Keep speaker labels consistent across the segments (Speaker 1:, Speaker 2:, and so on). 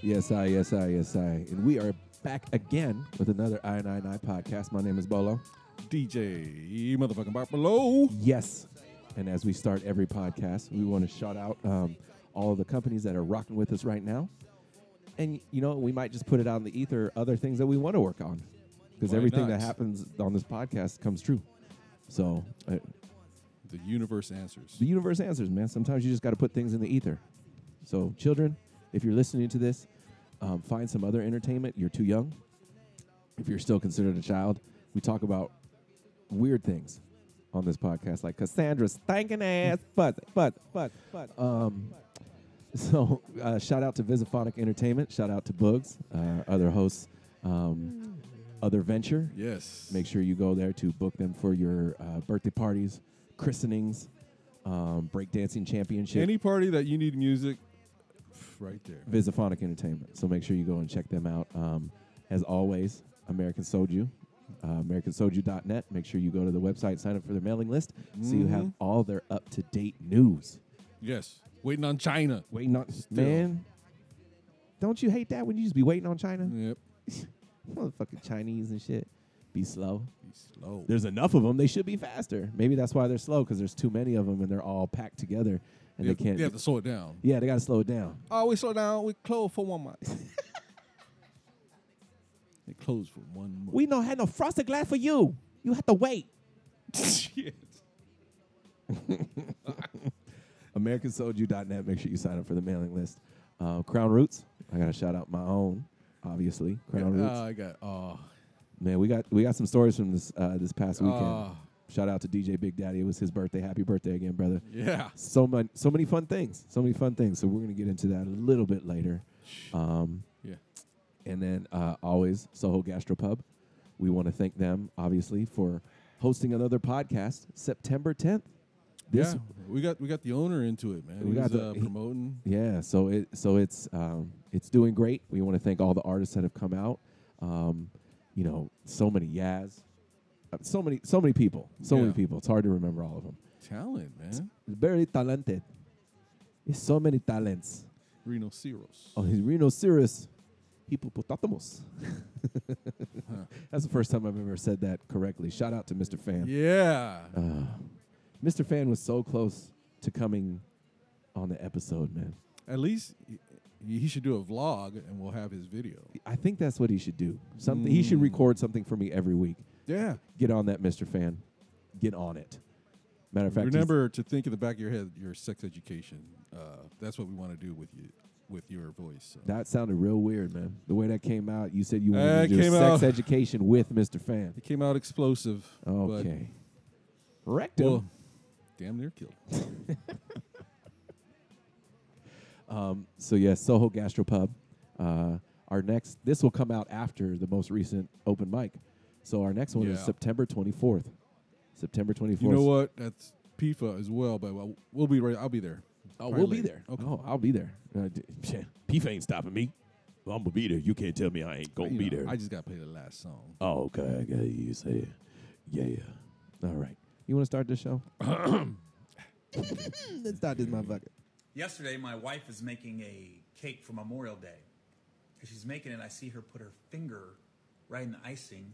Speaker 1: Yes, I, yes, I, yes, I. And we are back again with another I and I and I podcast. My name is Bolo.
Speaker 2: DJ motherfucking Bartolo.
Speaker 1: Yes. And as we start every podcast, we want to shout out um, all of the companies that are rocking with us right now. And, you know, we might just put it out in the ether, other things that we want to work on. Because
Speaker 2: Why
Speaker 1: everything
Speaker 2: not?
Speaker 1: that happens on this podcast comes true. So uh,
Speaker 2: The universe answers.
Speaker 1: the universe answers, man. Sometimes you just got to put things in the ether. So, children, if you're listening to this, um, find some other entertainment. You're too young. If you're still considered a child, we talk about weird things on this podcast, like Cassandra's stinking ass. But, but, but, but. Um, so, uh, shout out to Visiphonic Entertainment. Shout out to Bugs, uh, other hosts, um, Other Venture
Speaker 2: Yes.
Speaker 1: make sure you go there to book them for your uh, birthday parties, christenings, um, breakdancing championship,
Speaker 2: Any party that you need music, pff, right there.
Speaker 1: Visiphonic Entertainment. So make sure you go and check them out. Um, as always, American Soju, uh, AmericanSoju.net. Make sure you go to the website, sign up for their mailing list, so you have
Speaker 2: Mhm.
Speaker 1: all their up to date news.
Speaker 2: Yes. Waiting on China.
Speaker 1: Waiting on
Speaker 2: Still.
Speaker 1: man. Don't you hate that when you just be waiting on China?
Speaker 2: Yep.
Speaker 1: Motherfucking Chinese and shit. Be slow.
Speaker 2: Be slow.
Speaker 1: there's enough of them. They should be faster. Maybe that's why they're slow because there's too many of them and they're all packed together and
Speaker 2: have,
Speaker 1: they can't.
Speaker 2: They have to slow it down.
Speaker 1: yeah, they got to slow it down.
Speaker 2: Oh, we slow down. We close for one month. they closed for one month.
Speaker 1: We no had no frosted glass for you. You had to wait.
Speaker 2: Shit.
Speaker 1: AmericanSoju.net. Make sure you sign up for the mailing list. Uh, Crown Roots. I got to shout out my own, obviously. Crown
Speaker 2: Uh,
Speaker 1: Roots.
Speaker 2: I got. Oh.
Speaker 1: Man, we got we got some stories from this uh, this past weekend.
Speaker 2: Ah.
Speaker 1: shout out to DJ Big Daddy. It was his birthday. Happy birthday again, brother.
Speaker 2: yeah.
Speaker 1: So many so many fun things. So many fun things. So we're gonna get into that a little bit later. Um,
Speaker 2: Yeah.
Speaker 1: And then uh, always Soho Gastropub. We want to thank them, obviously, for hosting another podcast September 10th. This,
Speaker 2: yeah. We got we got the owner into it, man.
Speaker 1: We
Speaker 2: He's
Speaker 1: got the-
Speaker 2: uh,
Speaker 1: he-
Speaker 2: promoting.
Speaker 1: yeah. So it so it's um, it's doing great. We want to thank all the artists that have come out. Um, you know, so many Yaz, uh, so many so many people, so many
Speaker 2: Yeah.
Speaker 1: people. It's hard to remember all of them.
Speaker 2: Talent, man.
Speaker 1: Very talented. It's so many talents.
Speaker 2: Reno Ciros.
Speaker 1: Oh, he's rhinoceros hippopotamus. That's the first time I've ever said that correctly. Shout out to Mr. Fan.
Speaker 2: Yeah.
Speaker 1: Mr. Fan was so close to coming on the episode, man.
Speaker 2: At least he- he should do a vlog and we'll have his video.
Speaker 1: I think that's what he should do. Something he should
Speaker 2: Mm.
Speaker 1: record something for me every week.
Speaker 2: Yeah.
Speaker 1: Get on that, Mr. Fan. Get on it. Matter of fact, he's-
Speaker 2: Remember to think in the back of your head your sex education. Uh, that's what we want to do with you with your voice. So.
Speaker 1: that sounded real weird, man. The way that came out, you said you wanted
Speaker 2: Uh,
Speaker 1: to
Speaker 2: it
Speaker 1: do
Speaker 2: came
Speaker 1: sex
Speaker 2: out-
Speaker 1: education with Mr. Fan.
Speaker 2: It came out explosive.
Speaker 1: Okay.
Speaker 2: But,
Speaker 1: Rectum.
Speaker 2: well, damn near killed.
Speaker 1: Um, so yes, Soho Gastropub. Uh, our next this will come out after the most recent open mic. So our next one is
Speaker 2: Yeah.
Speaker 1: September 24th. September 24th.
Speaker 2: You know what? That's PIFA as well, but we'll, we'll be right. I'll be there.
Speaker 1: Oh,
Speaker 2: Probably
Speaker 1: we'll be
Speaker 2: later.
Speaker 1: there. Oh, I'll be there. Uh, d- yeah, P ain't stopping me. I'm gonna be there. You can't tell me I ain't gonna
Speaker 2: You
Speaker 1: be
Speaker 2: know,
Speaker 1: there.
Speaker 2: I just got to play the last song.
Speaker 1: oh, okay. I got you say it. Yeah, yeah. All right. You want to start this show? Let's start this motherfucker.
Speaker 3: Yesterday, my wife was making a cake for Memorial Day. As she's making it, I see her put her finger right in the icing,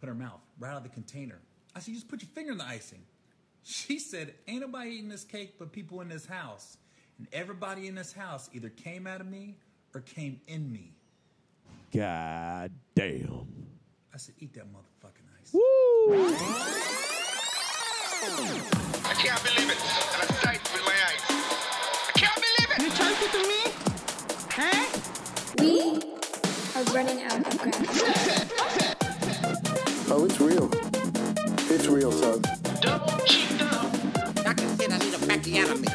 Speaker 3: put her mouth right out of the container. I said, just put your finger in the icing. She said, ain't nobody eating this cake but people in this house. And everybody in this house either came out of me or came in me.
Speaker 1: God damn.
Speaker 3: I said, eat that motherfucking ice.
Speaker 1: Woo!
Speaker 4: I can't believe it. And I typed with my eyes. I can't believe it.
Speaker 5: You talking to me? Huh?
Speaker 6: We are running out of ground.
Speaker 7: Oh, it's real. It's real, son.
Speaker 4: Double cheeked up.
Speaker 5: I can say I need a back the enemy.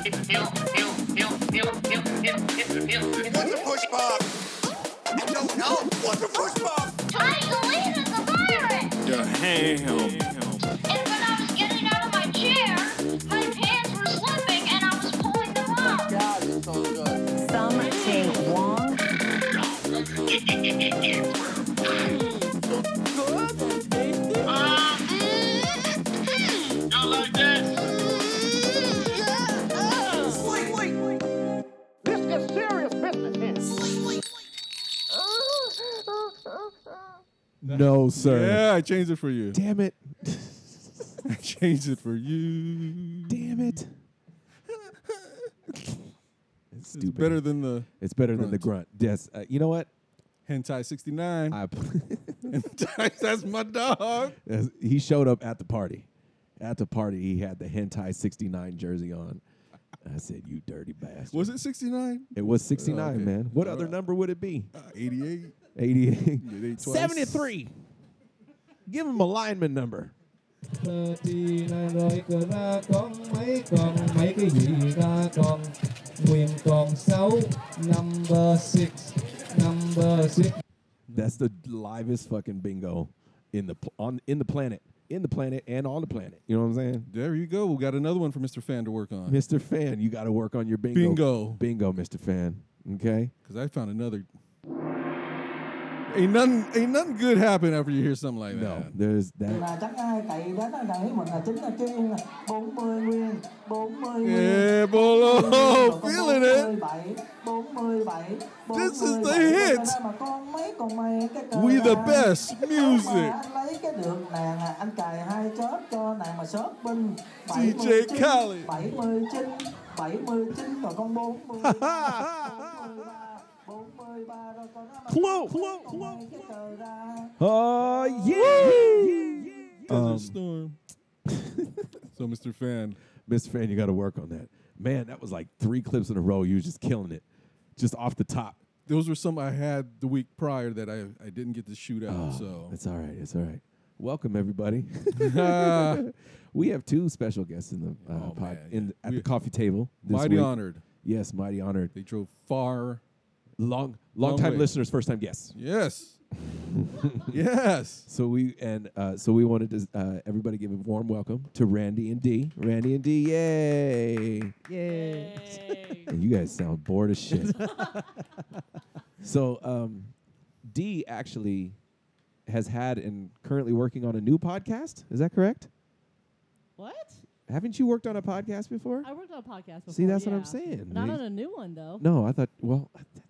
Speaker 8: What's a push pop? I don't know. What's a push pop?
Speaker 9: Tiger is a virus! And when I was getting out of my chair, my pants were slipping and I was pulling them off.
Speaker 8: God, it's so good.
Speaker 10: Some say Wong.
Speaker 4: Y'all like that?
Speaker 8: This is serious business here.
Speaker 1: No, sir.
Speaker 2: Yeah, I changed it for you.
Speaker 1: Damn it.
Speaker 2: I changed it for you.
Speaker 1: Damn it. it's
Speaker 2: It's
Speaker 1: stupid.
Speaker 2: better than the
Speaker 1: It's better than the grunt. Yes. Uh, you know what?
Speaker 2: hentai sixty nine.
Speaker 1: I
Speaker 2: That's my dog.
Speaker 1: As- he showed up at the party. At the party, he had the hentai '69 jersey on. I said, "You dirty bastard!"
Speaker 2: Was it sixty nine?
Speaker 1: it was '69,
Speaker 2: Okay.
Speaker 1: man. What
Speaker 2: All
Speaker 1: other
Speaker 2: right. Uh,
Speaker 1: number would it be?
Speaker 2: Eighty eight. You did
Speaker 1: '88,
Speaker 2: it twice.
Speaker 1: '73. Give him a lineman number.
Speaker 11: đi ra rồi cửa ra con mấy con mấy cái gì ra con quyền còn sáu number six number six
Speaker 1: That's the livest fucking bingo in the pl- on in the planet, in the planet, and on the planet. You know what I'm saying?
Speaker 2: There you go. We got another one for Mr. Fan to work on.
Speaker 1: Mr. Fan, you got to work on your bingo.
Speaker 2: Bingo.
Speaker 1: bingo, Mr. Fan. Okay,
Speaker 2: Because I found another. Ain't nothing, ain't nothing good happen after you hear something like
Speaker 1: no,
Speaker 2: that.
Speaker 1: there's that.
Speaker 12: là chắc ai tại đó là đẩy mà là chính là chuyên là 40 nguyên 40 nguyên
Speaker 2: Yeah, Bolo, feeling it.
Speaker 12: 47 47
Speaker 2: This is the
Speaker 12: 47. Cái
Speaker 2: hit.
Speaker 12: đó mà con mấy con mày cái cờ
Speaker 2: We the
Speaker 12: ra.
Speaker 2: best
Speaker 12: Cái
Speaker 2: music.
Speaker 12: mà à, anh lấy cái được nàng à, anh cài hai chóp cho nàng mà shop binh
Speaker 2: DJ
Speaker 12: 79,
Speaker 2: Khaled.
Speaker 12: 79 79 rồi con 40 43 43 rồi con đó mà
Speaker 1: Close,
Speaker 12: con
Speaker 1: close,
Speaker 12: mày cái cờ ra.
Speaker 1: Oh yeah.
Speaker 2: Desert
Speaker 1: Um,
Speaker 2: Storm. so, Mr. Fan,
Speaker 1: Mr. Fan, you got to work on that. Man, that was like three clips in a row. You was just killing it, just off the top.
Speaker 2: those were some I had the week prior that I, I didn't get to shoot out.
Speaker 1: Oh,
Speaker 2: so,
Speaker 1: It's all right. It's all right. Welcome everybody. we have two special guests in the uh,
Speaker 2: Oh,
Speaker 1: pod,
Speaker 2: man,
Speaker 1: in
Speaker 2: yeah.
Speaker 1: at
Speaker 2: We-
Speaker 1: the coffee table. This
Speaker 2: mighty
Speaker 1: week.
Speaker 2: honored.
Speaker 1: Yes, mighty honored.
Speaker 2: They drove far.
Speaker 1: Long, long,
Speaker 2: Long
Speaker 1: time
Speaker 2: way.
Speaker 1: listeners, first time guests.
Speaker 2: Yes. yes.
Speaker 1: So we and uh, so we wanted to uh, everybody give a warm welcome to Randy and D. Randy and D, yay! And you guys sound bored as shit. so, um, D actually has had and currently working on a new podcast. Is that correct?
Speaker 13: What?
Speaker 1: Haven't you worked on a podcast before?
Speaker 13: I worked on a podcast before.
Speaker 1: See, that's what I'm
Speaker 13: yeah.
Speaker 1: saying.
Speaker 13: Not
Speaker 1: We-
Speaker 13: on a new one though.
Speaker 1: No, I thought. Well, I, th-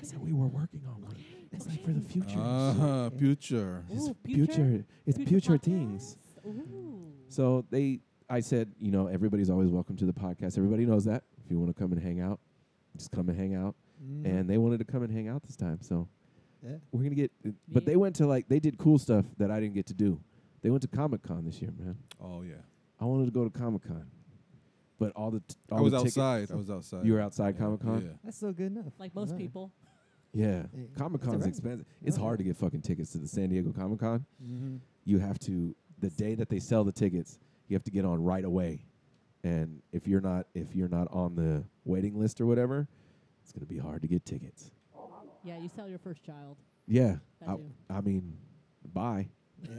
Speaker 1: I said we were working on one. It's like for the future.
Speaker 2: Uh huh. Future.
Speaker 1: It's
Speaker 13: Ooh,
Speaker 1: future.
Speaker 13: future?
Speaker 1: It's future,
Speaker 13: Future
Speaker 1: things.
Speaker 13: Ooh.
Speaker 1: So they, I said, you know, everybody's always welcome to the podcast. Everybody knows that. If you want to come and hang out, just come and hang out. And they wanted to come and hang out this time, so
Speaker 14: Yeah.
Speaker 1: we're gonna get. But they went to like they did cool stuff that I didn't get to do. They went to Comic Con this year, man.
Speaker 2: Oh, yeah.
Speaker 1: I wanted to go to Comic Con, but all the t- all
Speaker 2: I was
Speaker 1: the tickets-
Speaker 2: outside. I was outside.
Speaker 1: You were outside
Speaker 2: Yeah,
Speaker 1: Comic Con.
Speaker 2: Yeah.
Speaker 14: That's still good enough.
Speaker 13: Like most
Speaker 14: Alright.
Speaker 13: people.
Speaker 1: Yeah,
Speaker 14: Yeah.
Speaker 1: Comic
Speaker 14: That's
Speaker 1: Con's
Speaker 14: alright.
Speaker 1: expensive. It's
Speaker 14: Alright. Mm-hmm.
Speaker 1: hard to get fucking tickets to the San Diego Comic Con. You have to the day that they sell the tickets, you have to get on right away. And if you're not if you're not on the waiting list or whatever, it's gonna be hard to get tickets.
Speaker 13: Yeah, you sell your first child.
Speaker 1: Yeah,
Speaker 13: That
Speaker 1: I,
Speaker 13: too.
Speaker 1: I mean, bye,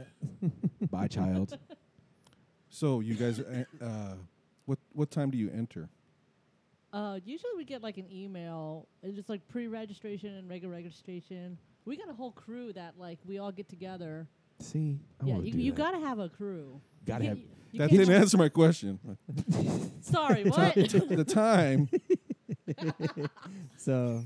Speaker 1: bye, child.
Speaker 2: So, you guys, are, uh, uh, what, what time do you enter?
Speaker 13: Uh, usually we get like an email. It's just like pre-registration and regular registration. We got a whole crew that like we all get together.
Speaker 1: See, I
Speaker 13: yeah,
Speaker 1: wanna
Speaker 13: you,
Speaker 1: do
Speaker 13: you
Speaker 1: that.
Speaker 13: gotta have a crew.
Speaker 1: Gotta
Speaker 13: you,
Speaker 1: have-
Speaker 13: you
Speaker 2: That
Speaker 13: can't-
Speaker 2: didn't answer my question.
Speaker 13: Sorry, what?
Speaker 2: the time.
Speaker 14: so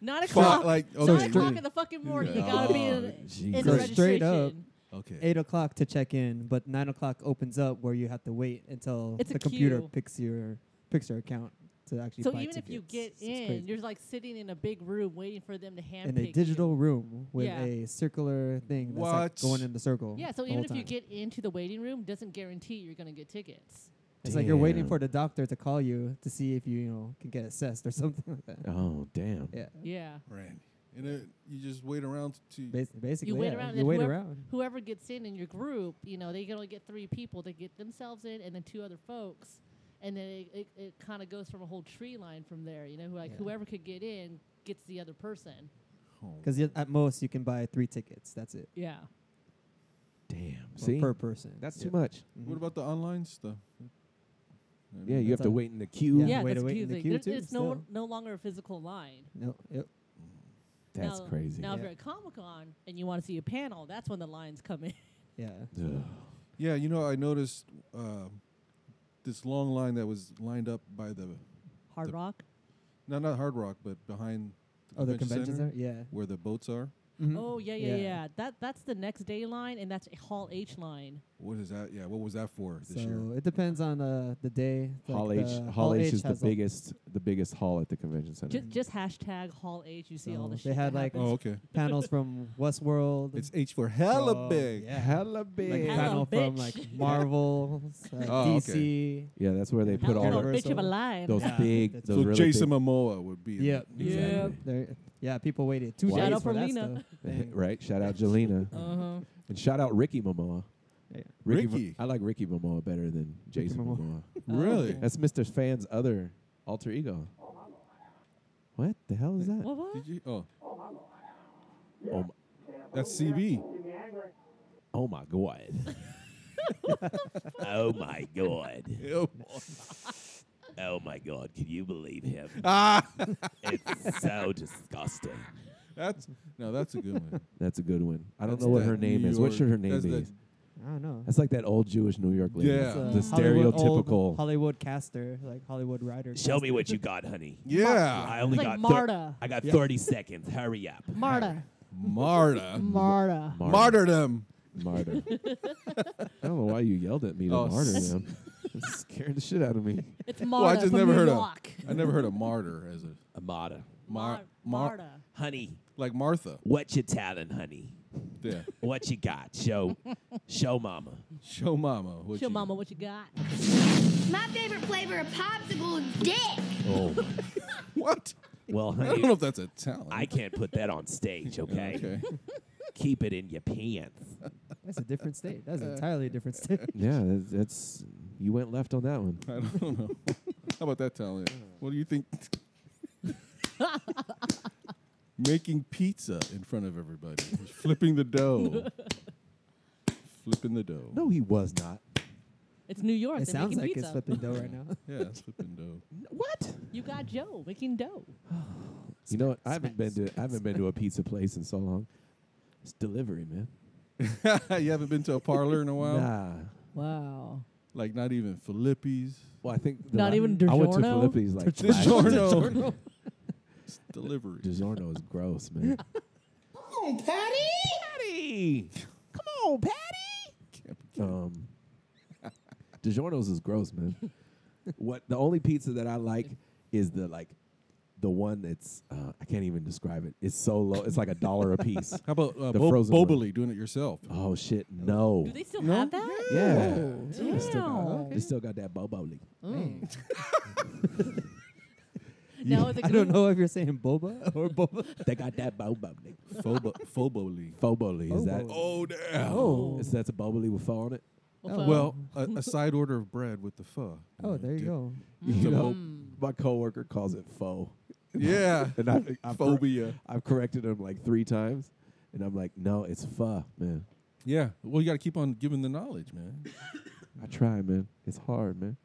Speaker 13: Not a
Speaker 2: Fuck,
Speaker 13: clock.
Speaker 2: like,
Speaker 13: nine
Speaker 2: okay. Oh,
Speaker 13: o'clock in the fucking morning. You gotta be in, in the
Speaker 1: Jesus.
Speaker 14: so
Speaker 13: registration.
Speaker 14: straight up,
Speaker 2: Okay.
Speaker 14: eight o'clock to check in, but nine o'clock opens up where you have to wait until
Speaker 13: It's a
Speaker 14: the computer
Speaker 13: queue.
Speaker 14: picks your picks your account to actually.
Speaker 13: So
Speaker 14: buy
Speaker 13: even if you get
Speaker 14: tickets. It's
Speaker 13: in,
Speaker 14: crazy.
Speaker 13: you're like sitting in a big room waiting for them to handpick
Speaker 14: in a
Speaker 13: you.
Speaker 14: digital room with
Speaker 13: Yeah.
Speaker 14: a circular thing that's like
Speaker 2: What?
Speaker 14: going in the circle.
Speaker 13: Yeah, so
Speaker 14: the
Speaker 13: even
Speaker 14: whole
Speaker 13: if you
Speaker 14: time.
Speaker 13: get into the waiting room, doesn't guarantee you're gonna get tickets.
Speaker 14: It's like you're waiting
Speaker 1: Damn.
Speaker 14: for the doctor to call you to see if you, you know, can get assessed or something like that.
Speaker 1: Oh damn!
Speaker 14: Yeah.
Speaker 13: Yeah.
Speaker 2: Randy. And uh, you just wait around to.
Speaker 14: Bas- basically,
Speaker 13: you wait
Speaker 14: yeah,
Speaker 13: around.
Speaker 14: You
Speaker 13: and
Speaker 14: wait
Speaker 13: whoever,
Speaker 14: around.
Speaker 13: Whoever gets in in your group, you know, they can only get three people to get themselves in, and then two other folks, and then it, it, it kind of goes from a whole tree line from there. You know, who like
Speaker 14: Yeah. Oh.
Speaker 13: whoever could get in gets the other person.
Speaker 14: Because at most you can buy three tickets. That's it.
Speaker 13: Yeah.
Speaker 1: Damn,
Speaker 14: Well,
Speaker 1: see,
Speaker 14: per person.
Speaker 1: that's
Speaker 14: Yeah.
Speaker 1: too much.
Speaker 2: What about the online stuff?
Speaker 1: Yeah, you have
Speaker 14: That's
Speaker 1: to
Speaker 14: all.
Speaker 1: wait in the queue.
Speaker 14: Yeah.
Speaker 13: Yeah,
Speaker 14: wait
Speaker 13: that's
Speaker 14: to wait in the
Speaker 13: confusing.
Speaker 14: queue
Speaker 13: There-
Speaker 14: too,
Speaker 13: it's no
Speaker 14: still.
Speaker 13: no longer a physical line.
Speaker 14: No. Yep.
Speaker 1: That's
Speaker 13: now,
Speaker 1: crazy.
Speaker 13: Now, if
Speaker 14: Yeah.
Speaker 13: you're at Comic Con and you want to see a panel, that's when the lines come in.
Speaker 14: Yeah.
Speaker 1: Ugh.
Speaker 2: Yeah, you know, I noticed uh, this long line that was lined up by the
Speaker 13: Hard
Speaker 2: The-
Speaker 13: Rock.
Speaker 2: no, not Hard Rock, but behind
Speaker 14: Oh, the convention
Speaker 2: center
Speaker 14: center? Yeah.
Speaker 2: where the boats are.
Speaker 14: Mhm.
Speaker 13: Oh yeah, yeah, yeah,
Speaker 14: Yeah.
Speaker 13: That that's the next day line, and that's Hall H line.
Speaker 2: What is that? Yeah, what was that for this year?
Speaker 14: So it depends on uh, the day. Like
Speaker 1: Hall
Speaker 14: the-
Speaker 1: H, Hall H is the
Speaker 14: has a-
Speaker 1: biggest, the biggest hall at the convention center.
Speaker 13: Just, just hashtag Hall H. You see all
Speaker 14: so
Speaker 13: the
Speaker 14: um, they
Speaker 13: shit. that
Speaker 14: had like
Speaker 13: happens.
Speaker 14: panels from Westworld.
Speaker 2: Oh, It's H for hella
Speaker 14: from-
Speaker 2: big.
Speaker 14: Yeah.
Speaker 1: Hella
Speaker 14: Like
Speaker 1: big.
Speaker 14: a
Speaker 1: Hella
Speaker 14: panel from
Speaker 1: bitch.
Speaker 14: like Marvel, uh,
Speaker 2: Oh, okay.
Speaker 14: DC.
Speaker 1: Yeah, that's where they put
Speaker 13: Hell
Speaker 1: all
Speaker 13: of
Speaker 1: the
Speaker 13: a bitch of a line.
Speaker 1: those
Speaker 13: Yeah,
Speaker 1: big, those
Speaker 2: so
Speaker 1: really
Speaker 2: Jason
Speaker 1: big-
Speaker 2: Momoa would be. in
Speaker 14: Yep.
Speaker 2: it.
Speaker 14: Yeah. There- yeah. People waited two
Speaker 1: Wow.
Speaker 14: days
Speaker 1: Shout
Speaker 13: out
Speaker 14: for
Speaker 13: for
Speaker 14: that
Speaker 13: Lena.
Speaker 14: stuff. Dang.
Speaker 1: right? Shout out Jelena,
Speaker 13: Uh-huh.
Speaker 1: and shout out Ricky Momoa.
Speaker 14: Yeah.
Speaker 1: Ricky, Mo-
Speaker 2: Ricky.
Speaker 1: I like Ricky Momoa better than Jason
Speaker 14: Momoa.
Speaker 1: Momoa.
Speaker 2: Really?
Speaker 1: That's Mr. Fan's other alter ego. What the hell is that?
Speaker 13: What, what?
Speaker 2: Did you? Oh,
Speaker 1: Oh, my,
Speaker 2: that's CB.
Speaker 1: oh my god! oh my god! Oh my god! Can you believe him?
Speaker 2: ah,
Speaker 1: it's so disgusting.
Speaker 2: that's no, that's a good one.
Speaker 1: That's a good one. I don't
Speaker 2: That's
Speaker 1: know what
Speaker 2: that
Speaker 1: her name
Speaker 2: New
Speaker 1: is. What
Speaker 2: York-
Speaker 1: should her name
Speaker 2: that's
Speaker 1: be?
Speaker 2: that-
Speaker 14: I don't know.
Speaker 1: That's like that old Jewish New York lady.
Speaker 2: Yeah. It's,
Speaker 14: Uh,
Speaker 1: the
Speaker 14: Hollywood- old
Speaker 1: stereotypical.
Speaker 14: Hollywood caster, like Hollywood writer.
Speaker 1: Show me what you got, honey.
Speaker 2: Yeah,
Speaker 1: I only
Speaker 13: It's
Speaker 1: got
Speaker 13: like
Speaker 1: thir-
Speaker 13: Marta.
Speaker 1: I got
Speaker 14: Yeah.
Speaker 1: 30 seconds. Hurry up.
Speaker 13: Marta.
Speaker 2: Marta.
Speaker 13: Marta.
Speaker 2: Martyrdom.
Speaker 1: Martyr. I don't know why you yelled at me to
Speaker 2: Oh,
Speaker 1: martyr
Speaker 2: s-
Speaker 1: him. It scared the shit out of me.
Speaker 13: It's
Speaker 2: Well,
Speaker 13: Marta
Speaker 2: I just
Speaker 13: from
Speaker 2: never
Speaker 13: New
Speaker 2: heard of.
Speaker 13: York.
Speaker 2: I never heard of martyr as a
Speaker 1: A martyr.
Speaker 2: mar,
Speaker 13: Mar-
Speaker 2: mar,
Speaker 13: Marta.
Speaker 1: Honey,
Speaker 2: like Martha.
Speaker 1: what you telling, honey?
Speaker 2: Yeah.
Speaker 1: What you got? Show, show mama.
Speaker 2: Show mama. What
Speaker 13: Show
Speaker 2: you-
Speaker 13: mama what you got.
Speaker 9: My favorite flavor of popsicle is dick.
Speaker 1: Oh,
Speaker 2: What?
Speaker 1: well,
Speaker 2: I don't know if that's a talent.
Speaker 1: can't put that on stage,
Speaker 2: okay.
Speaker 1: Keep it in your pants.
Speaker 14: That's a different state. That's an entirely different state.
Speaker 1: Yeah, that's, that's you went left on that one.
Speaker 2: I don't know. How about that talent?
Speaker 14: Uh.
Speaker 2: What do you think? Making pizza in front of everybody, flipping the dough, flipping the dough.
Speaker 1: No, he was not.
Speaker 13: It's New York.
Speaker 14: It
Speaker 13: They're
Speaker 14: sounds
Speaker 13: making
Speaker 14: like
Speaker 13: pizza.
Speaker 14: it's flipping dough right now.
Speaker 2: Yeah, it's flipping dough.
Speaker 1: What?
Speaker 13: You got Joe making dough.
Speaker 1: You know what? I haven't been to I haven't been to a pizza place in so long. It's delivery, man.
Speaker 2: you haven't been to a parlor in a while?
Speaker 1: Nah.
Speaker 13: Wow.
Speaker 2: Like not even Filippi's.
Speaker 1: Well, I think the
Speaker 13: Not
Speaker 1: la-
Speaker 13: even
Speaker 1: I went to
Speaker 13: DiGiorno?
Speaker 1: Filippi's like last-
Speaker 2: DiGiorno. It's delivery.
Speaker 1: DiGiorno is gross, man.
Speaker 5: Oh, Patty!
Speaker 1: Patty, come on, Patty. Um, DiGiorno's is gross, man. what the only pizza that I like is the like the one that's uh, I can't even describe it. It's so low. It's like a dollar a piece.
Speaker 2: How about uh,
Speaker 1: The
Speaker 2: Bo-
Speaker 1: frozen one.
Speaker 2: Boboli doing it yourself?
Speaker 1: Oh shit, no.
Speaker 13: Do they still
Speaker 2: No? Oh,
Speaker 13: have that?
Speaker 1: Yeah.
Speaker 13: Damn.
Speaker 1: They still got, they still got that bobo leak.
Speaker 13: Mm.
Speaker 2: Mm.
Speaker 14: You-
Speaker 13: Now is it
Speaker 14: I don't know if you're saying boba or boba.
Speaker 1: They got that bobo leak.
Speaker 2: Fobo- Foboli.
Speaker 1: Foboli, is that?
Speaker 2: Oh damn.
Speaker 1: Is that a bobo leak with pho on it?
Speaker 13: Well,
Speaker 2: Well, a, a side order of bread with the pho.
Speaker 14: Oh, there you go.
Speaker 1: You know, Mm. my coworker calls it pho.
Speaker 2: Yeah.
Speaker 1: And I, think I've cor-
Speaker 2: Phobia.
Speaker 1: I've corrected him like three times, and I'm like, no, it's pho, man.
Speaker 2: Yeah. Well, you got to keep on giving the knowledge, man.
Speaker 1: I
Speaker 2: Mm-hmm.
Speaker 1: try, man. It's hard, man.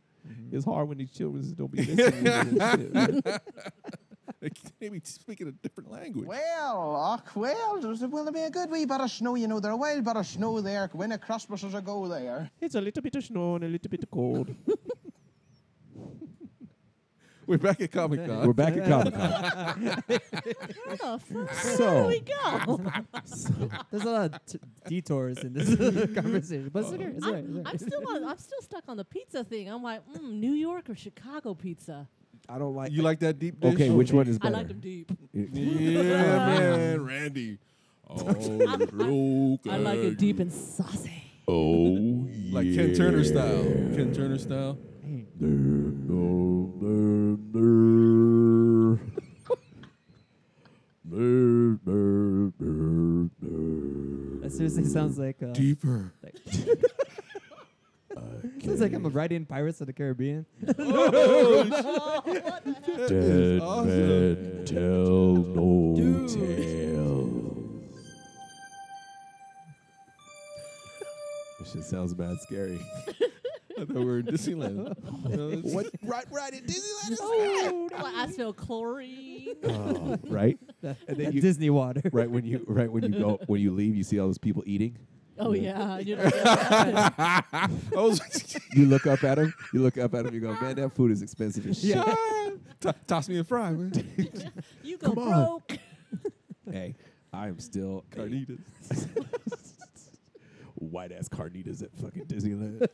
Speaker 1: It's hard when these children just don't be listening. to this shit.
Speaker 2: Maybe speaking a different language.
Speaker 12: Well, och, well, there's- will there be a good wee bit of snow? You know, there a wild bit of snow there. When a Christmas is a go there.
Speaker 1: It's a little bit of snow and a little bit of cold.
Speaker 2: We're back at Comic
Speaker 1: We're
Speaker 2: Con.
Speaker 1: back at Comic Con.
Speaker 13: where the fuck
Speaker 1: So,
Speaker 13: we go?
Speaker 14: There's a lot of t- detours in this conversation, but it's okay. It's okay.
Speaker 13: I'm, I'm still on, I'm still stuck on the pizza thing. I'm like, mm, New York or Chicago pizza?
Speaker 1: I don't like.
Speaker 2: You like that deep dish?
Speaker 1: okay, which one is
Speaker 13: I
Speaker 1: better?
Speaker 13: like them deep.
Speaker 2: Yeah, man, Randy. Oh,
Speaker 13: I like it deep and saucy.
Speaker 2: Oh, like Ken Turner style. Ken Turner style.
Speaker 14: That seriously sounds like uh,
Speaker 2: Deeper.
Speaker 14: sounds like I'm a ride in Pirates of the Caribbean.
Speaker 1: Oh, Dead
Speaker 2: awesome.
Speaker 1: men tell no tales. This shit sounds bad scary.
Speaker 2: I thought we were in Disneyland.
Speaker 1: what? Right, right at Disneyland.
Speaker 13: Oh, I smell chlorine.
Speaker 1: Oh, right, and then
Speaker 14: That
Speaker 1: you,
Speaker 14: Disney water.
Speaker 1: right when you right when you go when you leave, you see all those people eating.
Speaker 13: Oh yeah, you know,
Speaker 2: I was
Speaker 1: Oh. You look up at them. You look up at them. You go, man, that food is expensive as shit.
Speaker 2: T- toss me a fry, man.
Speaker 13: you go
Speaker 1: Come on.
Speaker 13: broke.
Speaker 1: Hey, I am still a-
Speaker 2: Carnitas.
Speaker 1: white ass carnitas at fucking Disneyland.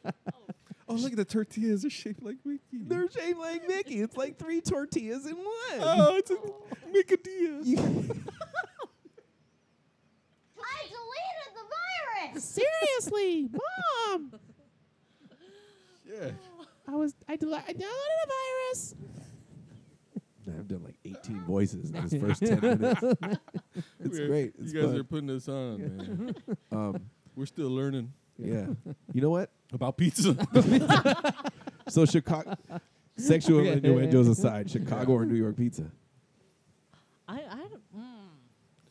Speaker 2: Oh, look at the tortillas. They're shaped like Mickey.
Speaker 1: They're shaped like Mickey. It's like three tortillas in one.
Speaker 2: Oh, it's a Mickadilla.
Speaker 9: I deleted the virus.
Speaker 15: Seriously, mom.
Speaker 2: yeah.
Speaker 15: I was I, del- I downloaded a virus.
Speaker 1: I've done like 18 voices in this first 10 minutes. it's
Speaker 2: We're-
Speaker 1: great.
Speaker 2: You
Speaker 1: It's
Speaker 2: guys
Speaker 1: fun.
Speaker 2: are putting us on, man.
Speaker 1: Um,
Speaker 2: We're still learning.
Speaker 1: Yeah. You know what?
Speaker 2: About pizza.
Speaker 1: so Chicago, sexual
Speaker 2: Yeah.
Speaker 1: innuendos aside, Chicago or New York pizza?
Speaker 13: I, I don't.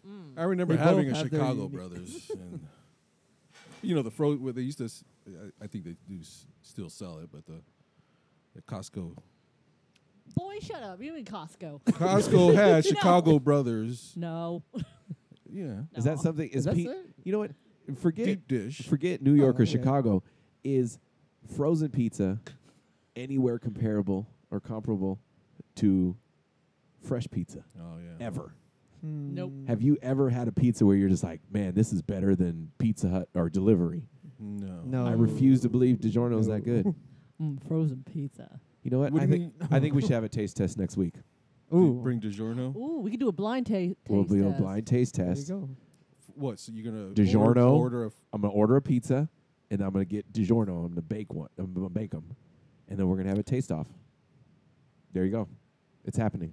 Speaker 13: Mm.
Speaker 2: I remember
Speaker 1: They
Speaker 2: having a
Speaker 1: both have their
Speaker 2: Chicago
Speaker 1: unique-
Speaker 2: Brothers, and you know the fro. Where they used to, s- I, I think they do s- still sell it, but the the Costco
Speaker 13: Boy, shut up. You mean Costco?
Speaker 2: Costco had
Speaker 13: No.
Speaker 2: Chicago Brothers.
Speaker 13: No.
Speaker 2: Yeah,
Speaker 1: Is that something? Is,
Speaker 13: that
Speaker 1: Pete?
Speaker 13: it?
Speaker 1: You know what? Forget
Speaker 2: Deep dish.
Speaker 1: Forget New York
Speaker 2: Oh,
Speaker 1: or
Speaker 2: okay.
Speaker 1: Chicago. Is frozen pizza anywhere comparable or comparable to fresh pizza?
Speaker 2: Oh yeah.
Speaker 1: Ever.
Speaker 14: Hmm.
Speaker 13: Nope.
Speaker 2: Mm.
Speaker 1: Have you ever had a pizza where you're just like, man, this is better than Pizza Hut or delivery?
Speaker 2: No.
Speaker 1: I refuse to believe DiGiorno is that good.
Speaker 13: Mm, frozen pizza.
Speaker 1: You know what?
Speaker 2: What
Speaker 1: I
Speaker 2: do you
Speaker 1: think
Speaker 2: mean?
Speaker 1: I think we should have a taste test next week.
Speaker 2: Ooh. Bring DiGiorno.
Speaker 13: Ooh, we could do a blind ta- taste.
Speaker 1: we'll do a
Speaker 13: test.
Speaker 1: blind taste test.
Speaker 2: F- What? So you're gonna order-
Speaker 1: DiGiorno.
Speaker 2: order a f-
Speaker 1: I'm gonna order a pizza, and I'm gonna get DiGiorno. I'm gonna bake one. I'm gonna bake them, and then we're gonna have a taste off. There you go. It's happening.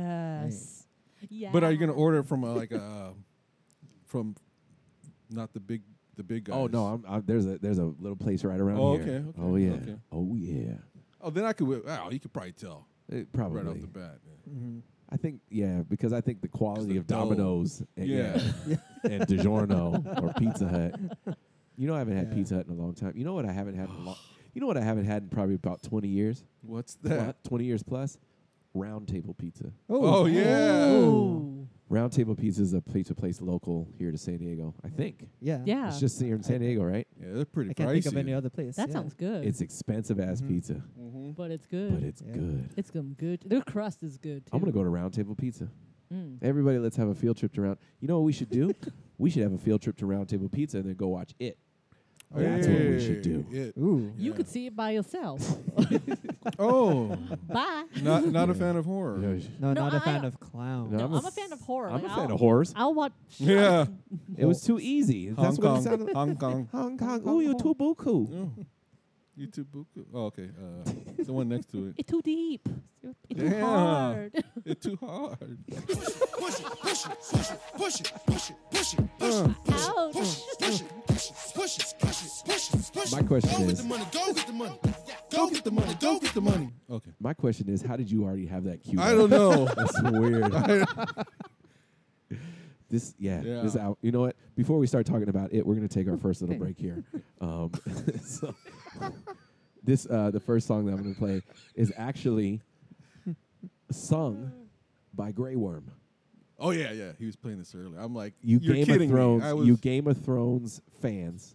Speaker 13: Yes. Yeah.
Speaker 2: But are you gonna order from a, like a from not the big the big guys?
Speaker 1: Oh no! I'm, i there's a there's a little place right around
Speaker 2: Oh,
Speaker 1: here.
Speaker 2: okay, okay,
Speaker 1: oh yeah.
Speaker 2: okay.
Speaker 1: Oh yeah.
Speaker 2: Oh, then I could. wi- Oh, you could probably tell.
Speaker 1: It Uh, probably.
Speaker 2: right off the bat. Yeah.
Speaker 14: Mm-hmm.
Speaker 1: I think yeah because I think the quality of
Speaker 2: dough.
Speaker 1: Domino's and,
Speaker 2: Yeah.
Speaker 1: and DiGiorno or Pizza Hut. You know I haven't had Pizza Hut in a long time. You know what I haven't had in a long. You know what I haven't had in probably about 20 years.
Speaker 2: What's
Speaker 1: Twen-
Speaker 2: that?
Speaker 1: 20 years plus. Round table pizza.
Speaker 2: Oh, yeah.
Speaker 13: Ooh.
Speaker 1: Round Table Pizza is a pizza place local here to San Diego, I think.
Speaker 14: Yeah.
Speaker 13: Yeah.
Speaker 1: It's just here in San Diego, right?
Speaker 2: Yeah, they're pretty
Speaker 14: I can't think of
Speaker 2: pricey.
Speaker 14: any other place.
Speaker 13: That
Speaker 14: yeah.
Speaker 13: sounds good.
Speaker 1: It's Mm-hmm. expensive ass pizza,
Speaker 13: but it's good.
Speaker 1: but it's good.
Speaker 13: It's some good. Their crust is good too.
Speaker 1: I'm gonna go to Round Table Pizza.
Speaker 13: Mm.
Speaker 1: Everybody, let's have a field trip to Round. You know what we should do? we should have a field trip to Round Table Pizza and then go watch it. That's what we should do.
Speaker 2: Hey, yeah.
Speaker 14: Ooh.
Speaker 13: You could see it by yourself.
Speaker 2: Oh,
Speaker 13: Bye.
Speaker 2: not not a fan of horror.
Speaker 14: No,
Speaker 13: No,
Speaker 14: not
Speaker 13: I-
Speaker 14: a
Speaker 13: I
Speaker 14: fan
Speaker 13: don't-
Speaker 14: of clown.
Speaker 13: No,
Speaker 1: I'm
Speaker 13: I'm,
Speaker 1: a
Speaker 13: a
Speaker 1: s-
Speaker 13: fan of horror.
Speaker 1: I'm
Speaker 13: Like,
Speaker 1: a fan
Speaker 13: I'll-
Speaker 1: of horrors.
Speaker 13: I'll watch.
Speaker 2: Yeah,
Speaker 1: It was too easy.
Speaker 2: Hong
Speaker 1: That's what it
Speaker 2: Kong,
Speaker 1: sounded like.
Speaker 2: Hong Kong.
Speaker 1: Hong Kong. Ooh, you're too buku.
Speaker 2: Oh, YouTube buku. Oh, okay. Uh, the one next to it.
Speaker 13: It's too deep. It's too
Speaker 2: Yeah.
Speaker 13: hard.
Speaker 2: It's too hard.
Speaker 8: Push it, push it, push it, push it, push it, push it, push it,
Speaker 13: Ouch.
Speaker 8: push it, push it, push it, push it, push it, push it.
Speaker 1: My question
Speaker 8: Go get
Speaker 1: is-
Speaker 8: the money, go get the money, go get the money, go get the money.
Speaker 2: Okay.
Speaker 1: My question is, how did you already have that cue?
Speaker 2: I don't know.
Speaker 1: That's weird. this yeah,
Speaker 2: Yeah.
Speaker 1: This out. You know what? Before we start talking about it, we're gonna take our first little break here. Um, so this uh, the first song that I'm gonna play is actually sung by Grey Worm.
Speaker 2: Oh yeah, yeah. He was playing this earlier. I'm like,
Speaker 1: You
Speaker 2: you're
Speaker 1: Game
Speaker 2: kidding
Speaker 1: of
Speaker 2: Me. I was,
Speaker 1: Thrones. You Game of Thrones fans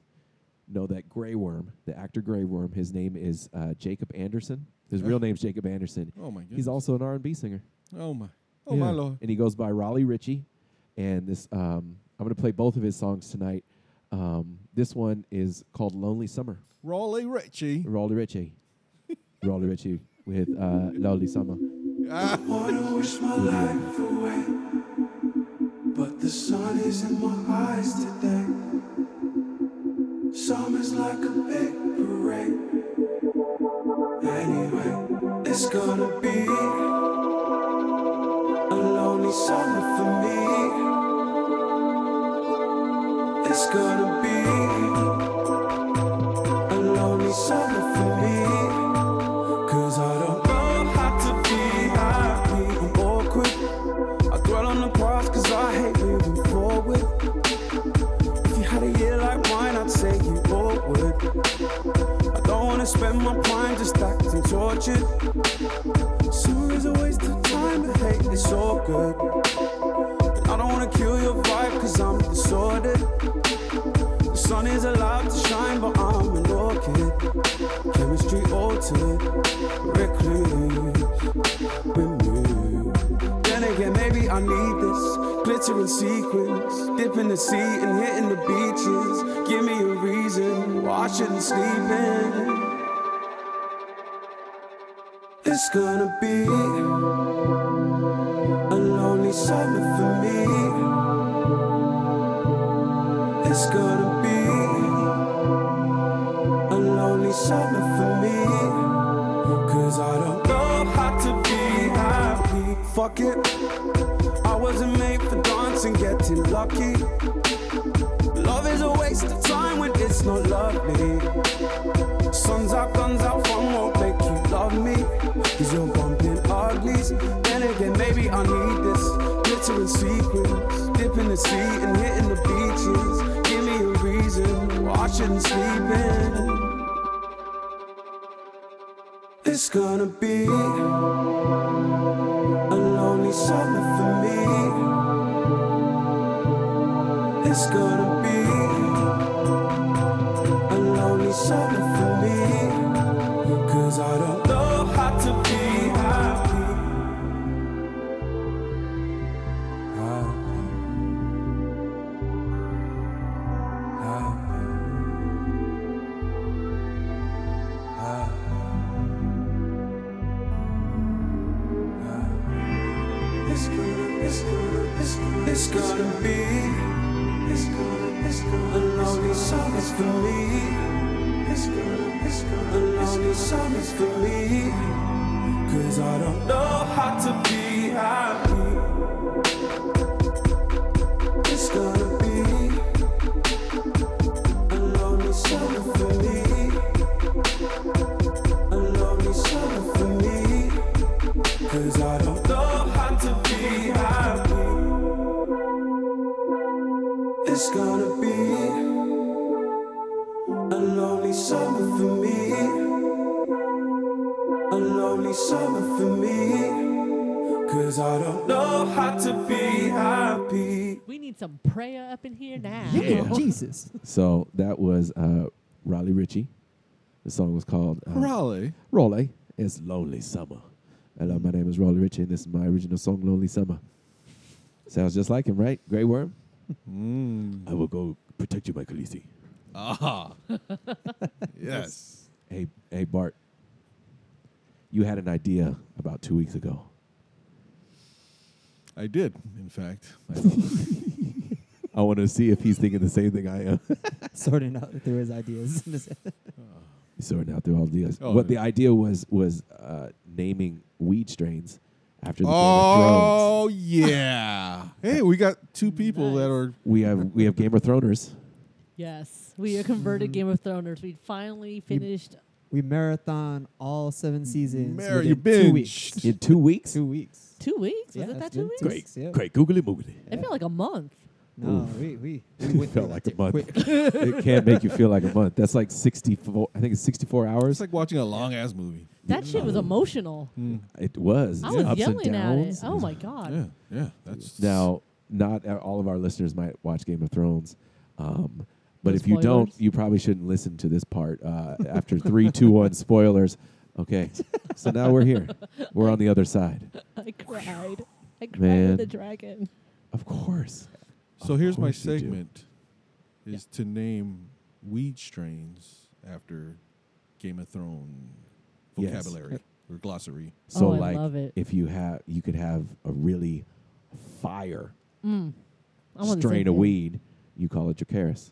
Speaker 1: know that Grey Worm, the actor Grey Worm, his name is uh, Jacob Anderson. His real name's Jacob Anderson.
Speaker 2: Oh my
Speaker 1: He's
Speaker 2: goodness.
Speaker 1: also an R&B singer.
Speaker 2: Oh my. Oh
Speaker 1: Yeah.
Speaker 2: my lord.
Speaker 1: And he goes by Raleigh Ritchie. And this, um, I'm going to play both of his songs tonight. Um, this one is called Lonely Summer.
Speaker 2: Raleigh Ritchie.
Speaker 1: Raleigh Ritchie. Raleigh Ritchie with uh, Lonely Summer.
Speaker 2: Ah.
Speaker 16: But the sun is in my eyes today. Summer's like a big parade. Anyway, it's gonna be a lonely summer for me. It's gonna be a lonely summer for me. Cause I don't know how to be happy. I'm awkward. I dwell on the past cause I hate moving forward. If you had a year like mine, I'd say you all would. I don't wanna spend my prime just acting tortured. Summer is a waste of time, but hey, it's all good. And I don't wanna kill your vibe cause I'm disordered. The sun is allowed to shine, but I'm an orchid. Chemistry altered, recluse, removed. Then again, maybe I need this. Glitter and sequins, dipping the sea and hitting the beaches. Give me a reason why I shouldn't sleep in. It's gonna be a lonely summer for me. It's gonna be a lonely summer for me. Cause I don't know how to be happy. Fuck it. I wasn't made for dancing, getting lucky. Love is a waste of time when it's not lovely. Sun's out, guns out, fun won't make you love me. Cause you're bumping uglies. Then again, maybe I need this. Glitter and sequins, dipping the sea and hitting the beaches. Give me a reason why I shouldn't sleep in. It's gonna be a lonely summer for me. It's gonna be a lonely summer for me. Cause I don't know how to be happy.
Speaker 8: It's gonna, it's gonna, it's gonna,
Speaker 16: It's gonna be
Speaker 8: it's gonna, it's
Speaker 16: a
Speaker 8: gonna,
Speaker 16: lonely summer for me.
Speaker 8: it's gonna, it's gonna.
Speaker 16: A lonely summer's for me. Cause I don't know how to be happy. It's gonna be a lonely summer for me. A lonely summer for me. Cause I don't know how to be happy. It's gonna be. A lonely summer for me. A lonely summer for me. Cause I don't know how to be happy.
Speaker 13: We need some prayer up in here now.
Speaker 14: Jesus.
Speaker 1: So that was uh, Raleigh Ritchie. The song was called uh,
Speaker 2: Raleigh?
Speaker 1: Raleigh. It's Lonely Summer. Hello, my name is Raleigh Ritchie, and this is my original song, Lonely Summer. Sounds just like him, right? Grey Worm?
Speaker 2: Mm.
Speaker 1: I will go protect you, my Khaleesi.
Speaker 2: Ah. yes.
Speaker 1: Hey, hey, Bart. You had an idea about two weeks ago.
Speaker 2: I did, in fact.
Speaker 1: I want to see if he's thinking the same thing I am.
Speaker 14: Sorting out through his ideas.
Speaker 1: sorting out through all the ideas.
Speaker 14: Oh,
Speaker 1: what the
Speaker 14: yeah.
Speaker 1: idea was was uh, naming weed strains after the Game of Thrones.
Speaker 2: Oh yeah. hey, we got two people that are
Speaker 1: We have we have Game of Throners.
Speaker 13: Yes, we are
Speaker 1: Mm-hmm.
Speaker 13: converted Game of Throners. We finally finished.
Speaker 14: we marathon all seven seasons.
Speaker 13: Mara-
Speaker 14: within
Speaker 13: you
Speaker 14: two weeks.
Speaker 1: in two weeks.
Speaker 14: Two weeks.
Speaker 13: Two weeks?
Speaker 14: Yeah,
Speaker 13: was it
Speaker 14: it's
Speaker 13: that two
Speaker 14: been
Speaker 13: weeks?
Speaker 14: two weeks, yeah.
Speaker 1: Great googly moogly.
Speaker 13: I feel like a month.
Speaker 14: No,
Speaker 1: Oof.
Speaker 14: we we, we
Speaker 1: It
Speaker 14: went through
Speaker 1: felt
Speaker 14: that
Speaker 1: like a
Speaker 14: shit
Speaker 1: month.
Speaker 14: quick.
Speaker 1: it can't make you feel like a month. That's like sixty four. I think it's sixty four hours.
Speaker 2: it's like watching a long ass movie.
Speaker 13: That shit was emotional.
Speaker 1: It was.
Speaker 13: I was
Speaker 1: ups
Speaker 13: yelling
Speaker 1: and
Speaker 13: at it.
Speaker 1: downs.
Speaker 13: Oh my god.
Speaker 2: Yeah, yeah. That's
Speaker 1: Now, not a- all of our listeners might watch Game of Thrones, um, but
Speaker 13: No
Speaker 1: if you don't,
Speaker 13: spoilers?
Speaker 1: you probably shouldn't listen to this part uh, after three, two, one spoilers. Okay, so now we're here. We're on the other side.
Speaker 13: I cried. I cried
Speaker 1: Man.
Speaker 13: with the dragon.
Speaker 1: Of course.
Speaker 2: So here's my
Speaker 1: course you do.
Speaker 2: segment is to name weed strains after Game of Thrones
Speaker 1: Yes.
Speaker 2: vocabulary or glossary.
Speaker 1: So
Speaker 13: Oh, I
Speaker 1: like,
Speaker 13: love it.
Speaker 1: if you have, you could have a really fire
Speaker 13: Mm. I want the same
Speaker 1: strain of
Speaker 13: thing.
Speaker 1: weed. You call it your charis.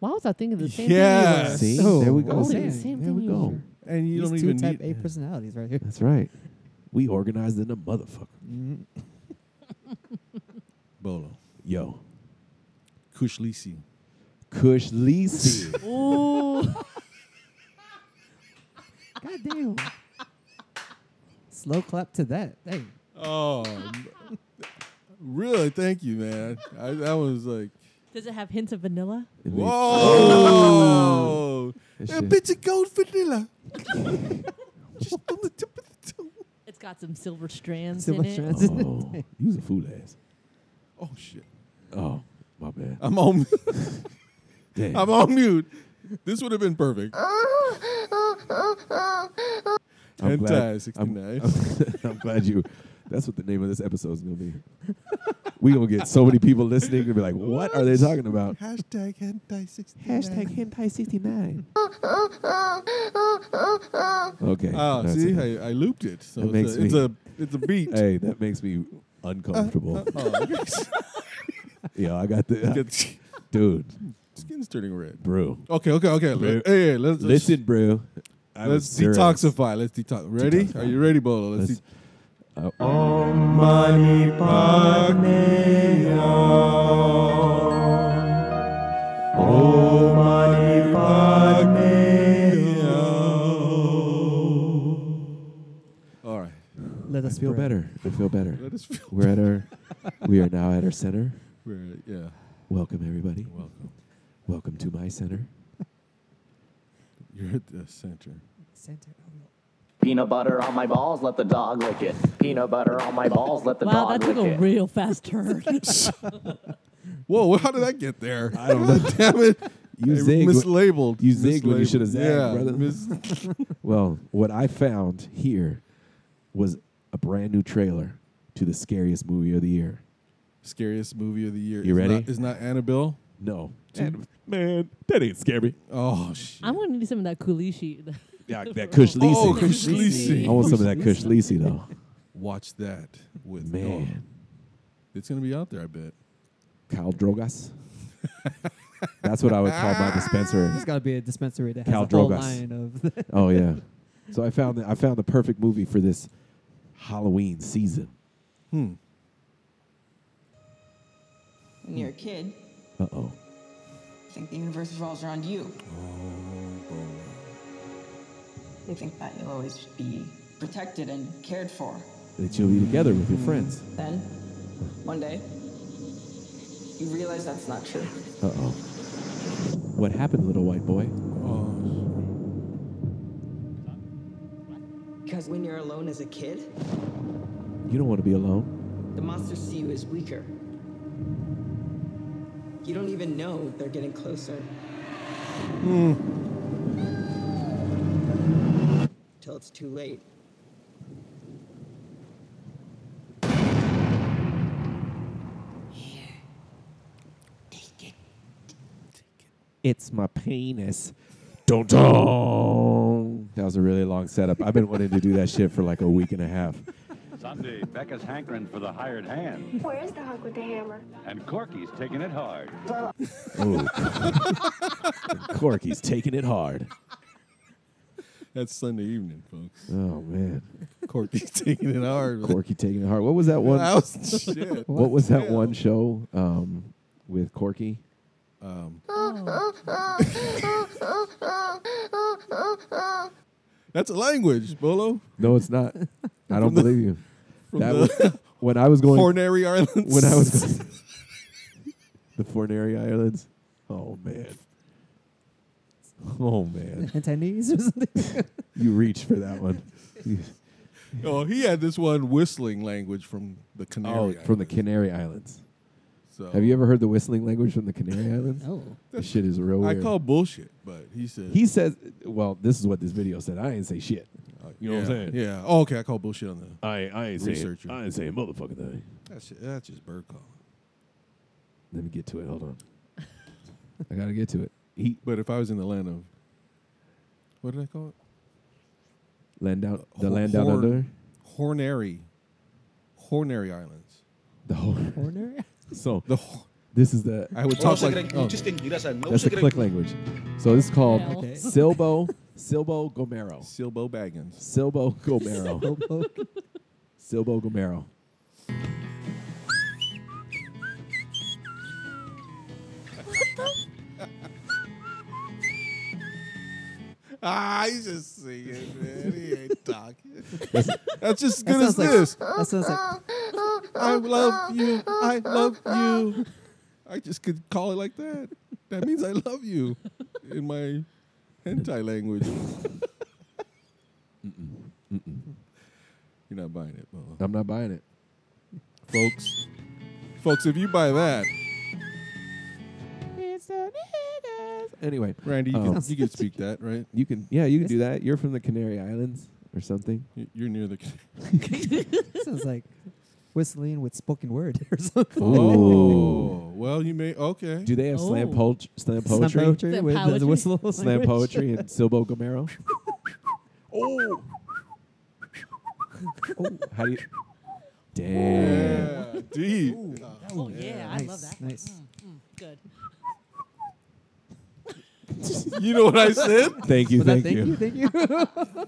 Speaker 13: Why was I thinking the same
Speaker 2: Yes.
Speaker 1: See,
Speaker 13: thing? you were?
Speaker 1: there we
Speaker 13: I
Speaker 1: go.
Speaker 13: was thinking the same
Speaker 1: There
Speaker 13: thing
Speaker 1: we
Speaker 13: you
Speaker 1: go.
Speaker 13: were.
Speaker 2: Oh, And you
Speaker 14: These
Speaker 2: don't
Speaker 14: two
Speaker 2: even
Speaker 14: type A
Speaker 2: need
Speaker 14: personalities right here.
Speaker 1: That's right. We organized in a motherfucker.
Speaker 2: Bolo.
Speaker 1: Yo,
Speaker 2: Kushlisi.
Speaker 1: Kush Lisi.
Speaker 13: Ooh.
Speaker 14: God damn. Slow clap to that. Hey,
Speaker 2: Oh n- really, thank you, man. I that was like
Speaker 13: Does it have hints of vanilla?
Speaker 2: Whoa!
Speaker 1: That
Speaker 2: A
Speaker 1: shit.
Speaker 2: bit of gold vanilla. Just on the tip of the tongue.
Speaker 13: It's got some silver strands
Speaker 14: Silver
Speaker 13: in
Speaker 14: strands.
Speaker 1: oh, you was a fool ass.
Speaker 2: Oh shit.
Speaker 1: Oh, my bad.
Speaker 2: I'm on
Speaker 1: Damn.
Speaker 2: I'm on mute. This would have been perfect.
Speaker 1: I'm
Speaker 2: Hentai
Speaker 1: glad-
Speaker 2: 69.
Speaker 1: I'm, I'm glad you. That's what the name of this episode is going to be. we gonna get so many people listening to be like, what are they talking about?
Speaker 2: Hashtag hentai 69.
Speaker 15: Hashtag hentai 69.
Speaker 1: Okay.
Speaker 2: Oh,
Speaker 1: that's
Speaker 2: see,
Speaker 1: enough.
Speaker 2: I, I looped it. So
Speaker 1: That makes
Speaker 2: it's, a, it's
Speaker 1: me-
Speaker 2: a it's a beat.
Speaker 1: Hey, that makes me uncomfortable.
Speaker 2: Uh, uh, oh,
Speaker 1: yeah, I got the dude.
Speaker 2: skin's turning red.
Speaker 1: Brew.
Speaker 2: Okay, okay, okay.
Speaker 1: Brew.
Speaker 2: Let, hey, let's, let's
Speaker 1: listen, brew. I was
Speaker 2: let's
Speaker 1: serious.
Speaker 2: detoxify. Let's detox. Ready?
Speaker 1: Detoxify.
Speaker 2: Are you ready, Bolo? Let's,
Speaker 1: Let's- Oh.
Speaker 2: see.
Speaker 16: Om Mani Padme Hum. Om Mani Padme Hum.
Speaker 2: All right.
Speaker 14: Let us
Speaker 1: I feel
Speaker 14: pray.
Speaker 1: better. I feel better.
Speaker 2: Let us feel
Speaker 1: We're at our. We are now at our center.
Speaker 2: We're, yeah.
Speaker 1: Welcome everybody.
Speaker 2: Welcome.
Speaker 1: Welcome to my center.
Speaker 2: You're at the center.
Speaker 14: Center.
Speaker 17: Peanut butter on my balls, let the dog lick it. Peanut butter on my balls, let the
Speaker 13: wow,
Speaker 17: dog
Speaker 13: that took
Speaker 17: lick
Speaker 13: a
Speaker 17: it.
Speaker 13: real fast turn.
Speaker 2: Whoa, how did I get there? I
Speaker 1: don't know.
Speaker 2: Damn it.
Speaker 1: You
Speaker 2: I
Speaker 1: zigged when-
Speaker 2: mislabeled.
Speaker 1: you zigged when you should have
Speaker 2: Mislabeled.
Speaker 1: zagged, brother.
Speaker 2: Yeah. mis-
Speaker 1: Well, what I found here was a brand new trailer to the scariest movie of the year.
Speaker 2: Scariest movie of the year.
Speaker 1: You
Speaker 2: It's
Speaker 1: ready?
Speaker 2: Not, it's not Annabelle.
Speaker 1: No.
Speaker 2: Two-
Speaker 1: man, that ain't scary.
Speaker 2: Oh, sh-
Speaker 13: I'm gonna need some of that Kulishi.
Speaker 1: Yeah, that Kush Lisi.
Speaker 2: Oh, Kush Lisi.
Speaker 1: I want some of that Kush Lisi though.
Speaker 2: watch that with
Speaker 1: Man.
Speaker 2: Noah. It's gonna be out there, I bet.
Speaker 1: Cal Drogas. That's what I would call my dispenser.
Speaker 14: There's got to be a dispensary that has
Speaker 1: Cal
Speaker 14: a whole
Speaker 1: Drogas.
Speaker 14: line of.
Speaker 1: Oh yeah. So I found the, I found the perfect movie for this Halloween season.
Speaker 2: Hmm.
Speaker 18: When you're a kid,
Speaker 1: Uh oh.
Speaker 18: you think the universe revolves around you. You think that you'll always be protected and cared for.
Speaker 1: That you'll be together with your friends.
Speaker 18: Then, one day, you realize that's not true.
Speaker 1: Uh oh. What happened, little white boy? Uh.
Speaker 2: Oh,
Speaker 18: Because when you're alone as a kid,
Speaker 1: You don't want to be alone.
Speaker 18: the monsters see you as weaker. You don't even know they're getting closer
Speaker 1: Hmm.
Speaker 18: till it's too late.
Speaker 1: It's my penis. Don't don't. That was a really long setup. I've been wanting to do that shit for like a week and a half.
Speaker 19: Sunday, Becca's hankering for the hired hand,
Speaker 6: Where is the hunk with the hammer?
Speaker 19: and Corky's taking it hard.
Speaker 1: Ooh. Corky's taking it hard.
Speaker 2: that's Sunday evening, folks.
Speaker 1: Oh man.
Speaker 2: Corky's taking it hard.
Speaker 1: Corky taking it hard. What was that one?
Speaker 2: That was- shit.
Speaker 1: What was that
Speaker 2: Damn.
Speaker 1: one show um, with Corky?
Speaker 2: Um, that's a language, Bolo.
Speaker 1: No, it's not. I don't
Speaker 2: From the-
Speaker 1: believe you.
Speaker 2: from
Speaker 1: That
Speaker 2: the
Speaker 1: was when I was going
Speaker 2: Hornary Islands.
Speaker 1: When I was going, the Fornary Islands. Oh man. Oh man.
Speaker 14: Antennae or something.
Speaker 1: You reached for that one. You-
Speaker 2: Oh, he had this one whistling language from the Canary.
Speaker 1: oh,
Speaker 2: Islands.
Speaker 1: from the Canary Islands.
Speaker 2: So
Speaker 1: Have you ever heard the whistling language from the Canary Islands?
Speaker 13: Oh.
Speaker 1: This shit is real
Speaker 2: I
Speaker 1: weird.
Speaker 2: call bullshit, but he said
Speaker 1: he says, well, this is what this video said. I ain't say shit. You know
Speaker 2: Uh, yeah,
Speaker 1: what I'm saying?
Speaker 2: Yeah. Oh, okay. I call bullshit on the.
Speaker 1: I, I ain't
Speaker 2: Researcher.
Speaker 1: saying I ain't saying motherfucking thing.
Speaker 2: That's ju- that's just bird call.
Speaker 1: Let me get to it. Hold on. I gotta get to it. He
Speaker 2: But if I was in the land of, what did I call it?
Speaker 1: land down the
Speaker 2: Hor-
Speaker 1: land down
Speaker 2: horn-
Speaker 1: under
Speaker 2: Hornary, Hornary Islands.
Speaker 1: the horn.
Speaker 14: Corner?
Speaker 1: So
Speaker 2: The ho-
Speaker 1: this is the
Speaker 2: I would talk like. oh,
Speaker 1: that's the click language. So this is called
Speaker 13: Hell. Okay.
Speaker 1: Silbo Silbo Gomero.
Speaker 2: Silbo Baggins.
Speaker 1: Silbo Gomero. Silbo Gomero.
Speaker 2: Ah, he's just singing, man. He ain't talking.
Speaker 1: That's,
Speaker 2: That's
Speaker 14: That
Speaker 2: just as good as
Speaker 14: sounds like.
Speaker 2: this.
Speaker 14: That sounds like. Oh,
Speaker 2: I love you. I love you. I just could call it like that. That means I love you in my hentai language. You're not buying it, Bolo.
Speaker 1: I'm not buying it.
Speaker 2: folks. Folks, if you buy that,
Speaker 15: It's the niggas.
Speaker 1: Anyway,
Speaker 2: Randy, you,
Speaker 1: Um,
Speaker 2: can, you can speak that, right?
Speaker 1: you can yeah, you can do that. You're from the Canary Islands or something.
Speaker 2: You- You're near the.
Speaker 14: Sounds like. whistling with spoken word or something.
Speaker 2: Oh, well, you may. Okay.
Speaker 1: Do they have slam, po- slam
Speaker 14: Oh. Slam
Speaker 1: poetry?
Speaker 14: poetry Slam with the poetry. whistle
Speaker 1: Slam
Speaker 14: language.
Speaker 1: poetry and Silbo Gomero?
Speaker 2: oh.
Speaker 1: oh, how do you. Damn.
Speaker 2: Yeah, deep.
Speaker 13: Oh, yeah, I love that.
Speaker 14: Nice.
Speaker 13: Mm, good.
Speaker 2: You know what I said?
Speaker 1: Thank you,
Speaker 14: Was that
Speaker 1: thank you.
Speaker 14: Thank you. Thank you.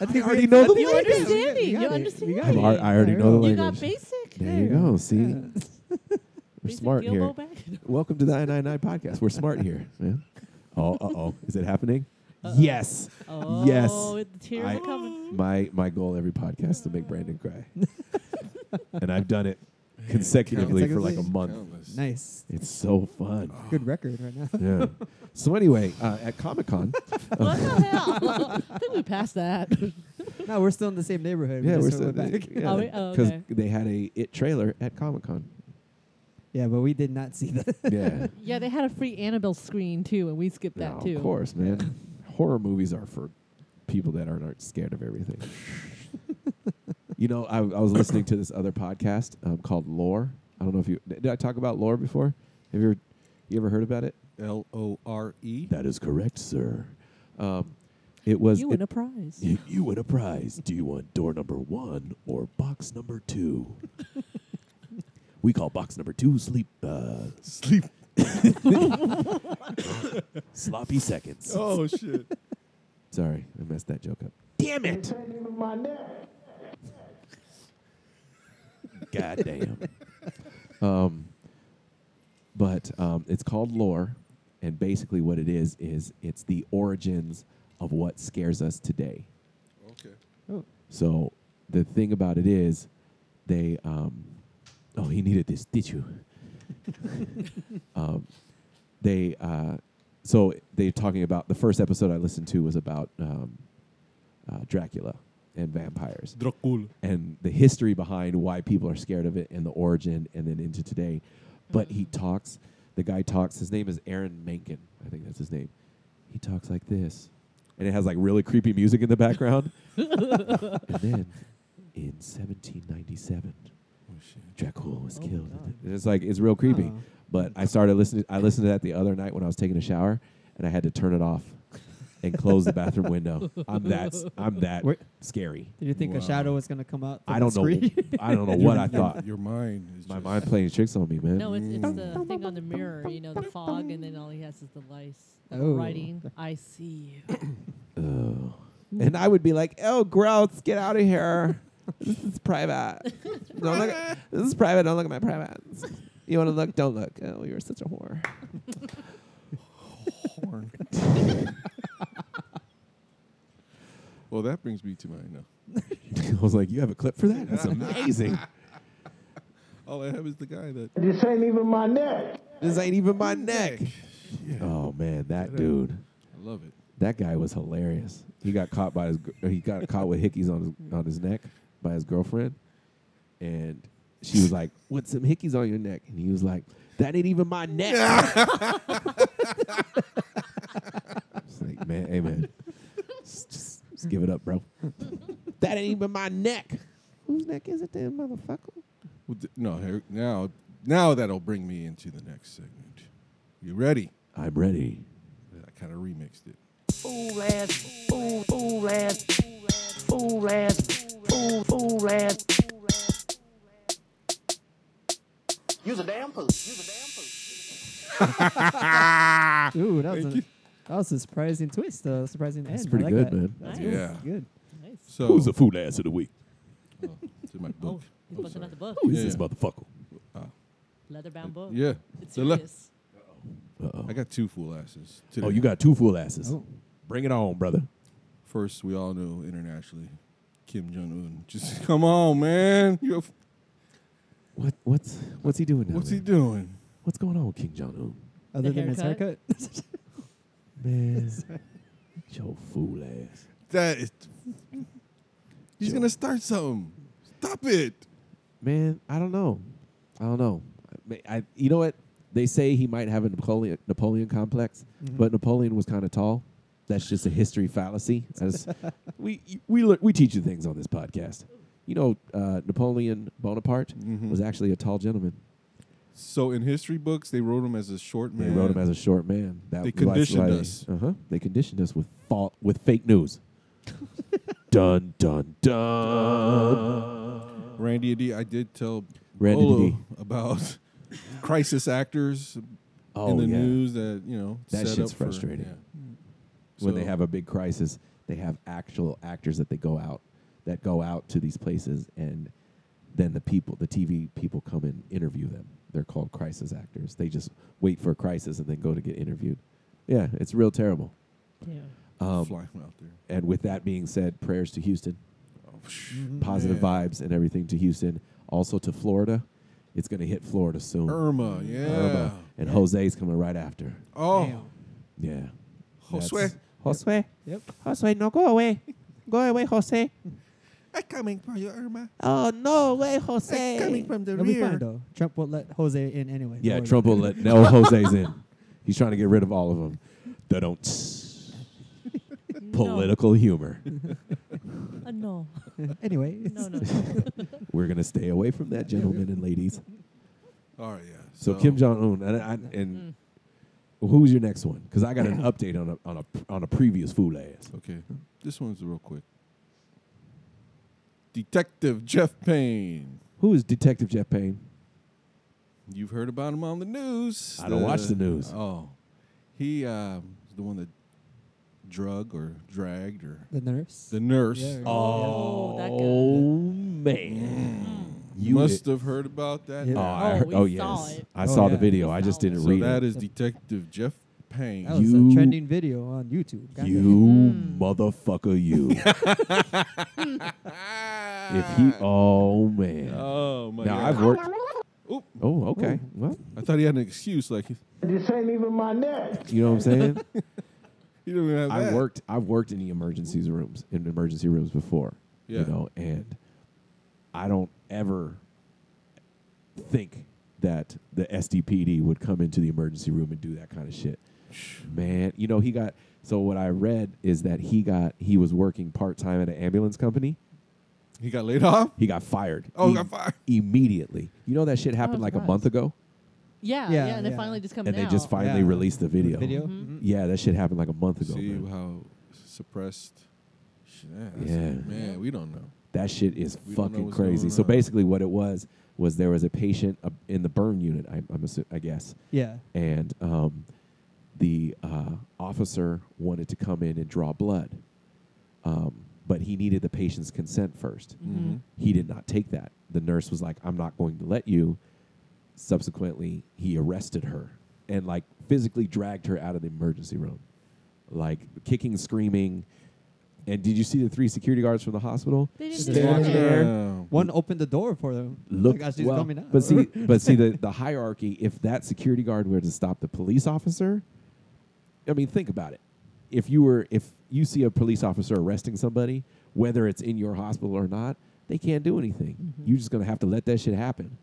Speaker 14: I think we
Speaker 1: already know the
Speaker 14: you
Speaker 1: lyrics. You
Speaker 14: understand
Speaker 13: understand me. You
Speaker 14: it.
Speaker 13: understand
Speaker 14: You got
Speaker 1: I'm
Speaker 14: it.
Speaker 1: al- I already
Speaker 14: There
Speaker 1: know the
Speaker 13: You
Speaker 1: language.
Speaker 13: got basic.
Speaker 1: There you go. See, we're
Speaker 13: Basic
Speaker 1: smart here.
Speaker 13: Gilbo back.
Speaker 1: Welcome to the I nine podcast. We're smart here. man. Oh, uh oh, is it happening? Yes,
Speaker 13: Uh-oh.
Speaker 1: yes.
Speaker 13: Oh, the tears are coming.
Speaker 1: My my goal every podcast is to make Brandon cry, and I've done it consecutively for like a
Speaker 14: Consecutively.
Speaker 1: month.
Speaker 14: Nice.
Speaker 1: It's so fun.
Speaker 14: Good record right now.
Speaker 1: Yeah. So anyway, uh, at Comic Con,
Speaker 13: What the hell? I think we passed that.
Speaker 14: no, we're still in the same neighborhood.
Speaker 1: yeah,
Speaker 14: we
Speaker 1: we're
Speaker 14: just
Speaker 1: still
Speaker 14: went
Speaker 1: back.
Speaker 14: back.
Speaker 13: Are we? Oh, okay.
Speaker 1: they had a it trailer at Comic Con.
Speaker 14: Yeah, but we did not see that.
Speaker 1: Yeah.
Speaker 13: Yeah, they had a free Annabelle screen too, and we skipped that
Speaker 1: No,
Speaker 13: too.
Speaker 1: Of course, man. Horror movies are for people that aren't, aren't scared of everything. you know, I, I was listening to this other podcast um, called Lore. I don't know if you did I talk about Lore before. Have you ever, you ever heard about it?
Speaker 2: L O R E.
Speaker 1: That is correct, sir. Um, it was
Speaker 13: You
Speaker 1: it-
Speaker 13: win a prize.
Speaker 1: You, you win a prize. Do you want door number one or box number two? we call box number two sleep. Uh,
Speaker 2: sleep.
Speaker 1: sloppy seconds.
Speaker 2: Oh shit.
Speaker 1: Sorry, I messed that joke up.
Speaker 5: Damn it.
Speaker 1: God damn. um, but um, it's called lore, and basically what it is is it's the origins of what scares us today.
Speaker 2: Okay.
Speaker 14: Oh.
Speaker 1: So the thing about it is, they um, oh he needed this, did you? um, they uh, so they're talking about the first episode I listened to was about um, uh, Dracula and vampires.
Speaker 2: Dracul.
Speaker 1: and the history behind why people are scared of it and the origin and then into today. But he talks, the guy talks, his name is Aaron Menken. I think that's his name. He talks like this. And it has like really creepy music in the background. and then in 1797, Dracul was killed. And it's like, it's real creepy.
Speaker 14: Oh.
Speaker 1: But I started listening, I listened to that the other night when I was taking a shower and I had to turn it off. And close the bathroom window. I'm that. I'm that
Speaker 14: Wait.
Speaker 1: scary.
Speaker 14: Did you think a
Speaker 2: Wow.
Speaker 14: shadow was gonna come out? from
Speaker 1: I
Speaker 14: the
Speaker 1: don't know.
Speaker 14: screen?
Speaker 1: I don't know what I
Speaker 2: Your-
Speaker 1: thought.
Speaker 2: Your mind is
Speaker 1: My
Speaker 2: just-
Speaker 1: mind playing tricks on me, man.
Speaker 13: No, it's, it's
Speaker 2: Mm.
Speaker 13: the thing on the mirror, you know, the fog, and then all he has is the lice. Like
Speaker 14: Oh.
Speaker 13: Writing, I see you.
Speaker 2: Mm.
Speaker 1: Oh. And I would be like, "Oh, gross! Get out of here! this is private. Don't look. This is private. Don't look at my privates. You want to look? Don't look. Oh, you're such a whore."
Speaker 2: Horn. well, that brings me to mind now.
Speaker 1: I was like, "You have a clip for that? That's amazing.
Speaker 2: All I have is the guy that.
Speaker 5: This ain't even my neck.
Speaker 1: this ain't even my neck."
Speaker 2: Yeah.
Speaker 1: Oh man, that
Speaker 2: Yeah.
Speaker 1: dude.
Speaker 2: I love it.
Speaker 1: That guy was hilarious. He got caught by his. gr- He got caught with hickeys on his on his neck by his girlfriend, and she was like, "What some hickeys on your neck?" And he was like, "That ain't even my neck." It's like, man, hey man, just, just- just give it up, bro. that ain't even my neck. Whose neck is it, then, motherfucker?
Speaker 2: Well, d- no, here- now, now that'll bring me into the next segment. You ready?
Speaker 1: I'm ready.
Speaker 2: I kind of remixed it.
Speaker 5: Fool ass. Fool, fool ass. Fool ass. Fool, fool ass.
Speaker 18: Use a damn poo. Use a damn poo.
Speaker 14: Ooh, that was, a,
Speaker 2: Thank you.
Speaker 14: that was a surprising twist. Uh, surprising end. I
Speaker 1: pretty
Speaker 14: like
Speaker 1: good,
Speaker 14: that.
Speaker 1: man.
Speaker 14: That's
Speaker 13: Nice.
Speaker 2: Yeah.
Speaker 14: good.
Speaker 13: nice.
Speaker 2: So
Speaker 1: Who's the fool ass of the week?
Speaker 2: Oh, it's in my
Speaker 13: Oh,
Speaker 2: book.
Speaker 13: he's busting out the book.
Speaker 1: Who is
Speaker 2: Yeah. Uh,
Speaker 1: this motherfucker?
Speaker 13: Leatherbound book.
Speaker 2: Yeah.
Speaker 13: Oh, It's
Speaker 2: The le-
Speaker 13: serious.
Speaker 1: Uh oh.
Speaker 2: I got two full asses. Today.
Speaker 1: Oh, you got two fool asses.
Speaker 14: Oh.
Speaker 1: Bring it on, brother.
Speaker 2: First, we all know internationally, Kim Jong Un. Just come on, man. You're, f-
Speaker 1: What what's what's he doing now?
Speaker 2: what's he
Speaker 1: man?
Speaker 2: doing?
Speaker 1: What's going on with King Jong Un?
Speaker 14: Other
Speaker 13: The
Speaker 14: than his haircut.
Speaker 13: haircut?
Speaker 1: Man, your fool ass.
Speaker 2: That is. He's
Speaker 1: Joe.
Speaker 2: gonna start something. Stop it.
Speaker 1: Man, I don't know. I don't know. I, I- you know what they say he might have a Napoleon Napoleon complex,
Speaker 2: Mm-hmm.
Speaker 1: but Napoleon was kind of tall. That's just a history fallacy. I just- we we lear- we teach you things on this podcast. You know, uh, Napoleon Bonaparte
Speaker 2: Mm-hmm.
Speaker 1: was actually a tall gentleman.
Speaker 2: So in history books, they wrote him as a short
Speaker 1: They
Speaker 2: man.
Speaker 1: wrote him as a short man. That
Speaker 2: they
Speaker 1: was why-
Speaker 2: conditioned
Speaker 1: why they-
Speaker 2: us.
Speaker 1: Uh-huh. They conditioned us with fault with fake news. dun dun dun.
Speaker 2: Randy D. I did tell
Speaker 1: Randy
Speaker 2: Bolo
Speaker 1: D.
Speaker 2: about crisis actors in
Speaker 1: Oh,
Speaker 2: the
Speaker 1: yeah.
Speaker 2: news that you know
Speaker 1: That
Speaker 2: set
Speaker 1: shit's
Speaker 2: up for-
Speaker 1: frustrating.
Speaker 2: yeah.
Speaker 1: When they
Speaker 2: So-
Speaker 1: have a big crisis, they have actual actors that they go out that go out to these places, and then the people, the TV people, come and interview them. They're called crisis actors. They just wait for a crisis and then go to get interviewed. Yeah, it's real terrible.
Speaker 13: Yeah.
Speaker 1: Um,
Speaker 2: Fly 'em out there. Oh,
Speaker 1: And with that being said, prayers to Houston. Positive
Speaker 2: man.
Speaker 1: vibes and everything to Houston. Also to Florida. It's going to hit Florida soon.
Speaker 2: Irma, yeah.
Speaker 1: And Jose's coming right after.
Speaker 2: Oh,
Speaker 1: Yeah.
Speaker 2: Josue.
Speaker 1: That's-
Speaker 15: Josue. Yep. Josue, no, go away. Go away, Jose.
Speaker 2: I'm coming for you, Irma.
Speaker 15: Oh, no way, Jose.
Speaker 14: coming from
Speaker 15: the
Speaker 14: It'll be fine though. Trump will let Jose in anyway.
Speaker 1: Yeah,
Speaker 14: Don't worry.
Speaker 1: Trump will let no Jose's in. He's trying to get rid of all of them. That don't political humor.
Speaker 13: Uh, no.
Speaker 14: anyway,
Speaker 13: No, no. no.
Speaker 1: We're gonna stay away from that, gentlemen and ladies.
Speaker 2: All right, Oh, yeah.
Speaker 1: So, Kim Jong Un and, I, and
Speaker 2: Mm-hmm.
Speaker 1: who's your next one? Because I got an update on a on a on a previous fool ass.
Speaker 2: Okay, this one's real quick. Detective Jeff Payne.
Speaker 1: Who is Detective Jeff Payne?
Speaker 2: You've heard about him on the news.
Speaker 1: I don't watch the news.
Speaker 2: Oh, he um, is the one that drug or dragged or
Speaker 14: The nurse.
Speaker 2: the nurse.
Speaker 14: Yeah.
Speaker 1: Oh,
Speaker 13: that guy.
Speaker 1: man,
Speaker 2: Mm. You must
Speaker 1: it-
Speaker 2: have heard about that.
Speaker 1: Oh, I heard, oh yes, I saw the video. I just didn't
Speaker 2: So
Speaker 1: read
Speaker 2: that
Speaker 1: it.
Speaker 2: is Detective Jeff Payne.
Speaker 14: That was
Speaker 1: You-
Speaker 14: a trending video on YouTube. God
Speaker 1: You
Speaker 2: Mm.
Speaker 1: motherfucker, you. if he, oh man.
Speaker 2: Oh, my
Speaker 1: Now
Speaker 2: God.
Speaker 1: I've worked.
Speaker 2: Oop.
Speaker 1: Oh, okay. Well,
Speaker 2: I thought he had an excuse. Like he
Speaker 12: This ain't even my neck.
Speaker 1: you know what I'm saying.
Speaker 2: he didn't even have
Speaker 1: I
Speaker 2: that.
Speaker 1: worked. I've worked in the emergencies rooms in emergency rooms before.
Speaker 2: Yeah.
Speaker 1: You know, and I don't ever think that the SDPD would come into the emergency room and do that kind of shit. Man, you know he got. So what I read is that he got. He was working part time at an ambulance company.
Speaker 2: He got laid off.
Speaker 1: He got fired. E
Speaker 2: Oh, got fired.
Speaker 1: immediately. You know that shit happened like a
Speaker 13: surprised.
Speaker 1: month ago,
Speaker 13: Yeah, Oh, yeah,
Speaker 14: Yeah,
Speaker 13: and they
Speaker 14: yeah.
Speaker 13: finally just come Mm-hmm.
Speaker 1: and
Speaker 13: out.
Speaker 1: they just finally
Speaker 14: Yeah.
Speaker 1: released the video.
Speaker 14: video?
Speaker 1: Yeah, that shit happened like a month ago.
Speaker 2: See
Speaker 1: man.
Speaker 2: how suppressed. Shit,
Speaker 1: Yeah.
Speaker 2: man, we don't know.
Speaker 1: That shit is
Speaker 2: We don't know
Speaker 1: fucking
Speaker 2: what's going
Speaker 1: crazy. So
Speaker 2: on.
Speaker 1: basically, what it was was there was a patient uh, in the burn unit, I, I'm assu- I guess,
Speaker 14: Yeah.
Speaker 1: and um, the uh, officer wanted to come in and draw blood, um, but he needed the patient's consent 1st
Speaker 13: Mm-hmm.
Speaker 2: Mhm.
Speaker 1: He did not take that. The nurse was like, "I'm not going to let you." Subsequently, he arrested her and like physically dragged her out of the emergency room, like kicking, screaming. And did you see the three security guards from the hospital?
Speaker 13: They didn't
Speaker 14: do
Speaker 1: Standing
Speaker 14: anything.
Speaker 1: there,
Speaker 2: Yeah.
Speaker 14: One opened the door for them.
Speaker 1: look
Speaker 14: like, as she's
Speaker 1: well,
Speaker 14: coming out.
Speaker 1: But see, but see the, the hierarchy. If that security guard were to stop the police officer, I mean, think about it. If you were, if you see a police officer arresting somebody, whether it's in your hospital or not, they can't do anything.
Speaker 14: Mm-hmm.
Speaker 1: You're just gonna have to let that shit happen.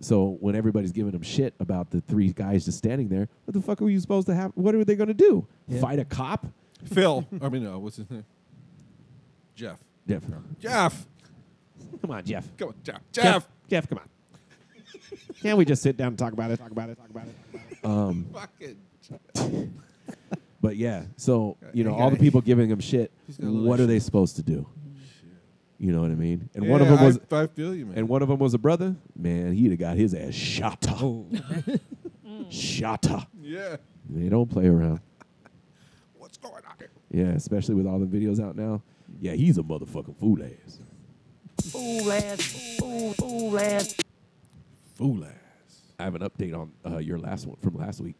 Speaker 1: So when everybody's giving them shit about the three guys just standing there, what the fuck are you supposed to have? What are they gonna do?
Speaker 14: Yeah.
Speaker 1: Fight a cop?
Speaker 2: Phil. I mean, no, what's his name? Jeff.
Speaker 1: Jeff,
Speaker 2: Jeff.
Speaker 1: come on, Jeff.
Speaker 2: Come on, Jeff. Jeff.
Speaker 1: Jeff, come on. Can't we just sit down and talk about it? Talk about it. Talk about it. Um,
Speaker 2: Fucking. Jeff.
Speaker 1: But yeah, so you know,
Speaker 2: You
Speaker 1: all the
Speaker 2: gotta-
Speaker 1: people giving him shit.
Speaker 2: He's got a little
Speaker 1: What are
Speaker 2: shit.
Speaker 1: they supposed to do? You know what I mean? And one of them
Speaker 2: Yeah,
Speaker 1: was,
Speaker 2: I, I feel you, man.
Speaker 1: and one of them was a brother. Man, he'd have got his ass shot.
Speaker 14: Oh.
Speaker 1: Shot.
Speaker 2: yeah.
Speaker 1: They don't play around.
Speaker 2: What's going on here?
Speaker 1: Yeah, especially with all the videos out now. Yeah, he's a motherfucking fool ass.
Speaker 5: Fool ass. Fool, fool ass.
Speaker 2: Fool ass.
Speaker 1: I have an update on uh, your last one from last week,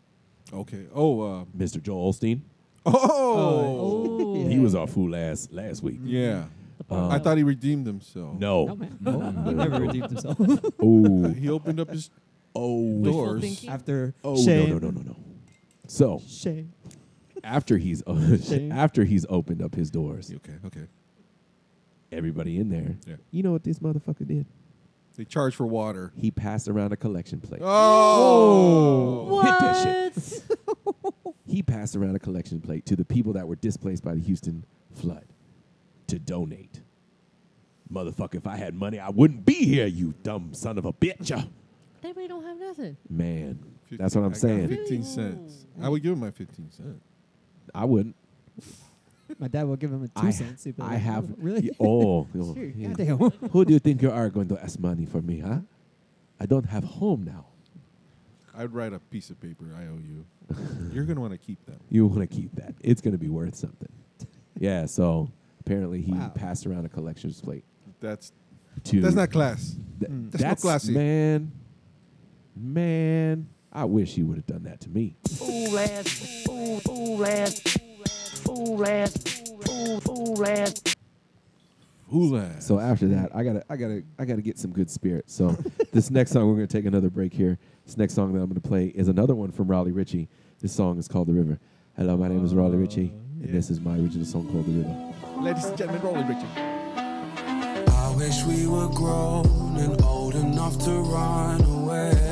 Speaker 2: Okay. Oh. Uh,
Speaker 1: Mr. Joel Olstein.
Speaker 2: oh.
Speaker 13: Oh,
Speaker 1: He was our fool ass last week.
Speaker 2: Yeah.
Speaker 1: Um,
Speaker 2: I thought he redeemed himself.
Speaker 14: No,
Speaker 1: No.
Speaker 14: man. No, he never redeemed himself.
Speaker 1: Oh.
Speaker 2: He opened up his
Speaker 1: Oh.
Speaker 2: doors.
Speaker 13: thinking.
Speaker 14: After
Speaker 1: Oh
Speaker 14: shame,
Speaker 1: no no no no no. So
Speaker 14: shame.
Speaker 1: after he's uh,
Speaker 14: Shame.
Speaker 1: after he's opened up his doors,
Speaker 2: You Okay. Okay.
Speaker 1: everybody in there.
Speaker 2: Yeah.
Speaker 1: You know what this motherfucker did?
Speaker 2: They charge for water.
Speaker 1: He passed around a collection plate.
Speaker 2: Oh.
Speaker 13: what?
Speaker 1: Hit that shit. He passed around a collection plate to the people that were displaced by the Houston flood to donate. Motherfucker, if I had money, I wouldn't be here, you dumb son of a bitch.
Speaker 13: They really don't have nothing.
Speaker 1: Man, that's what I'm saying.
Speaker 2: Fifteen cents. I would give him my fifteen cents.
Speaker 1: I wouldn't.
Speaker 14: My dad will give him a two
Speaker 1: I,
Speaker 14: cents. He'd be
Speaker 1: I
Speaker 14: like,
Speaker 1: have.
Speaker 14: "Oh, really.
Speaker 1: y- Oh, oh,
Speaker 14: Sure,
Speaker 1: yeah.
Speaker 14: goddamn.
Speaker 1: who do you think you are going to ask money for me, huh? I don't have home now.
Speaker 2: I'd write a piece of paper I owe you. You're gonna want to keep that.
Speaker 1: You want to keep that. It's going to be worth something. Yeah, so apparently he
Speaker 2: Wow.
Speaker 1: passed around a collector's plate.
Speaker 2: That's
Speaker 1: To
Speaker 2: that's not class.
Speaker 1: Th-
Speaker 2: Hmm. That's, not classy.
Speaker 1: Hmm. Man, man, I wish he would have done that to me.
Speaker 5: Fool ass, fool, fool ass, fool ass, fool, fool ass.
Speaker 1: So after that, I gotta, I gotta, I gotta get some good spirit. So this next song, we're gonna take another break here. This next song that I'm gonna play is another one from Raleigh Ritchie. This song is called "The River." Hello, my name is Raleigh Ritchie, and this is my original song called "The River."
Speaker 2: Ladies and gentlemen, Rolly Richie.
Speaker 16: I wish we were grown and old enough to run away.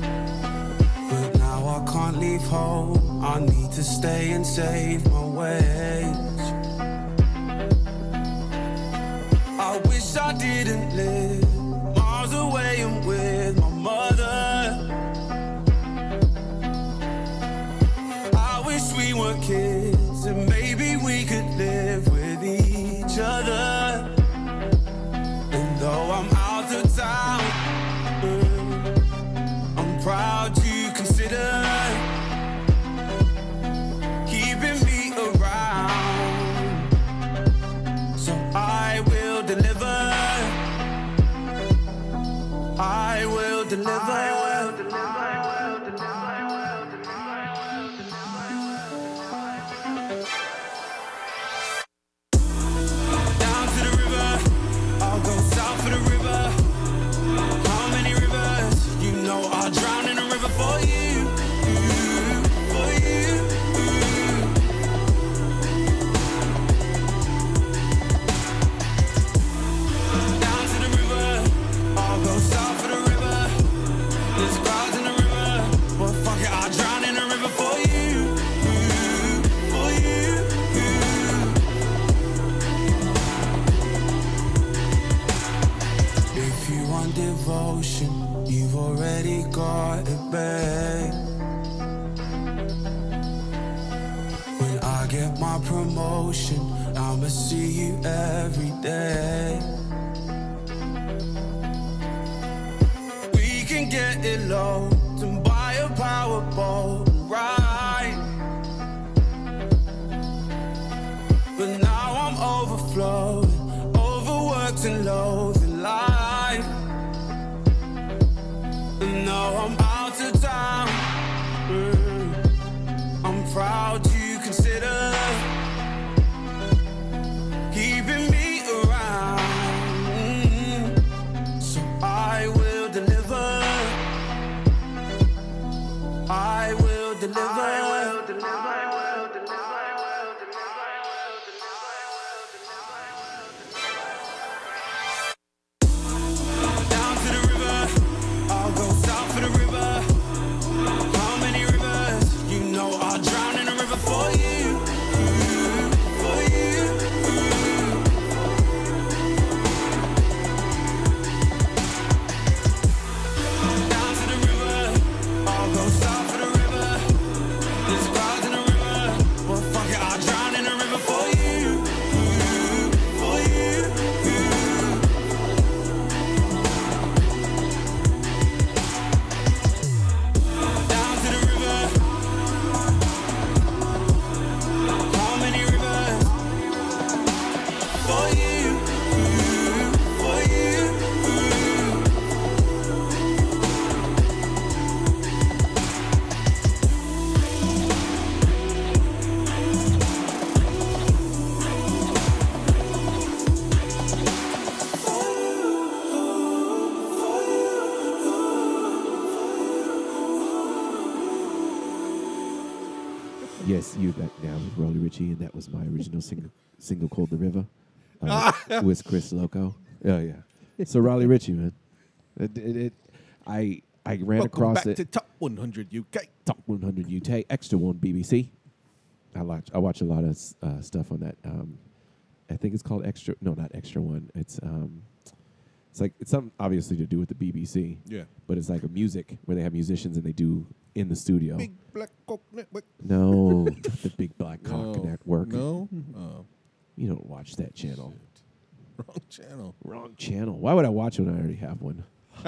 Speaker 16: But now I can't leave home. I need to stay and save my wage. I wish I didn't live miles away and with my mother. I wish we were kids and maybe we could live with each other. And though I'm out of town, mm, I'm proud to consider keeping me around. So I will deliver. I will deliver. I will deliver. down to the river. I'll go south for the river. How many rivers? You know I'll drown in the river for you. For you. Down to the river. I'll go south for the river. There's crowds in the river. Well, fuck it, I'll drown in the river for you. For you. If you want devotion, you've already got it, babe. When I get my promotion, I'ma see you every day. We can get it low and buy a powerboat and ride. But now I'm overflowed, overworked and loathed in life. And now I'm out of town. Mm. I'm proud to consider keeping me around. Mm. So I will deliver. I will deliver. I will deliver. down to the river. I'll go south for the river. How many rivers? You know I'll drown in the river for you. For you. Down to the river. I'll go south for the river. There's clouds in the river. Well, fuck it, I'll drown in the river for you. For you. Down to the river. How many rivers? For you, for you.
Speaker 1: Yes, you back down with Rolly Ritchie, and that was my original single, single called "The River" uh, with Chris Loco. Oh yeah, so Rolly Ritchie, man, it, it, it- I I ran
Speaker 2: Welcome
Speaker 1: across
Speaker 2: back
Speaker 1: it.
Speaker 2: to Top 100 UK.
Speaker 1: Top 100 UK, Extra One BBC. I watch I watch a lot of s- uh, stuff on that um, I think it's called Extra. No, not Extra One. It's um, it's like it's something obviously to do with the BBC.
Speaker 2: Yeah.
Speaker 1: But it's like a music where they have musicians and they do in the studio.
Speaker 2: Big black cock network.
Speaker 1: No, not the Big Black Cock
Speaker 2: No.
Speaker 1: Network. Mm-hmm.
Speaker 2: No? Oh.
Speaker 1: you don't watch that channel.
Speaker 2: Wrong channel.
Speaker 1: Wrong channel. Why would I watch when I already have one?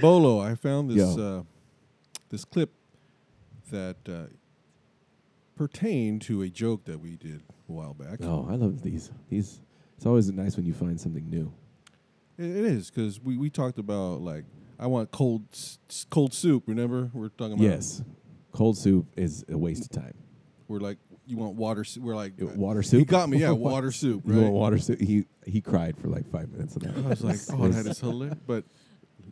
Speaker 2: Bolo, I found this
Speaker 1: Yo.
Speaker 2: uh, this clip that uh, pertained to a joke that we did a while back.
Speaker 1: Oh, I love these. These. It's always nice when you find something new.
Speaker 2: It, it is because we, we talked about like I want cold s- s- cold soup. Remember we are talking about
Speaker 1: Yes, cold soup is a waste of time.
Speaker 2: We're like you want water. s- We're like
Speaker 1: Water soup.
Speaker 2: Uh, He got me. Yeah, water soup. Right.
Speaker 1: You want water soup? He he cried for like five minutes of that.
Speaker 2: I was like, oh,
Speaker 1: It's-
Speaker 2: that is hilarious. But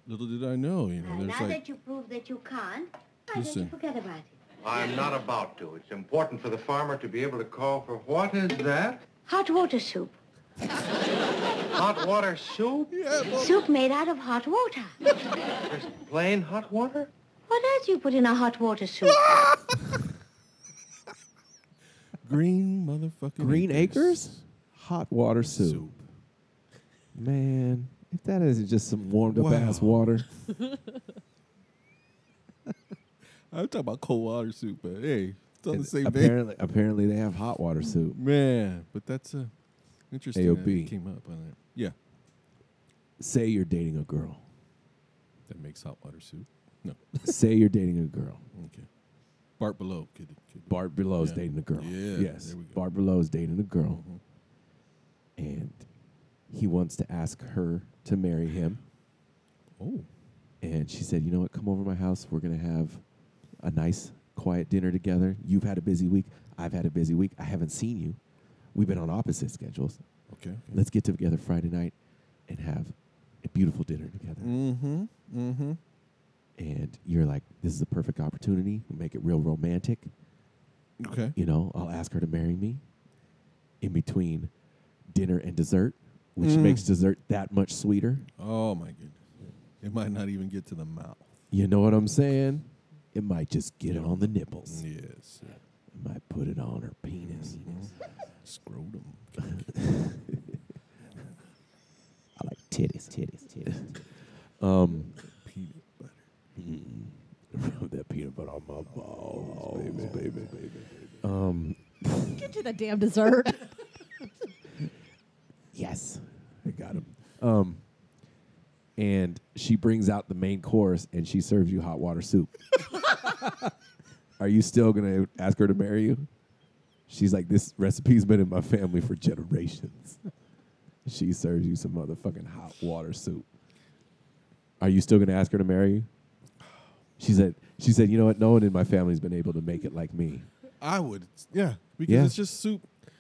Speaker 2: little did I know, you know, there's
Speaker 20: Now
Speaker 2: like
Speaker 20: that you prove that you can't, why don't you
Speaker 2: Listen.
Speaker 20: forget about it?
Speaker 21: I'm not about to. It's important for the farmer to be able to call for what is that?
Speaker 20: Hot water soup.
Speaker 21: Hot water soup?
Speaker 20: Soup made out of hot water.
Speaker 21: Just plain hot water?
Speaker 20: What else you put in a hot water soup?
Speaker 2: green motherfucking
Speaker 1: Green Acres, hot water soup. Man, if that isn't just some warmed up
Speaker 2: Wow.
Speaker 1: ass water.
Speaker 2: I'm talking about cold water soup, but hey, it's on the
Speaker 1: And
Speaker 2: same thing.
Speaker 1: apparently, apparently they have hot water soup.
Speaker 2: Man, but that's a interesting that
Speaker 1: AOP.
Speaker 2: it came up on it. Yeah,
Speaker 1: Say you're dating a girl.
Speaker 2: that makes hot water soup. No,
Speaker 1: Say you're dating a girl.
Speaker 2: okay. Bart below could, could
Speaker 1: Bart Below's
Speaker 2: Yeah.
Speaker 1: dating a girl.
Speaker 2: Yeah,
Speaker 1: Yes.
Speaker 2: there we go. Mm-hmm.
Speaker 1: Bart Below's dating a girl. And he wants to ask her to marry him.
Speaker 2: Oh.
Speaker 1: And she said, You know what? Come over to my house. We're going to have a nice, quiet dinner together. You've had a busy week. I've had a busy week. I haven't seen you. We've been on opposite schedules.
Speaker 2: Okay, okay.
Speaker 1: Let's get together Friday night and have a beautiful dinner together.
Speaker 2: Mm-hmm. Mm-hmm.
Speaker 1: And you're like, This is a perfect opportunity. We make it real romantic.
Speaker 2: Okay.
Speaker 1: You know, I'll ask her to marry me in between dinner and dessert, which
Speaker 2: Mm.
Speaker 1: makes dessert that much sweeter.
Speaker 2: Oh my goodness, it might not even get to the mouth.
Speaker 1: You know what I'm saying? It might just get on the nipples.
Speaker 2: Yes.
Speaker 1: It might put it on her penis.
Speaker 2: Scrotum.
Speaker 1: I like titties, titties, titties. um,
Speaker 2: peanut butter.
Speaker 1: Rub that peanut butter on my balls, baby, baby, baby, Um,
Speaker 22: Get to the damn dessert.
Speaker 1: yes, I got him. Um, and she brings out the main course and she serves you hot water soup. Are you still gonna ask her to marry you? She's like, this recipe's been in my family for generations. she serves you some motherfucking hot water soup. Are you still gonna ask her to marry you? She said, she said, you know what? No one in my family's been able to make it like me.
Speaker 2: I would, yeah, because
Speaker 1: Yeah.
Speaker 2: it's just soup. It's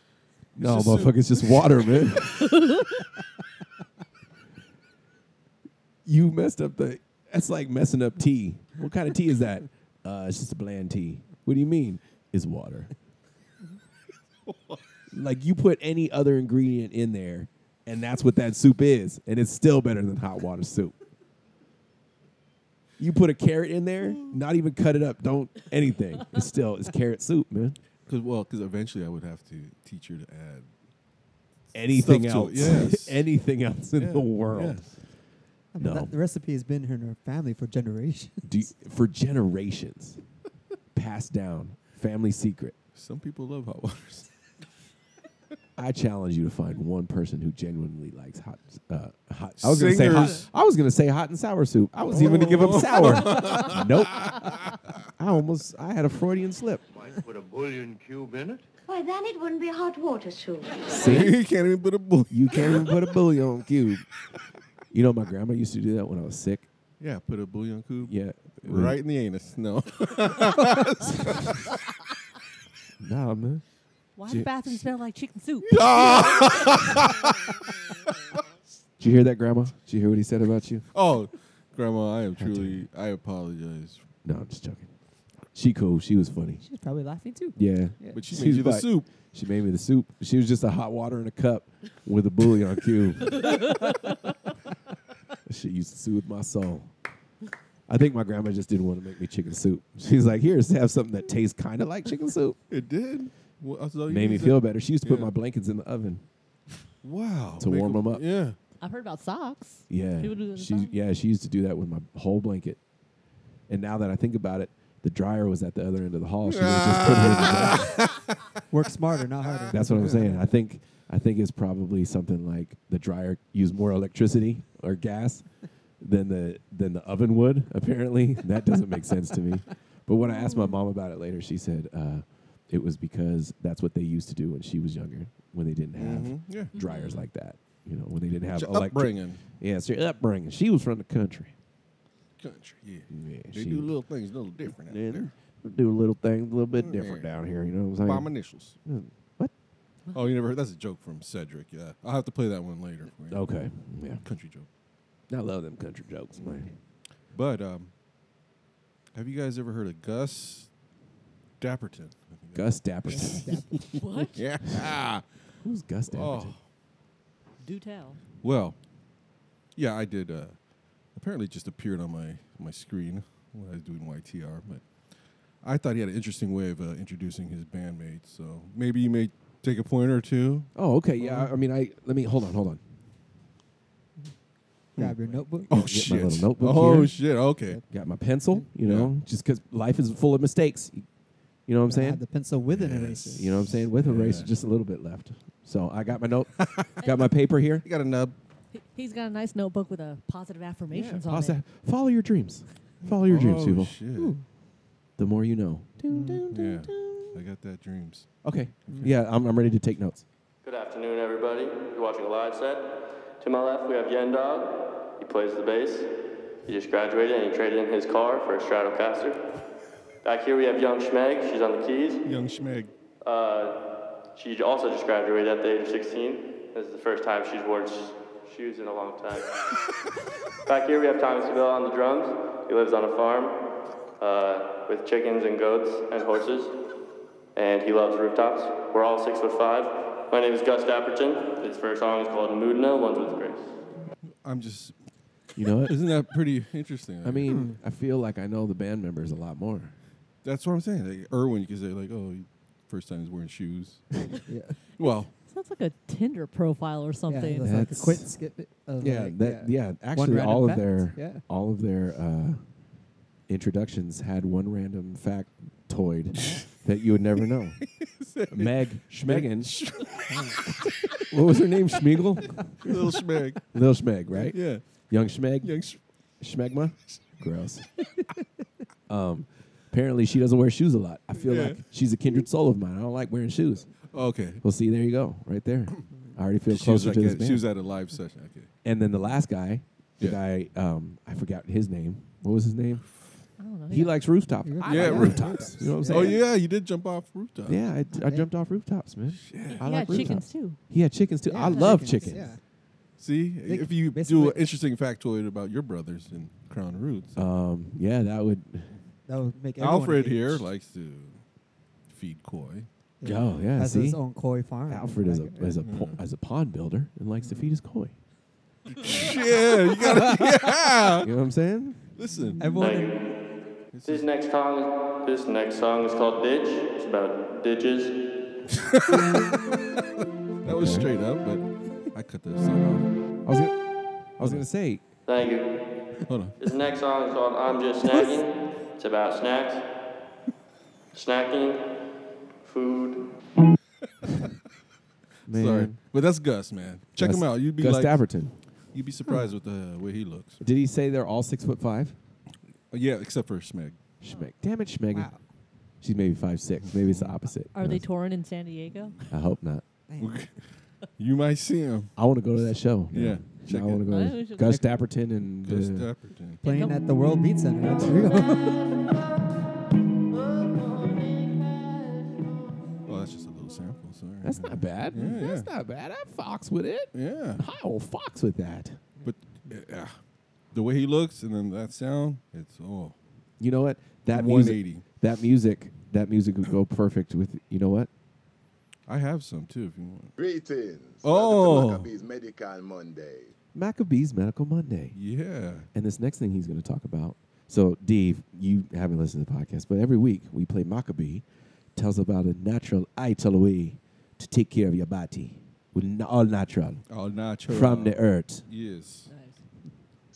Speaker 1: No,
Speaker 2: just soup.
Speaker 1: motherfucker, it's just water, man. you messed up the. That's like messing up tea. What kind of tea is that? Uh, it's just a bland tea. What do you mean? It's water. like you put any other ingredient in there, and that's what that soup is, and it's still better than hot water soup. You put a carrot in there, not even cut it up, don't anything. It's still it's carrot soup, man.
Speaker 2: Cause, well, because eventually I would have to teach her to add
Speaker 1: Anything
Speaker 2: stuff to it.
Speaker 1: else?
Speaker 2: Yes.
Speaker 1: anything else in
Speaker 2: Yeah,
Speaker 1: the world?
Speaker 2: yes.
Speaker 14: I mean,
Speaker 1: No.
Speaker 14: that- the recipe has been in her family for generations.
Speaker 1: Do you- for generations, passed down, family secret.
Speaker 2: Some people love hot water. soup.
Speaker 1: I challenge you to find one person who genuinely likes hot. Uh, hot. I was gonna say
Speaker 2: Singers. Oh.
Speaker 1: hot. I was gonna say hot and sour soup. I was even to give up sour. nope. I almost. I had a Freudian slip.
Speaker 21: Might put a bullion cube in it.
Speaker 20: Why, then it wouldn't be hot water soup.
Speaker 1: See,
Speaker 2: you can't even put a bullion.
Speaker 1: You can't even put a bullion cube. You know, my grandma used to do that when I was sick.
Speaker 2: Yeah, put a bouillon cube.
Speaker 1: Yeah.
Speaker 2: right in the anus. No.
Speaker 1: Nah, man.
Speaker 13: Why
Speaker 1: Ju-
Speaker 13: the bathroom smell like chicken soup?
Speaker 1: Did you hear that, Grandma? Did you hear what he said about you?
Speaker 2: oh, Grandma, I am truly. I apologize.
Speaker 1: No, I'm just joking. She cool. She was funny.
Speaker 22: She's probably laughing too.
Speaker 1: Yeah.
Speaker 2: But she made
Speaker 1: was
Speaker 2: you the soup.
Speaker 1: She made me the soup. She was just a hot water in a cup with a bouillon cube. that shit used to soothe my soul. I think my grandma just didn't want to make me chicken soup. She's like, "Here's have something that tastes kind of like chicken soup."
Speaker 2: It did. Well, so Oh, you
Speaker 1: Made me
Speaker 2: use
Speaker 1: feel
Speaker 2: that-
Speaker 1: better. She used to put
Speaker 2: Yeah.
Speaker 1: my blankets in the oven.
Speaker 2: Wow.
Speaker 1: To
Speaker 2: Make
Speaker 1: warm 'em up.
Speaker 2: Yeah.
Speaker 13: I've heard about socks.
Speaker 1: Yeah,
Speaker 13: People do that to
Speaker 1: she
Speaker 13: socks.
Speaker 1: yeah she used to do that with my whole blanket. And now that I think about it, the dryer was at the other end of the hall. She would just put it in the dryer.
Speaker 14: Work smarter, not harder.
Speaker 1: That's what I'm saying. I think I think it's probably something like the dryer used more electricity or gas than the than the oven would. Apparently, that doesn't make sense to me. But when I asked my mom about it later, she said uh, it was because that's what they used to do when she was younger, when they didn't have
Speaker 2: Mhm, yeah.
Speaker 1: dryers like that. You know, when they didn't have
Speaker 2: It's your
Speaker 1: electric-
Speaker 2: upbringing.
Speaker 1: Yeah, it's your upbringing. She was from the country.
Speaker 2: Country. Yeah.
Speaker 1: Yeah,
Speaker 2: They
Speaker 1: she-
Speaker 2: do little things a little different. out there.
Speaker 1: do a little thing a little
Speaker 2: Mm,
Speaker 1: bit different down here. You know what I'm saying?
Speaker 2: Bomb initials.
Speaker 1: Mm.
Speaker 2: Oh, you never heard? That's a joke from Cedric. Yeah, I'll have to play that one later. for you.
Speaker 1: Okay, yeah.
Speaker 2: Country joke.
Speaker 1: I love them country jokes, man.
Speaker 2: But um, have you guys ever heard of Gus Dapperton?
Speaker 1: Gus Dapperton.
Speaker 13: What?
Speaker 2: Yeah.
Speaker 1: Who's Gus Dapperton?
Speaker 2: Oh,
Speaker 13: Do tell.
Speaker 2: well, yeah, I did. Uh, apparently, it just appeared on my my screen when I was doing YTR. But I thought he had an interesting way of uh, introducing his bandmates. So maybe you may take a point or two.
Speaker 1: Oh, okay. Yeah. I, I mean, I let me hold on, hold on.
Speaker 14: Grab your notebook.
Speaker 2: Oh
Speaker 1: Get
Speaker 2: shit!
Speaker 1: my little notebook.
Speaker 2: oh
Speaker 1: here.
Speaker 2: shit! Okay.
Speaker 1: Got my pencil. You know, just 'cause life is full of mistakes. You know what I'm
Speaker 14: I
Speaker 1: saying?
Speaker 14: had the pencil with an eraser.
Speaker 1: You know what I'm saying? With a eraser, just a little bit left. So I got my note, got my paper here.
Speaker 2: You got a nub.
Speaker 13: He- He's got a nice notebook with a positive affirmations on
Speaker 1: Pasta.
Speaker 13: it.
Speaker 1: Follow your dreams. Follow your dreams,
Speaker 2: Oh,
Speaker 1: people.
Speaker 2: shit.
Speaker 1: The more you know.
Speaker 2: Yeah, I got that dreams.
Speaker 1: Okay.
Speaker 2: Mm-hmm.
Speaker 1: Yeah, I'm, I'm ready to take notes.
Speaker 3: Good afternoon, everybody. You're watching a live set. To my left, we have Yen Dog. He plays the bass. He just graduated and he traded in his car for a Stratocaster. Back here, we have Young Schmeg. She's on the keys.
Speaker 2: Young Schmeg.
Speaker 3: Uh, she also just graduated at the age of 16. This is the first time she's worn sh- shoes in a long time. Back here, we have Thomas Seville on the drums. He lives on a farm uh, with chickens and goats and horses, and he loves rooftops. We're all six foot five. My name is Gus Dapperton. His first song is called Mudna, One's with Grace.
Speaker 2: I'm just.
Speaker 1: You know what?
Speaker 2: Isn't that pretty interesting?
Speaker 1: I mean, I feel like I know the band members a lot more.
Speaker 2: that's what I'm saying. Like Irwin, because they're like, oh, he- first time he's wearing shoes. yeah. Well,
Speaker 13: Sounds like a Tinder profile or something.
Speaker 14: like a That's- quit and skip it of,
Speaker 1: yeah,
Speaker 14: like,
Speaker 1: that,
Speaker 14: yeah,
Speaker 1: yeah,
Speaker 14: one
Speaker 1: Actually,
Speaker 14: random
Speaker 1: all of
Speaker 14: fact.
Speaker 1: their
Speaker 14: Yeah.
Speaker 1: all of their uh, introductions had one random factoid that you would never know. Meg Schmegan. what was her name? Schmiegel.
Speaker 2: Lil Schmeg.
Speaker 1: Lil Schmeg, right?
Speaker 2: Yeah.
Speaker 1: Young Schmeg.
Speaker 2: Young
Speaker 1: Schmegma. Gross. um, apparently, she doesn't wear shoes a lot. I feel
Speaker 2: Yeah.
Speaker 1: like she's a kindred soul of mine. I don't like wearing shoes.
Speaker 2: Okay.
Speaker 1: Well, see, there you go, right there. I already feel
Speaker 2: she was,
Speaker 1: closer
Speaker 2: like
Speaker 1: to this
Speaker 2: at,
Speaker 1: band.
Speaker 2: she was at a live session. Okay.
Speaker 1: And then the last guy, the guy, um, I forgot his name. What was his name? I
Speaker 13: don't know.
Speaker 1: He likes rooftops. I like rooftops. You know what I'm saying?
Speaker 2: Oh yeah, you did jump off rooftop.
Speaker 1: Yeah, I, I jumped off rooftops, man. I
Speaker 13: He
Speaker 1: like
Speaker 13: had chickens,
Speaker 1: rooftops.
Speaker 13: too.
Speaker 1: He had chickens too. I
Speaker 13: Yeah,
Speaker 1: love
Speaker 13: chickens,
Speaker 1: chickens.
Speaker 2: See, if you do an interesting factoid about your brothers in Crown Roots,
Speaker 1: Um, yeah, that would.
Speaker 14: That would make everyone
Speaker 2: Alfred
Speaker 14: hate
Speaker 2: here
Speaker 14: it.
Speaker 2: likes to feed koi.
Speaker 1: Oh yeah,
Speaker 14: Has
Speaker 1: see?
Speaker 14: his own koi farm.
Speaker 1: Alfred is a is a po-
Speaker 2: Mm-hmm.
Speaker 1: is a pond builder and likes to feed his koi.
Speaker 2: yeah, you gotta. Yeah.
Speaker 1: You know what I'm saying?
Speaker 2: Listen,
Speaker 1: everyone.
Speaker 3: Thank you. This next song, this next song is called Ditch. It's about ditches.
Speaker 2: That was straight up, but I cut that song
Speaker 1: off. I was gonna, I was gonna say.
Speaker 3: Thank you.
Speaker 2: Hold on.
Speaker 3: This next song is called I'm Just Snacking. It's about snacks, snacking, food.
Speaker 2: Sorry,
Speaker 1: Man.
Speaker 2: but that's Gus, man. Check
Speaker 1: Gus-
Speaker 2: him out. You'd be
Speaker 1: Gus
Speaker 2: like
Speaker 1: Dapperton.
Speaker 2: You'd be surprised with the way he looks. Uh,
Speaker 1: Did he say they're all six foot five?
Speaker 2: Yeah, except for Schmeg.
Speaker 1: Schmeg. Damn it, Schmeg. She's maybe five six. Maybe it's the opposite.
Speaker 13: Are they touring in San Diego?
Speaker 1: I hope not.
Speaker 2: you might see him.
Speaker 1: I want to go to that show.
Speaker 2: Yeah,
Speaker 1: Now
Speaker 2: check
Speaker 1: I want to
Speaker 2: it.
Speaker 1: go.
Speaker 13: Oh, we
Speaker 1: to
Speaker 13: should
Speaker 1: Gus
Speaker 13: check
Speaker 1: Dapperton and
Speaker 2: Gus
Speaker 1: uh,
Speaker 2: Dapperton.
Speaker 14: Playing at the World Beat Center. in Toledo.
Speaker 2: Oh, that's just a little sample. Sorry.
Speaker 1: That's not bad.
Speaker 2: Yeah, yeah.
Speaker 1: That's not bad. I fox with it.
Speaker 2: Yeah.
Speaker 1: I will fox with that.
Speaker 2: But yeah, the way he looks and then that sound, it's oh.
Speaker 1: You know what? That music.
Speaker 2: 180.
Speaker 1: That music. That music would go perfect with. You know what?
Speaker 2: I have some too if you want.
Speaker 7: Greetings.
Speaker 2: Oh.
Speaker 7: Welcome to Maccabees Medical Monday.
Speaker 1: Maccabees Medical Monday.
Speaker 2: Yeah.
Speaker 1: And this next thing he's going to talk about So, Dave, you haven't listened to the podcast, but every week we play Maccabee, tells about a natural ital way to take care of your body. With n- all natural.
Speaker 2: All natural.
Speaker 1: From the earth.
Speaker 2: Yes.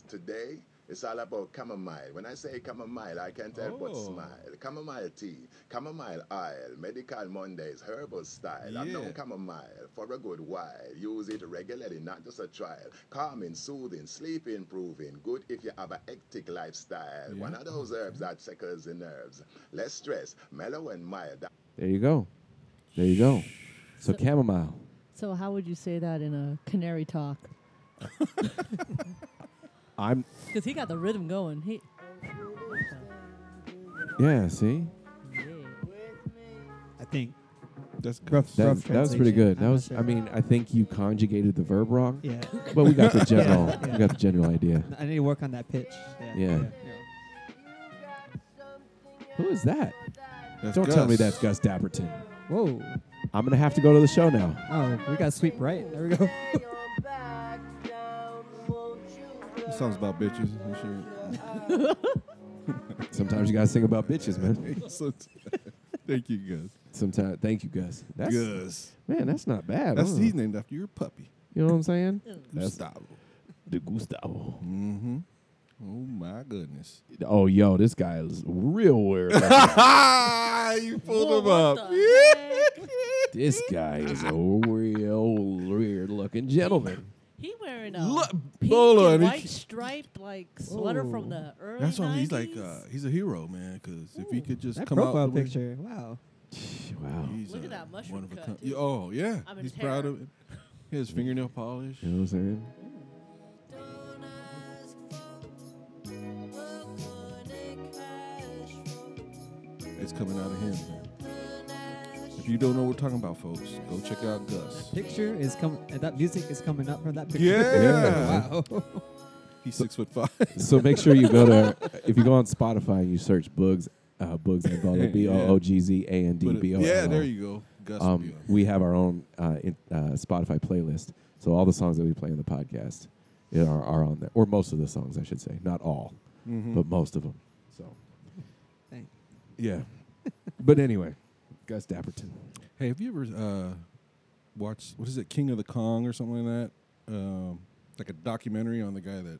Speaker 7: Today, it's all about chamomile. When I say chamomile, I can't help
Speaker 2: Oh.
Speaker 7: but smile. Chamomile tea, chamomile oil, medical Mondays, herbal style. I've known chamomile for a good while. Use it regularly, not just a trial. Calming, soothing, sleep improving. Good if you have a hectic lifestyle. One
Speaker 1: Yeah.
Speaker 7: of those herbs that circles the nerves. Less stress, mellow and mild.
Speaker 1: There you go. There you go. So, chamomile.
Speaker 13: So how would you say that in a canary talk?
Speaker 1: I'm,
Speaker 13: Because he got the rhythm going. He
Speaker 1: yeah, see?
Speaker 14: I think.
Speaker 2: That's
Speaker 14: rough.
Speaker 1: That,
Speaker 14: rough
Speaker 1: that was pretty
Speaker 14: translation.
Speaker 1: good.
Speaker 14: I'm
Speaker 1: That
Speaker 14: not
Speaker 1: was.
Speaker 14: sure.
Speaker 1: I mean, I think you conjugated the verb wrong.
Speaker 14: Yeah.
Speaker 1: But we got the general.
Speaker 14: Yeah, yeah.
Speaker 1: We got the general idea.
Speaker 14: I need to work on that pitch. Yeah.
Speaker 1: Yeah. Who is that?
Speaker 14: That's
Speaker 1: Don't tell me
Speaker 14: Gus.
Speaker 1: that's Gus Dapperton.
Speaker 14: Whoa.
Speaker 1: I'm gonna have to go to the show now.
Speaker 14: Oh, we got sweep right. There we go.
Speaker 2: This song's about bitches and
Speaker 1: Sometimes you gotta sing about bitches, man.
Speaker 2: shit. So- Thank you, Gus.
Speaker 1: Sometimes, thank you, Gus. That's,
Speaker 2: Gus.
Speaker 1: Man, that's not bad.
Speaker 2: That's
Speaker 1: huh?
Speaker 2: he's named after your puppy.
Speaker 1: You know what I'm saying?
Speaker 2: Gustavo.
Speaker 1: The Gustavo.
Speaker 2: Mm-hmm. Oh my goodness.
Speaker 1: Oh, yo, this guy is real weird.
Speaker 2: you pulled him up.
Speaker 1: this guy is a real weird looking gentleman.
Speaker 13: he wearing a
Speaker 2: Look,
Speaker 13: pink
Speaker 2: hold on,
Speaker 13: and
Speaker 2: he-
Speaker 13: white striped like sweater from the
Speaker 14: Oh.
Speaker 13: early
Speaker 2: That's why
Speaker 13: 90s.
Speaker 2: he's like uh, he's a hero, man. Because if he could just
Speaker 14: That
Speaker 2: come
Speaker 14: profile
Speaker 2: out the way-
Speaker 14: picture. Wow.
Speaker 1: Wow.
Speaker 2: He's
Speaker 13: Look
Speaker 2: a
Speaker 13: at that mushroom
Speaker 2: one of a
Speaker 13: cut,
Speaker 2: kind-
Speaker 13: too.
Speaker 2: Oh yeah,
Speaker 13: I'm in
Speaker 2: he's
Speaker 13: terror.
Speaker 2: proud of it. He has fingernail polish.
Speaker 1: You know what I'm saying?
Speaker 2: It's coming out of him. Man. If you don't know what we're talking about, folks, go check out Gus.
Speaker 14: Picture is coming. That music is coming up from that picture.
Speaker 2: Yeah.
Speaker 14: wow.
Speaker 2: He's six foot five.
Speaker 1: So make sure you go to if you go on Spotify and you search Bugs, uh, Bugs and
Speaker 2: Yeah.
Speaker 1: B O O G Z A N D
Speaker 2: Put it-
Speaker 1: B O.
Speaker 2: yeah, there you go. Gus will be
Speaker 1: Um,
Speaker 2: on.
Speaker 1: we have our own uh, in, uh, Spotify playlist, so all the songs that we play in the podcast are, are on there, or most of the songs, I should say, not all,
Speaker 2: Mhm.
Speaker 1: but most of them. So,
Speaker 14: Thank-
Speaker 1: yeah. but anyway, Gus Dapperton.
Speaker 2: Hey, have you ever uh, watched what is it, King of the Kong or something like that? Um, like a documentary on the guy that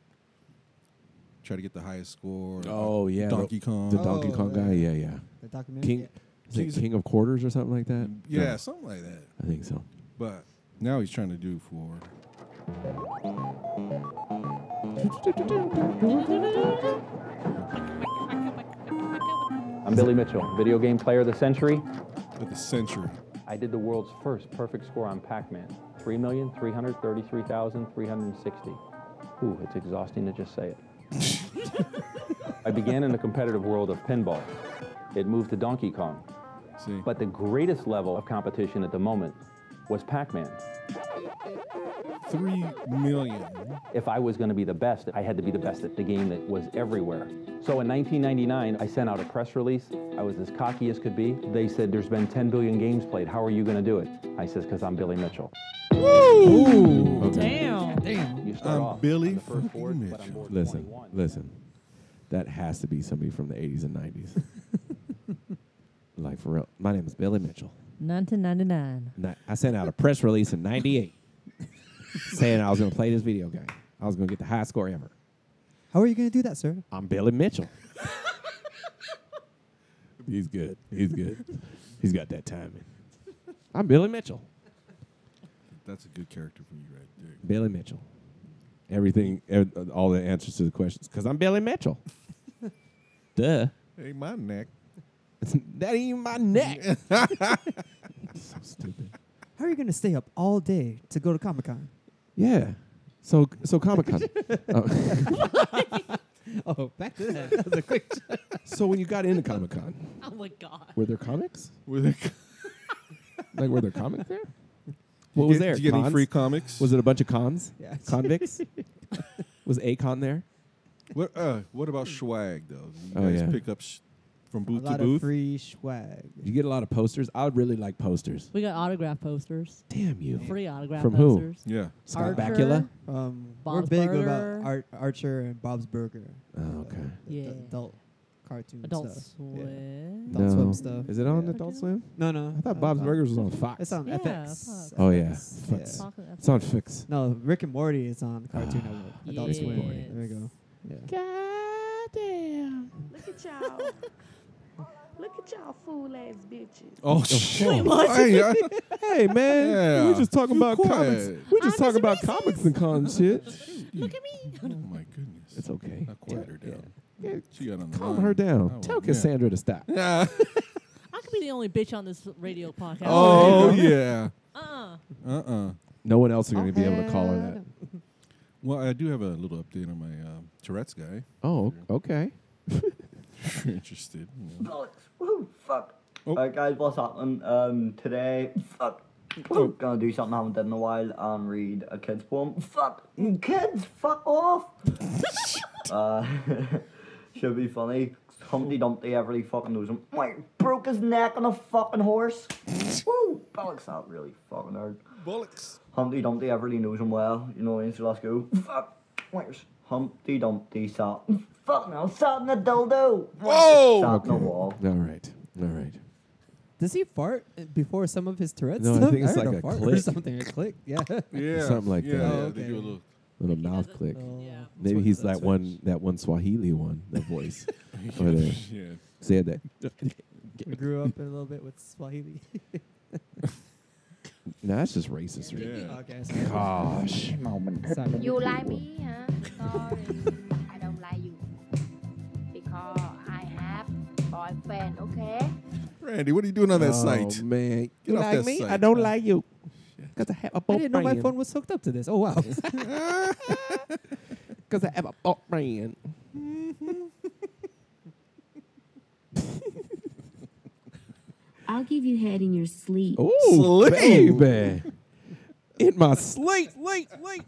Speaker 2: tried to get the highest score.
Speaker 1: Oh yeah, the-
Speaker 2: Donkey Kong.
Speaker 1: the Donkey Kong guy. Yeah, yeah.
Speaker 14: Oh, The documentary.
Speaker 1: King, is
Speaker 2: He's a-
Speaker 1: it King of Quarters or something like that?
Speaker 2: Yeah,
Speaker 1: No.
Speaker 2: something like that.
Speaker 1: I think so.
Speaker 2: But now he's trying to do for.
Speaker 10: I'm Billy Mitchell, video game player of the century.
Speaker 2: Of the century.
Speaker 10: I did the world's first perfect score on Pac-Man. 3,333,360. Ooh, it's exhausting to just say it. I began in the competitive world of pinball. It moved to Donkey Kong. But the greatest level of competition at the moment was Pac-Man.
Speaker 2: Three million.
Speaker 10: If I was going to be the best, I had to be the best at the game that was everywhere. So in 1999, I sent out a press release. I was as cocky as could be. They said, There's been 10 billion games played. How are you going to do it? I says, Because I'm Billy Mitchell.
Speaker 2: Woo!
Speaker 10: Damn. Damn. You start
Speaker 2: I'm
Speaker 10: off
Speaker 2: Billy
Speaker 10: on the first
Speaker 2: fucking
Speaker 10: board, but
Speaker 2: Mitchell.
Speaker 10: I'm board
Speaker 1: Listen,
Speaker 10: 21.
Speaker 1: listen. That has to be somebody from the 80s and 90s. like for real. My name is Billy Mitchell.
Speaker 13: 1999.
Speaker 1: And I- I sent out a press release in 98 saying I was going to play this video game. I was going to get the high score ever.
Speaker 14: How are you gonna do that, sir?
Speaker 1: I'm Billy Mitchell. He's good. He's good. He's got that timing. I'm Billy Mitchell.
Speaker 2: That's a good character for you right there.
Speaker 1: Billy Mitchell. Everything, ev- all the answers to the questions, because I'm Billy Mitchell. Duh.
Speaker 2: Hey, my neck.
Speaker 1: that ain't my neck.
Speaker 14: so
Speaker 1: stupid.
Speaker 14: How are you gonna stay up all day to go to Comic Con?
Speaker 1: Yeah. So so Comic Con.
Speaker 14: Oh, back to that. That was a quick.
Speaker 1: so when you got into Comic Con,
Speaker 13: Oh my god.
Speaker 1: were there comics?
Speaker 2: Were there
Speaker 1: like were there comics there? What was
Speaker 2: get-
Speaker 1: there?
Speaker 2: did you get any
Speaker 1: Cons?
Speaker 2: free comics?
Speaker 1: Was it a bunch of cons?
Speaker 14: Yeah.
Speaker 1: Convicts? was Akon there?
Speaker 2: What uh, what about swag though? Did You
Speaker 1: Oh,
Speaker 2: guys
Speaker 1: yeah.
Speaker 2: pick up sh- From
Speaker 14: a
Speaker 2: booth to
Speaker 14: lot
Speaker 2: booth.
Speaker 14: of free swag.
Speaker 1: You get a lot of posters. I would really like posters.
Speaker 13: We got autograph posters.
Speaker 1: Damn you.
Speaker 13: Free autograph
Speaker 1: From who?
Speaker 13: posters.
Speaker 1: Yeah. Scott
Speaker 13: Archer,
Speaker 1: Bakula?
Speaker 14: Um, we're
Speaker 13: Bob's
Speaker 14: big
Speaker 13: Burger.
Speaker 14: about Ar- Archer and Bob's Burger. Uh,
Speaker 1: Oh, okay.
Speaker 14: The- the
Speaker 13: Yeah.
Speaker 14: adult cartoon
Speaker 13: Adult
Speaker 14: stuff.
Speaker 13: Swim.
Speaker 14: Yeah. Adult Swim stuff.
Speaker 1: Is it on Adult Swim?
Speaker 14: No, no.
Speaker 1: I thought Bob's Burgers was on Fox.
Speaker 14: It's on
Speaker 13: Yeah,
Speaker 14: FX.
Speaker 1: Oh, yeah.
Speaker 14: FX,
Speaker 1: Fix.
Speaker 14: yeah.
Speaker 1: It's on Ah, Fix.
Speaker 14: No, Rick and Morty is on Cartoon Network. Adult
Speaker 13: Rick and
Speaker 14: Swim.
Speaker 13: Morty.
Speaker 14: There we go. Yeah.
Speaker 5: God damn. Look at y'all. Look at y'all fool ass bitches.
Speaker 2: Oh, shit.
Speaker 5: Wait, what?
Speaker 2: Hey, I-
Speaker 1: Hey, man.
Speaker 2: Yeah.
Speaker 1: We just talking
Speaker 2: You
Speaker 1: about
Speaker 2: quiet.
Speaker 1: comics. We just talking about comics and con shit.
Speaker 13: Look at me.
Speaker 2: Oh my goodness.
Speaker 1: It's okay.
Speaker 2: I quieted her down.
Speaker 1: Yeah.
Speaker 2: She got on the
Speaker 1: Calm
Speaker 2: line.
Speaker 1: her down.
Speaker 2: Oh,
Speaker 1: Tell
Speaker 2: yeah.
Speaker 1: Cassandra to stop.
Speaker 2: Yeah.
Speaker 13: I could be the only bitch on this radio podcast.
Speaker 2: Oh yeah.
Speaker 13: Uh-uh.
Speaker 2: Uh-uh.
Speaker 1: No one else is going to be able to call her that.
Speaker 2: Well, I do have a little update on my um, Tourette's guy.
Speaker 1: Oh, okay.
Speaker 2: If you're interested. you know.
Speaker 4: Woo, fuck. Alright, guys, what's happening? Um, today, fuck. We're gonna do something I haven't done in a while and read a kid's poem. Fuck. Kids, fuck off. uh, should be funny. Humpty Dumpty, everybody fucking knows him. Wait, broke his neck on a fucking horse. Woo, bollocks, that really fucking hurt.
Speaker 2: Bollocks.
Speaker 4: Humpty Dumpty, everybody knows him well. You know what I mean? So let's go. Fuck. Where's Humpty Dumpty sat? Fuck no, sat in a dildo. Whoa! Sat in a wall.
Speaker 1: All right. All right.
Speaker 14: Does he fart uh, before some of his Tourette's?
Speaker 1: No, I
Speaker 14: stuff?
Speaker 1: think it's
Speaker 14: heard
Speaker 1: like a
Speaker 14: fart or
Speaker 1: click.
Speaker 14: something. A click, yeah.
Speaker 2: Yeah.
Speaker 1: Something like
Speaker 2: yeah,
Speaker 1: that.
Speaker 2: Yeah,
Speaker 1: Oh,
Speaker 2: they
Speaker 14: okay.
Speaker 2: do a little.
Speaker 1: Little mouth click.
Speaker 13: Oh.
Speaker 1: Maybe he's that one that one Swahili one, the voice. or the,
Speaker 2: Yeah.
Speaker 1: Said that.
Speaker 14: We grew up a little bit with Swahili.
Speaker 1: No, that's just racist. right?
Speaker 14: Yeah. Okay, sorry.
Speaker 1: Gosh.
Speaker 14: Sorry.
Speaker 11: You like me, huh? Sorry, I don't like you. Because I have boyfriend, okay?
Speaker 2: Randy, what are you doing on that
Speaker 1: Oh,
Speaker 2: site?
Speaker 1: man. Get
Speaker 11: You
Speaker 2: off
Speaker 11: like
Speaker 2: that
Speaker 11: me?
Speaker 2: site.
Speaker 11: I don't like
Speaker 1: you. Because I
Speaker 12: uh,
Speaker 1: have
Speaker 14: I
Speaker 1: a
Speaker 14: didn't know my
Speaker 1: boyfriend.
Speaker 14: phone was hooked up to this. Oh, wow.
Speaker 1: Because I have a boyfriend.
Speaker 2: Mm-hmm.
Speaker 23: I'll give you head in your sleep.
Speaker 1: Oh, baby. In my sleep.
Speaker 5: late, late, late.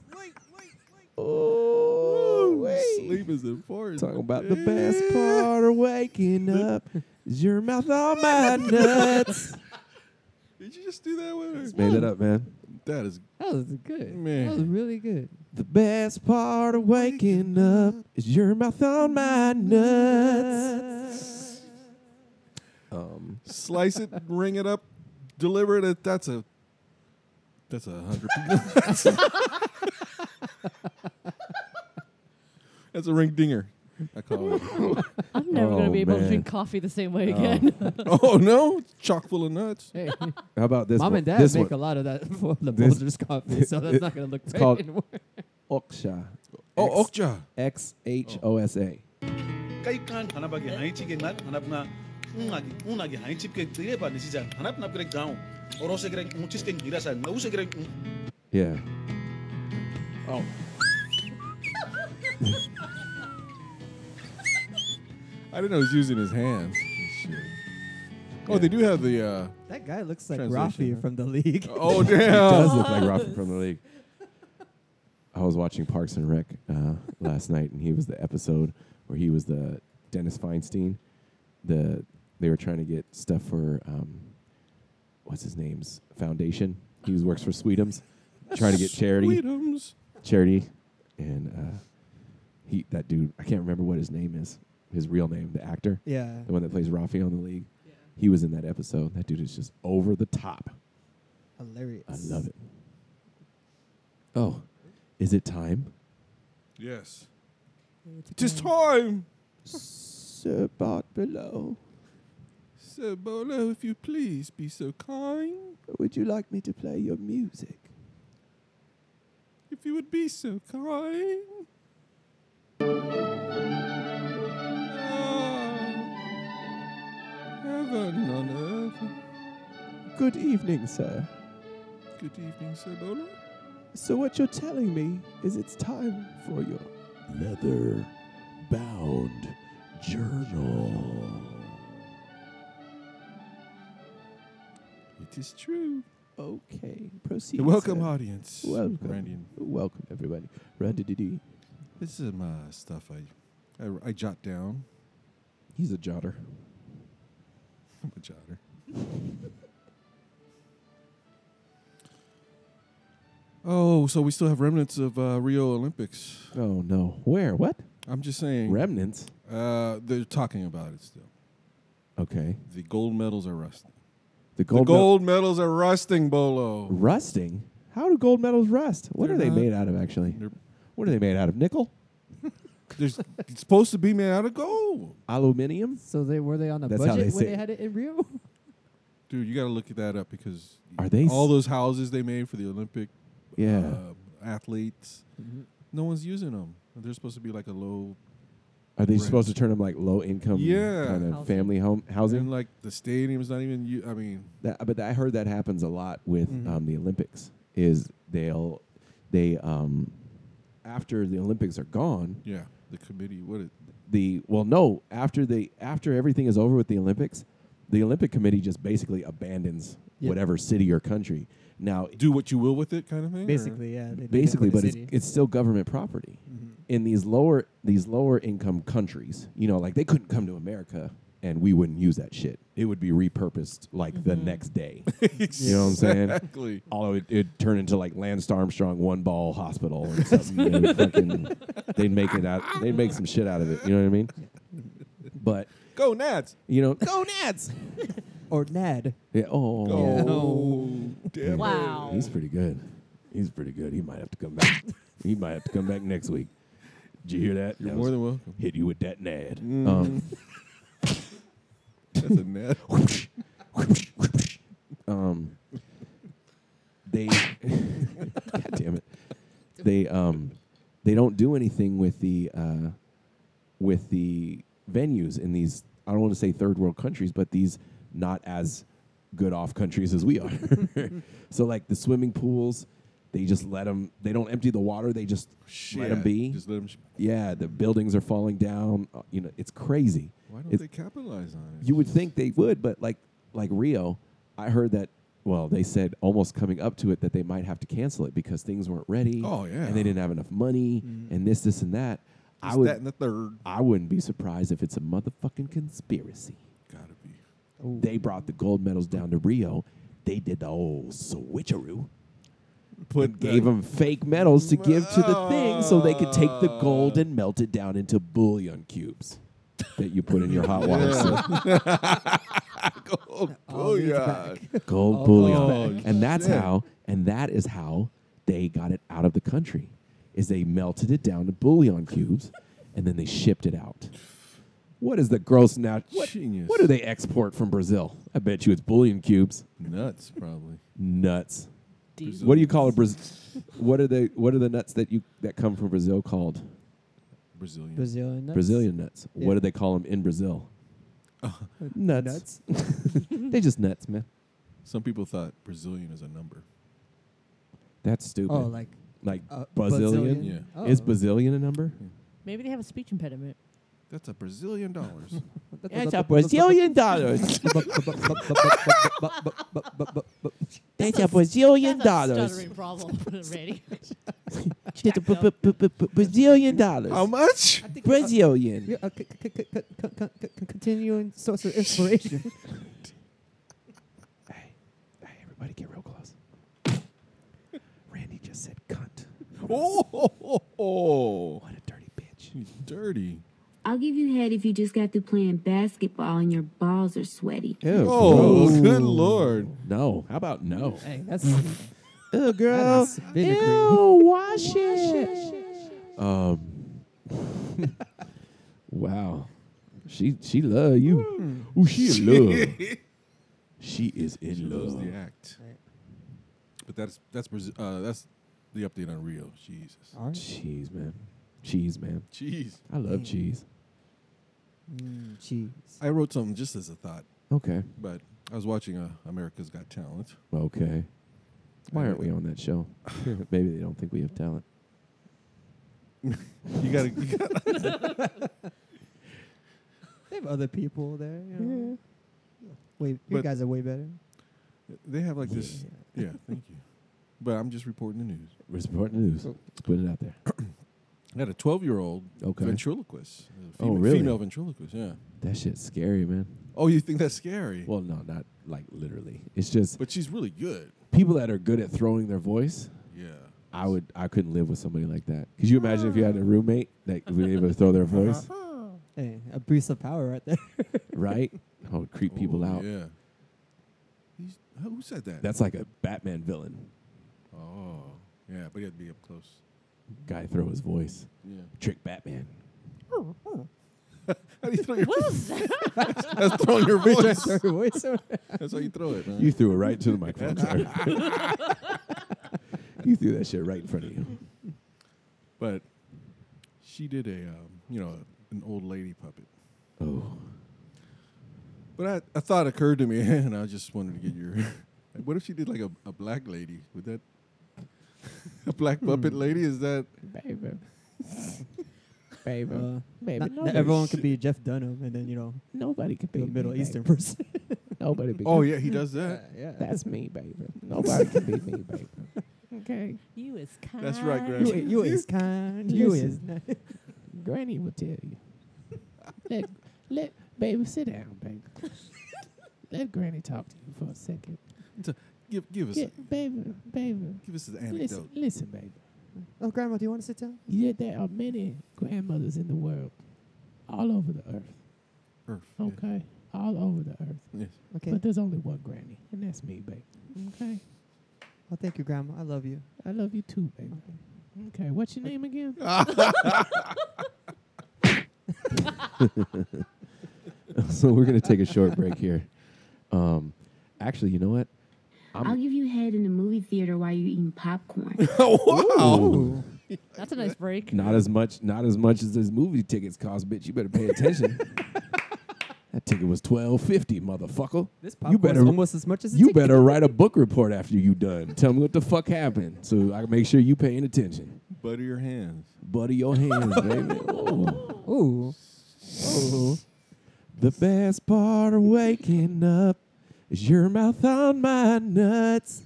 Speaker 1: Oh, wait.
Speaker 2: Sleep is important.
Speaker 1: Talking about the best part of waking up is your mouth on my nuts.
Speaker 2: Did you just do that with her?
Speaker 1: Made it up, man.
Speaker 2: That is.
Speaker 14: That was good.
Speaker 2: Man.
Speaker 14: That was really good.
Speaker 1: The best part of waking up is your mouth on my nuts. Um,
Speaker 2: Slice it, ring it up, deliver it. At, that's a. That's a hundred. people. that's a ring dinger. I call it.
Speaker 13: I'm never going
Speaker 1: Oh,
Speaker 13: to be able to
Speaker 1: man.
Speaker 13: drink coffee the same way
Speaker 1: Oh.
Speaker 13: again.
Speaker 2: oh no! It's Chock full of nuts.
Speaker 14: Hey.
Speaker 1: How about this?
Speaker 14: Mom
Speaker 1: one?
Speaker 14: and dad
Speaker 1: this
Speaker 14: make
Speaker 1: one.
Speaker 14: a lot of that for the
Speaker 1: This-
Speaker 14: Boulder's coffee, so that's not going to look
Speaker 1: It's
Speaker 14: bad
Speaker 1: called
Speaker 14: anymore.
Speaker 1: Oksha.
Speaker 2: Oh,
Speaker 1: X-
Speaker 2: Okja.
Speaker 1: X H O S A.
Speaker 24: kaikan hanabagi haichige nat hanapna unagi unagi haichipke direba nisija hanapna grek down orose grek muchisken dirasa nause grek
Speaker 1: Yeah.
Speaker 24: oh
Speaker 2: I didn't know he was using his hands. Shit. Oh, they do have the. Uh,
Speaker 14: That guy looks like Rafi
Speaker 2: Translation, huh?
Speaker 14: from the league.
Speaker 2: Oh,
Speaker 1: He
Speaker 2: damn.
Speaker 1: does look like Rafi from the league. I was watching Parks and Rec uh, last night, and he was the episode where he was the Dennis Feinstein. The they were trying to get stuff for um, what's his name's foundation. He was- works for Sweetums, trying to get charity
Speaker 2: Sweetums.
Speaker 1: charity, and uh, he that dude I can't remember what his name is, his real name, the actor,
Speaker 14: Yeah.
Speaker 1: the one that plays Rafi on the league. He was in that episode. That dude is just over the top.
Speaker 14: Hilarious.
Speaker 1: I love it. Oh, is it time?
Speaker 2: Yes. It is time.
Speaker 1: Sir Bart below.
Speaker 2: Sir Bolo, if you please be so kind.
Speaker 1: Would you like me to play your music?
Speaker 2: If you would be so kind. Ah, heaven on earth.
Speaker 1: Good evening, sir.
Speaker 2: Good evening, Sir Bolo.
Speaker 1: So what you're telling me is it's time for your leather bound journal.
Speaker 2: It is true.
Speaker 1: Okay, proceed.
Speaker 2: welcome
Speaker 1: sir.
Speaker 2: audience,
Speaker 1: Welcome.
Speaker 2: Randian.
Speaker 1: Welcome everybody. Randy Diddy.
Speaker 2: This is my stuff I, I, I jot down.
Speaker 1: He's a jotter.
Speaker 2: I'm a jotter. Oh, so we still have remnants of uh, Rio Olympics.
Speaker 1: Oh no, where? What?
Speaker 2: I'm just saying
Speaker 1: remnants.
Speaker 2: Uh, they're talking about it still.
Speaker 1: Okay,
Speaker 2: The gold medals are rusting.
Speaker 1: the gold.
Speaker 2: the
Speaker 1: medal-
Speaker 2: gold medals are rusting, Bolo.
Speaker 1: rusting. How do gold medals rust? What are
Speaker 2: They're
Speaker 1: they
Speaker 2: not-
Speaker 1: made out of? Actually, what are they made out of? Nickel,
Speaker 2: There's it's supposed to be made out of gold.
Speaker 1: aluminium.
Speaker 6: So they were they on a
Speaker 1: That's how
Speaker 6: budget
Speaker 1: they
Speaker 6: when
Speaker 1: say.
Speaker 6: they had it in Rio?
Speaker 2: Dude, you got to look at that up because
Speaker 1: Are they
Speaker 2: all
Speaker 1: s-
Speaker 2: those houses they made for the Olympic
Speaker 1: Yeah.
Speaker 2: uh, athletes? No one's using them. They're supposed to be like a low
Speaker 1: Are they
Speaker 2: Right.
Speaker 1: supposed to turn them like low income?
Speaker 2: yeah
Speaker 1: kind of family home housing.
Speaker 2: And like the stadium's not even. u- I mean,
Speaker 1: That, but I heard that happens a lot with
Speaker 2: Mhm.
Speaker 14: Mm-hmm.
Speaker 1: um, the Olympics. Is they'll they um, after the Olympics are gone,
Speaker 2: yeah, the committee. What it?
Speaker 1: the well no after the after everything is over with the olympics the olympic committee just basically abandons
Speaker 2: Yeah.
Speaker 1: whatever city or country now
Speaker 2: Do what you will with it, kind of thing. or-
Speaker 14: Basically, yeah. they make it
Speaker 1: basically
Speaker 14: for the
Speaker 1: but it's,
Speaker 14: city.
Speaker 1: it's still government property in these lower these lower income countries you know like they couldn't come to america and we wouldn't use that shit it would be repurposed like the next day you know what i'm saying
Speaker 2: Mm-hmm. Exactly.
Speaker 1: although it, it'd turn into like lance armstrong one ball hospital or something you know, fucking, they'd make it out they'd make some shit out of it you know what i mean but
Speaker 2: Go Nats.
Speaker 1: you know
Speaker 14: Go Nats! or Nad.
Speaker 1: Yeah. Oh.
Speaker 14: Go.
Speaker 2: damn it.
Speaker 14: Wow.
Speaker 1: He's pretty good. He's pretty good. He might have to come back. he might have to come back next week. Did you hear that?
Speaker 2: You're
Speaker 1: That
Speaker 2: more
Speaker 1: was-
Speaker 2: than welcome.
Speaker 1: Hit you with that nad.
Speaker 2: Mhm.
Speaker 1: Um,
Speaker 2: That's a net.
Speaker 1: um, they, God damn it, they um, they don't do anything with the uh, with the venues in these. I don't want to say third world countries, but these not as good off countries as we are. so like the swimming pools, they just let them. They don't empty the water. They just let them
Speaker 2: Shit.
Speaker 1: be.
Speaker 2: Just let 'em sh-
Speaker 1: yeah, the buildings are falling down. uh, You know, it's crazy.
Speaker 2: Why don't
Speaker 1: It's-
Speaker 2: they capitalize on it?
Speaker 1: you would think they would, but like like Rio, I heard that. Well, they said almost coming up to it that they might have to cancel it because things weren't ready.
Speaker 2: Oh, yeah.
Speaker 1: and they didn't have enough money, and this, this, and that. I
Speaker 2: This,
Speaker 1: would.
Speaker 2: that, and the third.
Speaker 1: I wouldn't be surprised if it's a motherfucking conspiracy.
Speaker 2: Gotta be.
Speaker 1: They brought the gold medals down to Rio. They did the old switcheroo.
Speaker 2: Put
Speaker 1: and gave them fake medals to give to the thing so they could take the gold and melt it down into bullion cubes that you put in your hot water soap.
Speaker 2: gold
Speaker 1: All leads
Speaker 2: bullion.
Speaker 1: gold
Speaker 2: Oh,
Speaker 1: bullion.
Speaker 2: back.
Speaker 1: and that's
Speaker 2: shit.
Speaker 1: how and that is how they got it out of the country. Is they melted it down to bullion cubes and then they shipped it out. What is the gross now? What,
Speaker 2: Genius.
Speaker 1: what do they export from Brazil? I bet you it's bullion cubes.
Speaker 2: Nuts, probably.
Speaker 1: Nuts. What do you call a Brazil? what are they? What are the nuts that you that come from Brazil called?
Speaker 2: Brazilian.
Speaker 14: Brazilian nuts.
Speaker 1: Brazilian nuts. What
Speaker 14: Yeah.
Speaker 1: do they call them in Brazil? Nuts. they just nuts, man.
Speaker 2: Some people thought Brazilian is a number.
Speaker 1: That's stupid.
Speaker 14: Oh, like,
Speaker 1: like
Speaker 14: uh,
Speaker 1: Brazilian.
Speaker 14: Brazilian? Yeah.
Speaker 1: Is
Speaker 14: Oh.
Speaker 1: Brazilian a number?
Speaker 13: Maybe they have a speech impediment.
Speaker 2: That's a Brazilian dollars.
Speaker 15: That's a Brazilian dollars. That's a Brazilian dollars.
Speaker 13: Stuttering problem already.
Speaker 15: That's a b- b- b- b- b- Brazilian dollars.
Speaker 2: How much?
Speaker 15: Brazilian.
Speaker 14: Yeah, uh, c- c- c- c- c- c- c- continuing source of inspiration.
Speaker 1: Everybody get real close. Randy just said cunt.
Speaker 2: oh, what
Speaker 1: a dirty bitch.
Speaker 2: She's dirty.
Speaker 23: I'll give you head if you just got through playing basketball and your balls are sweaty.
Speaker 1: Ew,
Speaker 2: Oh,
Speaker 1: gross.
Speaker 2: good lord.
Speaker 1: No. How about no?
Speaker 14: Hey, that's
Speaker 15: Ew, girl.
Speaker 14: That's vinegary.
Speaker 15: Ew, wash it.
Speaker 1: Um. wow. She she love you.
Speaker 14: Hmm.
Speaker 1: Ooh, she in love. She is in
Speaker 2: She
Speaker 1: love.
Speaker 2: loves the act. But that's that's Brazil, uh, that's the update on Rio. Jesus.
Speaker 1: Cheese, man. Cheese, man.
Speaker 2: Cheese.
Speaker 1: I
Speaker 14: Hmm.
Speaker 1: love cheese.
Speaker 14: Cheese.
Speaker 2: I wrote something just as a thought.
Speaker 1: Okay.
Speaker 2: But I was watching uh, America's Got Talent.
Speaker 1: Okay. Why aren't we on that show? Maybe they don't think we have talent.
Speaker 2: You gotta. You gotta
Speaker 14: They have other people there. You know. Way, you
Speaker 2: But-
Speaker 14: guys are way better.
Speaker 2: they have like this. Yeah, thank you. But I'm just reporting the news.
Speaker 1: We're supporting the
Speaker 14: Oh.
Speaker 1: news. Put it out there.
Speaker 2: I had a 12 year old
Speaker 1: Okay.
Speaker 2: ventriloquist. a
Speaker 1: Oh,
Speaker 2: fema-
Speaker 1: really?
Speaker 2: Female ventriloquist, yeah.
Speaker 1: That shit's scary, man.
Speaker 2: Oh, you think that's scary?
Speaker 1: Well, no, not like literally. It's just
Speaker 2: But she's really good.
Speaker 1: people that are good at throwing their voice.
Speaker 2: Yeah.
Speaker 1: I would. I couldn't live with somebody like that. Could you imagine if you had a roommate that was able to throw their voice?
Speaker 14: Uh-huh. Hey, abuse of power right there.
Speaker 1: right? I would creep people out.
Speaker 2: Oh, Yeah. He's, who said that?
Speaker 1: That's like a Batman villain.
Speaker 2: Oh, yeah, but you had to be up close.
Speaker 1: Guy throw his voice.
Speaker 2: Yeah.
Speaker 1: Trick Batman.
Speaker 2: How do you throw your
Speaker 12: What
Speaker 2: voice?
Speaker 12: was that?
Speaker 2: That's throwing your
Speaker 12: Bitch, I
Speaker 2: voice.
Speaker 12: throw your voice out.
Speaker 2: That's how you throw it. Man.
Speaker 1: You threw it right to the microphone. Sorry. you threw that shit right in front of you.
Speaker 2: But she did a, um, you know, an old lady puppet.
Speaker 1: Oh.
Speaker 2: But I, I thought occurred to me, and I just wanted to get your. like, what if she did like a, a black lady? Would that a black
Speaker 1: Hmm.
Speaker 2: puppet lady? Is that
Speaker 15: Baby. Baby.
Speaker 14: Uh,
Speaker 15: Baby.
Speaker 14: not- not
Speaker 15: nobody-
Speaker 14: everyone could be Jeff Dunham, and then you know
Speaker 15: Nobody could be
Speaker 14: a Middle
Speaker 15: me,
Speaker 14: Eastern
Speaker 15: baby.
Speaker 14: person.
Speaker 15: Nobody. be- Uh,
Speaker 2: Oh, yeah, he does that.
Speaker 14: Yeah, yeah.
Speaker 15: That's me, baby. Nobody can be me, baby. Okay.
Speaker 13: You is kind.
Speaker 2: That's right,
Speaker 14: you,
Speaker 2: Granny.
Speaker 14: you is kind. You is.
Speaker 15: Listen. Granny will tell you. Let, let baby sit down, baby. let Granny talk to you for a second.
Speaker 2: Give give us
Speaker 15: Yeah, baby, baby.
Speaker 2: give us an
Speaker 15: Listen,
Speaker 2: anecdote.
Speaker 15: listen, baby.
Speaker 14: Oh, Grandma, do you want to sit down?
Speaker 15: Yeah, there are many grandmothers in the world, all over the earth.
Speaker 2: Earth.
Speaker 15: Okay, all over the earth.
Speaker 2: Yes.
Speaker 14: Okay.
Speaker 15: But there's only one granny, and that's me, baby. Okay,
Speaker 14: Well, thank you, Grandma. I love you.
Speaker 15: I love you too, baby. Okay, what's your name again?
Speaker 1: so we're gonna take a short break here. Um, actually, you know what?
Speaker 23: I'll give you head in the movie theater while you eating popcorn.
Speaker 1: Ooh.
Speaker 13: That's a nice break.
Speaker 1: Not as much. Not as much as those movie tickets cost, bitch. You better pay attention. that ticket was twelve fifty, motherfucker.
Speaker 14: This
Speaker 1: you
Speaker 14: popcorn's
Speaker 1: better
Speaker 14: almost as much as the
Speaker 1: you
Speaker 14: ticket.
Speaker 1: better write a book report after you done. Tell me what the fuck happened, so I can make sure you paying attention.
Speaker 2: Butter your hands.
Speaker 1: Butter your hands, baby. Ooh. Ooh. The best part of waking up is your mouth on my nuts.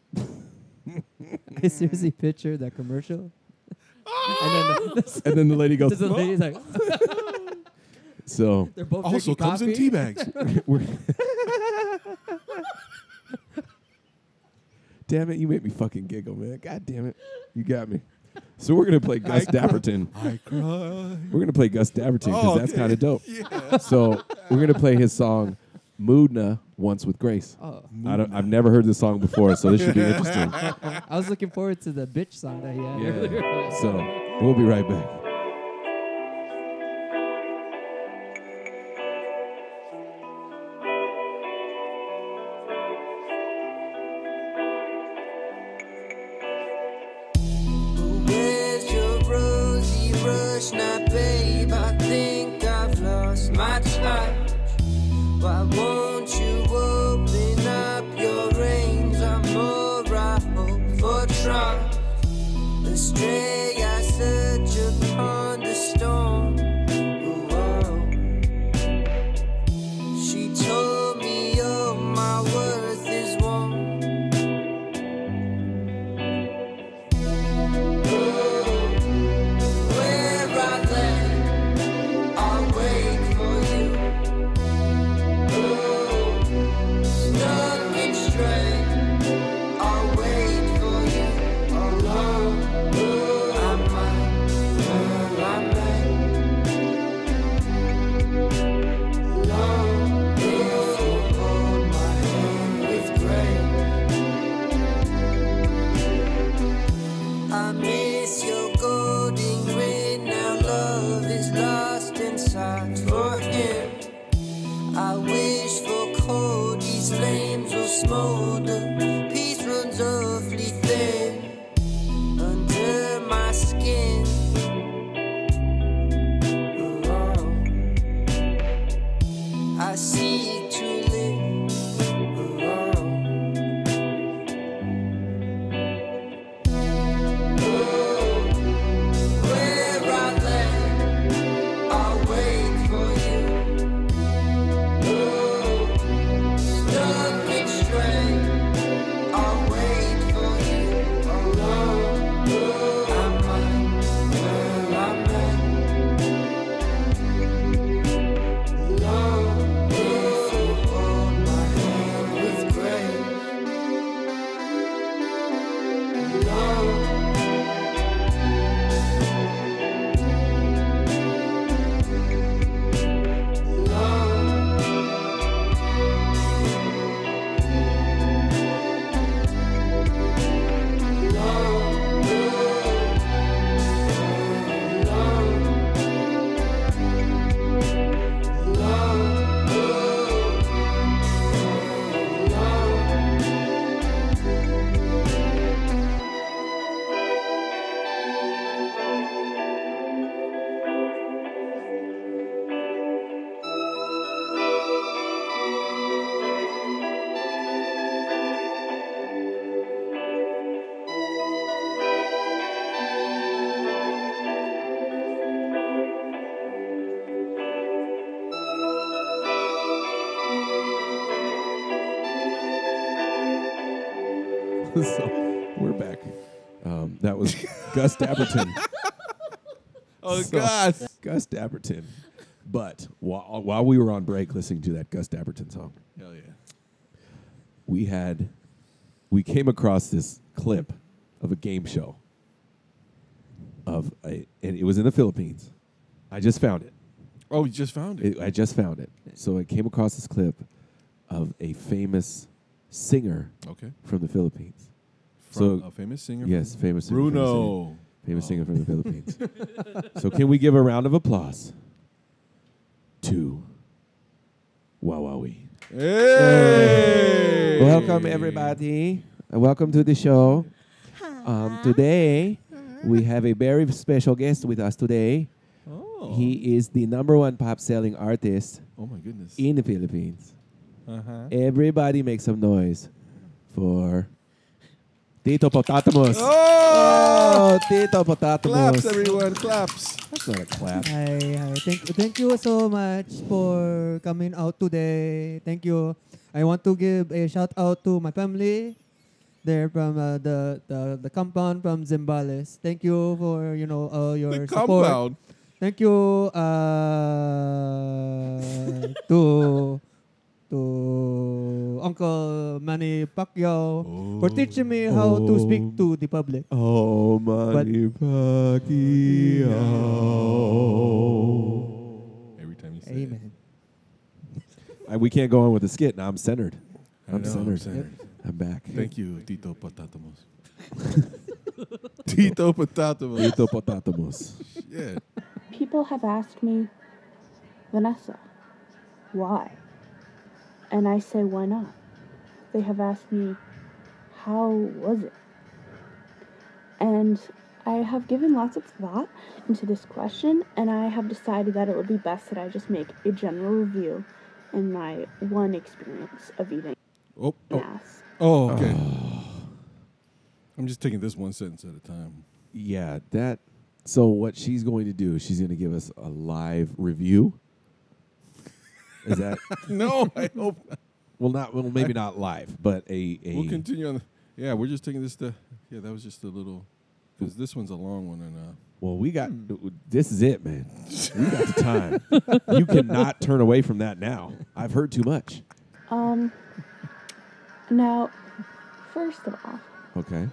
Speaker 14: I seriously picture that commercial.
Speaker 2: Ah!
Speaker 14: and then the,
Speaker 1: And then the lady goes,
Speaker 14: the lady's like,
Speaker 1: So
Speaker 14: they're both
Speaker 2: Also
Speaker 14: drinking
Speaker 2: comes in
Speaker 14: coffee.
Speaker 2: tea bags.
Speaker 1: We're- damn it, you made me fucking giggle, man. God damn it, you got me. So we're gonna play Gus Dapperton.
Speaker 2: I cry.
Speaker 1: We're gonna play Gus Dapperton because
Speaker 2: Oh,
Speaker 1: that's
Speaker 2: okay.
Speaker 1: kind of dope.
Speaker 2: Yeah.
Speaker 1: So we're gonna play his song "Moodna" once with Grace.
Speaker 14: Oh.
Speaker 1: I don't, I've never heard this song before, so this should be interesting.
Speaker 14: I was looking forward to the bitch song that he had earlier.
Speaker 1: So we'll be right back.
Speaker 6: With your rosy rush, now babe, I think I've lost my touch. Why won't you open up your reins? I'm more I hope for trust. Astray, I search upon the storm. Whoa. She told me all my worth is one. Where I lay, I'll wait for you. Oh, stuck and straight, I'll wait for you. Alone, I might, girl, I might. Alone, if you hold my hand with grace. I miss your golden ring. Now love is lost inside for him. I wish for cold these flames will smolder. Peace runs awfully thin under my skin. Alone. Oh, I seek to live alone. Oh, Where I lay, I'll wait for you. Stuck and straight,
Speaker 1: so we're back. Um, that was Gus Dapperton.
Speaker 2: Oh, Gus.
Speaker 1: Gus Dapperton. But while, while we were on break listening to that Gus Dapperton song,
Speaker 2: Hell yeah.
Speaker 1: we had we came across this clip of a game show of a, and it was in the Philippines. I just found it.
Speaker 2: Oh, you just found it.
Speaker 1: It- I just found it. So I came across this clip of a famous singer
Speaker 2: Okay.
Speaker 1: from the Philippines.
Speaker 2: From a famous singer
Speaker 1: Yes,
Speaker 2: from-
Speaker 1: famous singer. from the
Speaker 2: Bruno. Oh.
Speaker 1: Philippines. Famous singer from the Philippines. so can we give a round of applause to Wawawi?
Speaker 2: Hey!
Speaker 1: Welcome everybody. Uh, Welcome to the show. Um, today we have a very special guest with us today.
Speaker 2: Oh.
Speaker 1: He is the number one pop selling artist.
Speaker 2: Oh my goodness.
Speaker 1: In the Philippines.
Speaker 2: Uh-huh.
Speaker 1: Everybody make some noise for Tito Potatomus.
Speaker 2: Oh!
Speaker 1: Tito Potatomus.
Speaker 2: Claps, everyone. Claps.
Speaker 1: That's not a clap.
Speaker 14: Hi, hi. Thank, thank you so much for coming out today. Thank you. I want to give a shout out to my family. They're from uh, the, the the compound from Zimbales. Thank you for you know all your support.
Speaker 2: compound.
Speaker 14: Thank you uh, to to Uncle Manny Pacquiao for
Speaker 2: Oh.
Speaker 14: teaching me how to speak to the public.
Speaker 1: Oh, Manny Pacquiao.
Speaker 2: Every time you say it.
Speaker 14: Amen.
Speaker 1: I, we can't go on with the skit. Now I'm centered.
Speaker 2: I
Speaker 1: I'm
Speaker 2: know,
Speaker 1: centered.
Speaker 2: I'm centered.
Speaker 1: I'm back.
Speaker 2: Thank you, Tito Potatomus. Tito Potatomus.
Speaker 1: Tito Potatomus.
Speaker 2: Yeah.
Speaker 8: People have asked me, Vanessa, why? And I say, why not? They have asked me, how was it? And I have given lots of thought into this question, and I have decided that it would be best that I just make a general review in my one experience of eating.
Speaker 2: Oh,
Speaker 8: An
Speaker 2: oh.
Speaker 8: ass.
Speaker 2: oh okay. I'm just taking this one sentence at a time.
Speaker 1: Yeah, that. So what she's going to do? She's going to give us a live review. Is that
Speaker 2: no? I hope. Not.
Speaker 1: Well, not well, maybe not live, but a a.
Speaker 2: We'll continue on. The, yeah, we're just taking this. To, yeah, that was just a little. Because this one's a long one, and uh,
Speaker 1: well, we got this is it, man. We got the time. you cannot turn away from that now. I've heard too much.
Speaker 8: Um, now, first of all,
Speaker 1: Okay.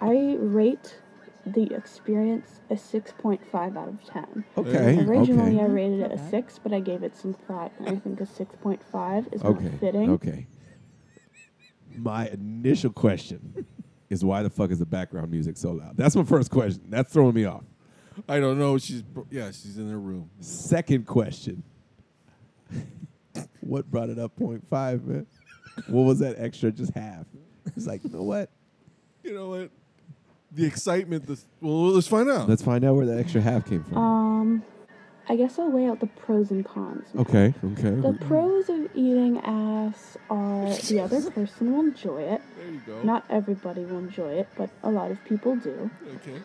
Speaker 8: I rate the experience a 6.5 out of 10.
Speaker 1: Okay,
Speaker 8: Originally,
Speaker 1: okay.
Speaker 8: I rated it a 6, but I gave it some thought, and I think a 6.5 is
Speaker 1: Okay.
Speaker 8: not fitting.
Speaker 1: Okay. My initial question is why the fuck is the background music so loud? That's my first question. That's throwing me off.
Speaker 2: I don't know. She's bro- yeah, she's in her room.
Speaker 1: Second question. what brought it up 0.5, man? What was that extra just half? It's like, you know what?
Speaker 2: You know what? The excitement. This well, let's find out.
Speaker 1: Let's find out where that extra half came from.
Speaker 8: Um, I guess I'll weigh out the pros and cons. now.
Speaker 1: Okay, okay.
Speaker 8: The pros of eating ass are the other person will enjoy it.
Speaker 2: There you go.
Speaker 8: Not everybody will enjoy it, but a lot of people do.
Speaker 2: Okay.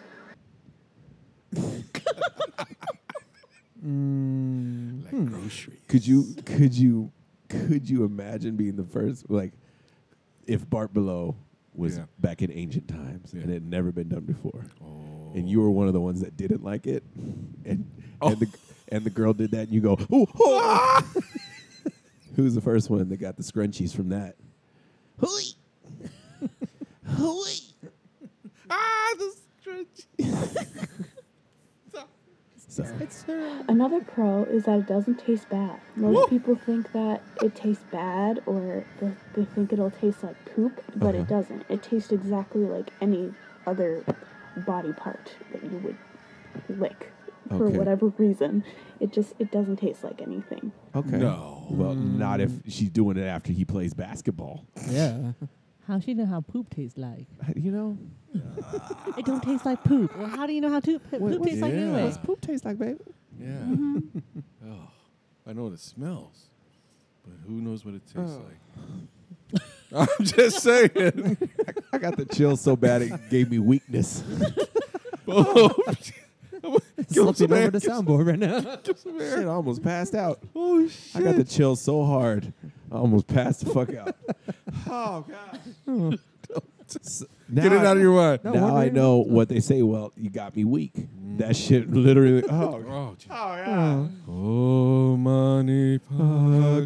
Speaker 1: Mm, like groceries. Could you could you could you imagine being the first like if Bart Below was
Speaker 2: Yeah.
Speaker 1: back in ancient times and it had never been done before, and you were one of the ones that didn't like it, and and the and the girl did that, and you go, "Ooh, oh, ah!" who's the first one that got the scrunchies from that?
Speaker 16: ah, the stretch.
Speaker 1: So.
Speaker 8: It's Another pro is that it doesn't taste bad. Most people think that it tastes bad or they, they think it'll taste like poop, but
Speaker 1: Uh-huh.
Speaker 8: it doesn't. It tastes exactly like any other body part that you would lick for
Speaker 1: Okay.
Speaker 8: whatever reason. It just it doesn't taste like anything.
Speaker 1: Okay,
Speaker 2: No.
Speaker 1: well, not if she's doing it after he plays basketball.
Speaker 14: Yeah.
Speaker 13: How she know how poop tastes like?
Speaker 1: You know,
Speaker 13: it don't taste like poop. Well, how do you know how to, poop
Speaker 1: what-
Speaker 13: tastes like
Speaker 2: Yeah.
Speaker 13: anyway?
Speaker 2: What's
Speaker 1: poop taste like, baby?
Speaker 2: Yeah.
Speaker 13: Mhm.
Speaker 2: oh, I know what it smells, but who knows what it tastes
Speaker 1: Oh.
Speaker 2: like? I'm just saying.
Speaker 1: I got the chill so bad it gave me weakness.
Speaker 2: Oh,
Speaker 14: Slipping over the soundboard right now.
Speaker 1: Shit, I almost passed out.
Speaker 2: Oh shit!
Speaker 1: I got the chill so Oh, hard, I almost passed the fuck out.
Speaker 2: Oh god.
Speaker 1: S- Now
Speaker 2: Get it
Speaker 1: I-
Speaker 2: out of your mind.
Speaker 1: now I know what they say. Well, you got me weak. That
Speaker 2: Mm.
Speaker 1: shit literally. Oh,
Speaker 2: oh,
Speaker 1: yeah.
Speaker 2: Oh, Manny Oh,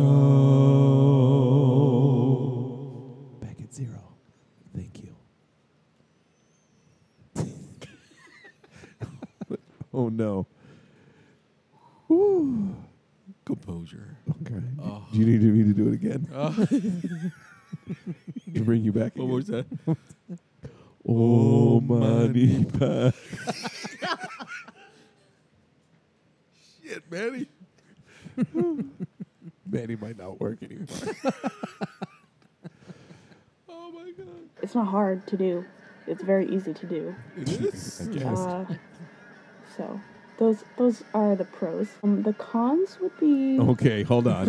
Speaker 1: Oh,
Speaker 2: Pacquiao.
Speaker 1: Back at zero. Thank you. oh no. Woo.
Speaker 2: Composure.
Speaker 1: Okay.
Speaker 2: Oh.
Speaker 1: Do you need me to do it again?
Speaker 2: Oh.
Speaker 1: to bring you back.
Speaker 2: What was that?
Speaker 1: Oh, money pack.
Speaker 2: Shit, Manny.
Speaker 1: Manny might not work anymore.
Speaker 8: It's not hard to do. It's very easy to do.
Speaker 2: It is. I guess.
Speaker 8: Uh, so those those are the pros. Um, the cons would be
Speaker 1: Okay, hold on.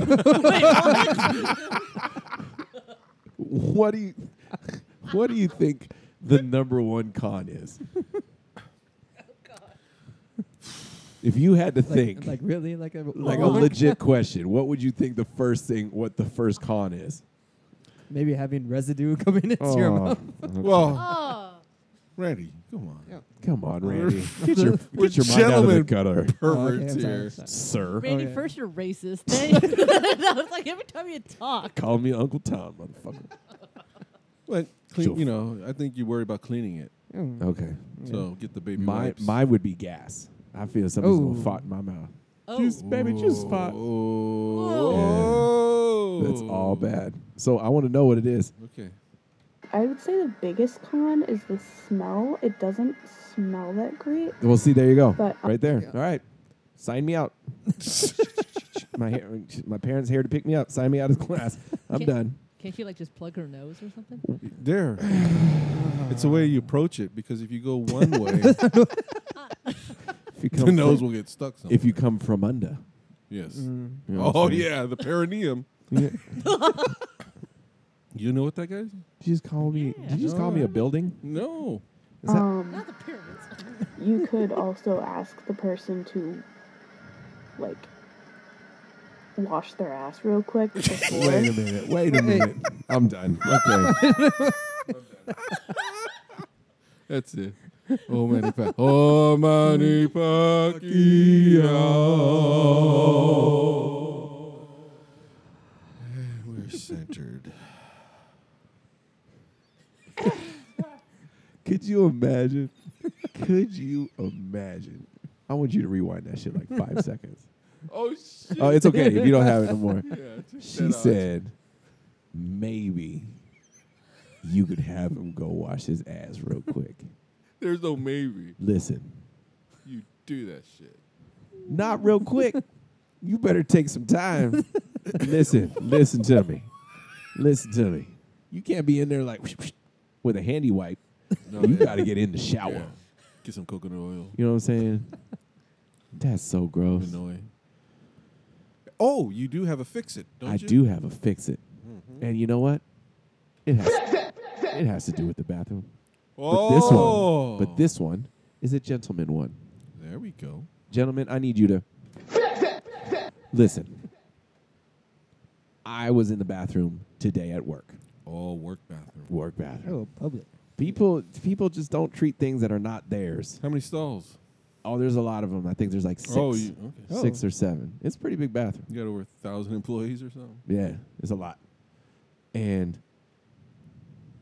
Speaker 1: what do you what do you think the number one con is? If you had to
Speaker 14: Like-
Speaker 1: think
Speaker 14: like really? Like a-
Speaker 1: like a
Speaker 14: Well,
Speaker 1: legit question, what would you think the first thing what the first con is?
Speaker 14: Maybe having residue coming into your
Speaker 1: Oh,
Speaker 14: mouth.
Speaker 1: okay.
Speaker 2: Well, Randy, come on.
Speaker 1: Come on,
Speaker 2: We're-
Speaker 1: Randy. Get your,
Speaker 2: we're
Speaker 1: get your mind out of the
Speaker 2: gentlemen
Speaker 1: gutter.
Speaker 2: perverts Oh, okay, I'm sorry, here. sorry.
Speaker 1: Sir.
Speaker 13: Randy, first you're racist. Then that was like every time you talk.
Speaker 1: Call me Uncle Tom, motherfucker.
Speaker 2: But clean, you know, I think you worry about cleaning it.
Speaker 14: Mm.
Speaker 1: Okay.
Speaker 2: So get the baby
Speaker 1: my,
Speaker 2: wipes.
Speaker 1: Mine would be gas. I feel somebody's
Speaker 2: Oh.
Speaker 1: gonna fart in my mouth.
Speaker 13: Juice,
Speaker 15: baby, juice pot.
Speaker 1: Oh.
Speaker 2: Oh.
Speaker 1: That's all bad. So I want to know what it is.
Speaker 2: Okay.
Speaker 8: I would say the biggest con is the smell. It doesn't smell that great.
Speaker 1: Well, see, there you go.
Speaker 8: But- uh, um,
Speaker 1: right there. All right. Sign me out. my hair, my parents' hair to pick me up. Sign me out of class. I'm
Speaker 13: Can't-
Speaker 1: done.
Speaker 13: Can't you like just plug her nose or something?
Speaker 2: There. it's the way you approach it because if you go one way,
Speaker 1: If you
Speaker 2: the nose
Speaker 1: from-
Speaker 2: will get stuck somewhere.
Speaker 1: If you come from under.
Speaker 2: Yes.
Speaker 1: Mm. You know what
Speaker 2: oh
Speaker 1: I'm saying?
Speaker 2: yeah, the perineum.
Speaker 1: Yeah.
Speaker 2: you know what that guy's?
Speaker 1: Did you just call me? Did you just call me a building?
Speaker 2: No.
Speaker 1: Is that-
Speaker 8: Um, you could also ask the person to, like, wash their ass real quick. before.
Speaker 1: Wait a minute. Wait a minute. I'm done. Okay.
Speaker 2: That's it. Oh Manny Pac. Oh Manny
Speaker 1: Oh.
Speaker 2: Pacquiao. We're centered.
Speaker 1: Could you imagine? Could you imagine? I want you to rewind that shit like five seconds.
Speaker 2: Oh shit.
Speaker 1: Oh, it's okay if you don't have it no more.
Speaker 2: Yeah, take
Speaker 1: she
Speaker 2: that out.
Speaker 1: said, maybe you could have him go wash his ass real quick.
Speaker 2: There's no maybe.
Speaker 1: Listen,
Speaker 2: You do that shit.
Speaker 1: not real quick. You better take some time. listen, listen to me. Listen to me. You can't be in there like with a handy wipe.
Speaker 2: No,
Speaker 1: you
Speaker 2: yeah.
Speaker 1: got to get in the shower.
Speaker 2: Yeah. Get some coconut oil.
Speaker 1: You know what I'm saying? That's so gross.
Speaker 2: Annoying. Oh, you do have a fix it, don't
Speaker 1: I
Speaker 2: you? Mm-hmm.
Speaker 1: do have a fix it. And you know what? It has, it has to do with the bathroom.
Speaker 2: Oh.
Speaker 1: But this one, but this one is a gentleman one.
Speaker 2: There we go.
Speaker 1: Gentlemen, I need you to listen. I was in the bathroom today at work.
Speaker 2: Oh, work bathroom.
Speaker 1: Work bathroom.
Speaker 14: Oh, public.
Speaker 1: People people just don't treat things that are not theirs.
Speaker 2: How many stalls?
Speaker 1: Oh, there's a lot of them. I think there's like six,
Speaker 2: Oh, you- okay.
Speaker 1: six
Speaker 2: Oh.
Speaker 1: or seven. It's a pretty big bathroom.
Speaker 2: You got over a thousand employees or something?
Speaker 1: Yeah, it's a lot. And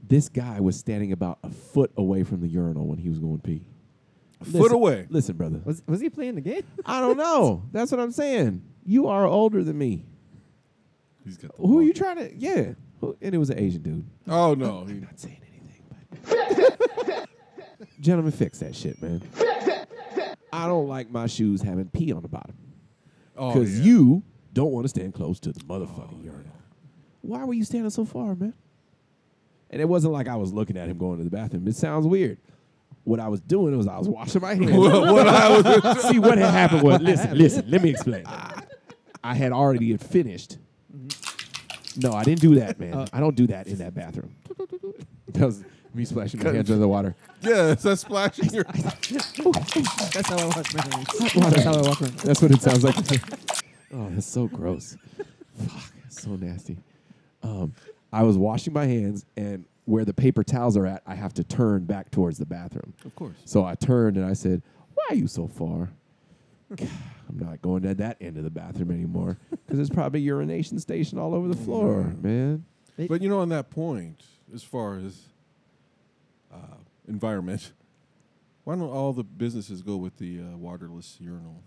Speaker 1: this guy was standing about a foot away from the urinal when he was going pee. A
Speaker 2: foot away.
Speaker 1: Listen, brother.
Speaker 14: Was, was he playing the game?
Speaker 1: I don't know. That's what I'm saying. You are older than me.
Speaker 2: He's got
Speaker 1: Who are you trying to? Yeah. Who- And it was an Asian dude.
Speaker 2: Oh no. He,
Speaker 1: Gentlemen, fix that shit, man. I don't like my shoes having pee on the bottom.
Speaker 2: Oh,
Speaker 1: Because
Speaker 2: yeah. Oh,
Speaker 1: you don't want to stand close to the motherfucking urinal. Why were you standing so far, man? And it wasn't like I was looking at him going to the bathroom. It sounds weird. What I was doing was I was washing my hands.
Speaker 2: What- what I was-
Speaker 1: See what had happened was
Speaker 2: What
Speaker 1: listen,
Speaker 2: happened?
Speaker 1: listen, let me explain. I, I had already had finished. No, Oh, I didn't do that, man.
Speaker 2: Uh,
Speaker 1: I don't do that in that bathroom. That was me splashing my
Speaker 2: Cut.
Speaker 1: hands under the water.
Speaker 2: yeah, that's splashing your
Speaker 14: That's how I wash my hands.
Speaker 1: Water.
Speaker 14: That's how I wash my hands.
Speaker 1: That's what it sounds like. oh, that's so gross. Fuck, that's so nasty. Um, I was washing my hands, and where the paper towels are at, I have to turn back towards the bathroom.
Speaker 2: Of course.
Speaker 1: So I turned and I said, "Why are you so far?" I'm not going to that end of the bathroom anymore because there's probably urination station all over the floor, man.
Speaker 2: But you know, on that point, as far as uh, environment, why don't all the businesses go with the uh, waterless urinal?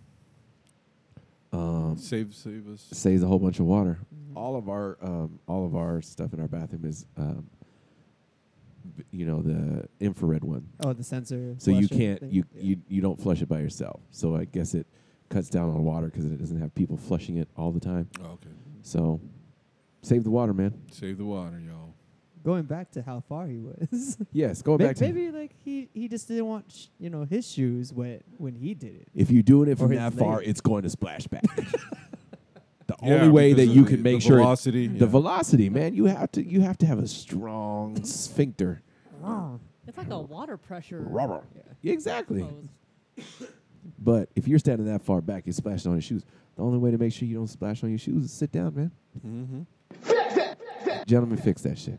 Speaker 1: Um,
Speaker 2: Save, save us.
Speaker 1: Saves a whole bunch of water.
Speaker 14: Mm-hmm.
Speaker 1: All of our um, all of our stuff in our bathroom is, um, b- you know, the infrared one.
Speaker 14: Oh, the sensor
Speaker 1: So you
Speaker 14: flushing
Speaker 1: can't
Speaker 14: thing?
Speaker 1: you you you don't flush it by yourself. So I guess it cuts down on water because it doesn't have people flushing it all the time.
Speaker 2: Oh, okay.
Speaker 1: So save the water, man.
Speaker 2: Save the water, y'all.
Speaker 14: Going back to how far he was.
Speaker 1: Yes, going
Speaker 14: May-
Speaker 1: back to-
Speaker 14: maybe like he he just didn't want sh- you know his shoes wet when he did it.
Speaker 1: If you're doing it
Speaker 14: Or
Speaker 1: from
Speaker 14: his
Speaker 1: that far,
Speaker 14: leg.
Speaker 1: it's going to splash back. the
Speaker 2: Yeah,
Speaker 1: only way that
Speaker 2: because of
Speaker 1: you
Speaker 2: the-
Speaker 1: can make
Speaker 2: the
Speaker 1: sure it-
Speaker 2: velocity,
Speaker 1: the
Speaker 2: yeah.
Speaker 1: velocity, man, you have to you have to have a strong sphincter.
Speaker 13: It's like a water pressure.
Speaker 1: Rubber. Exactly.
Speaker 13: hose.
Speaker 1: But if you're standing that far back, you're splashing on your shoes. The only way to make sure you don't splash on your shoes is sit down, man.
Speaker 2: Mm-hmm.
Speaker 1: Gentlemen, fix that shit.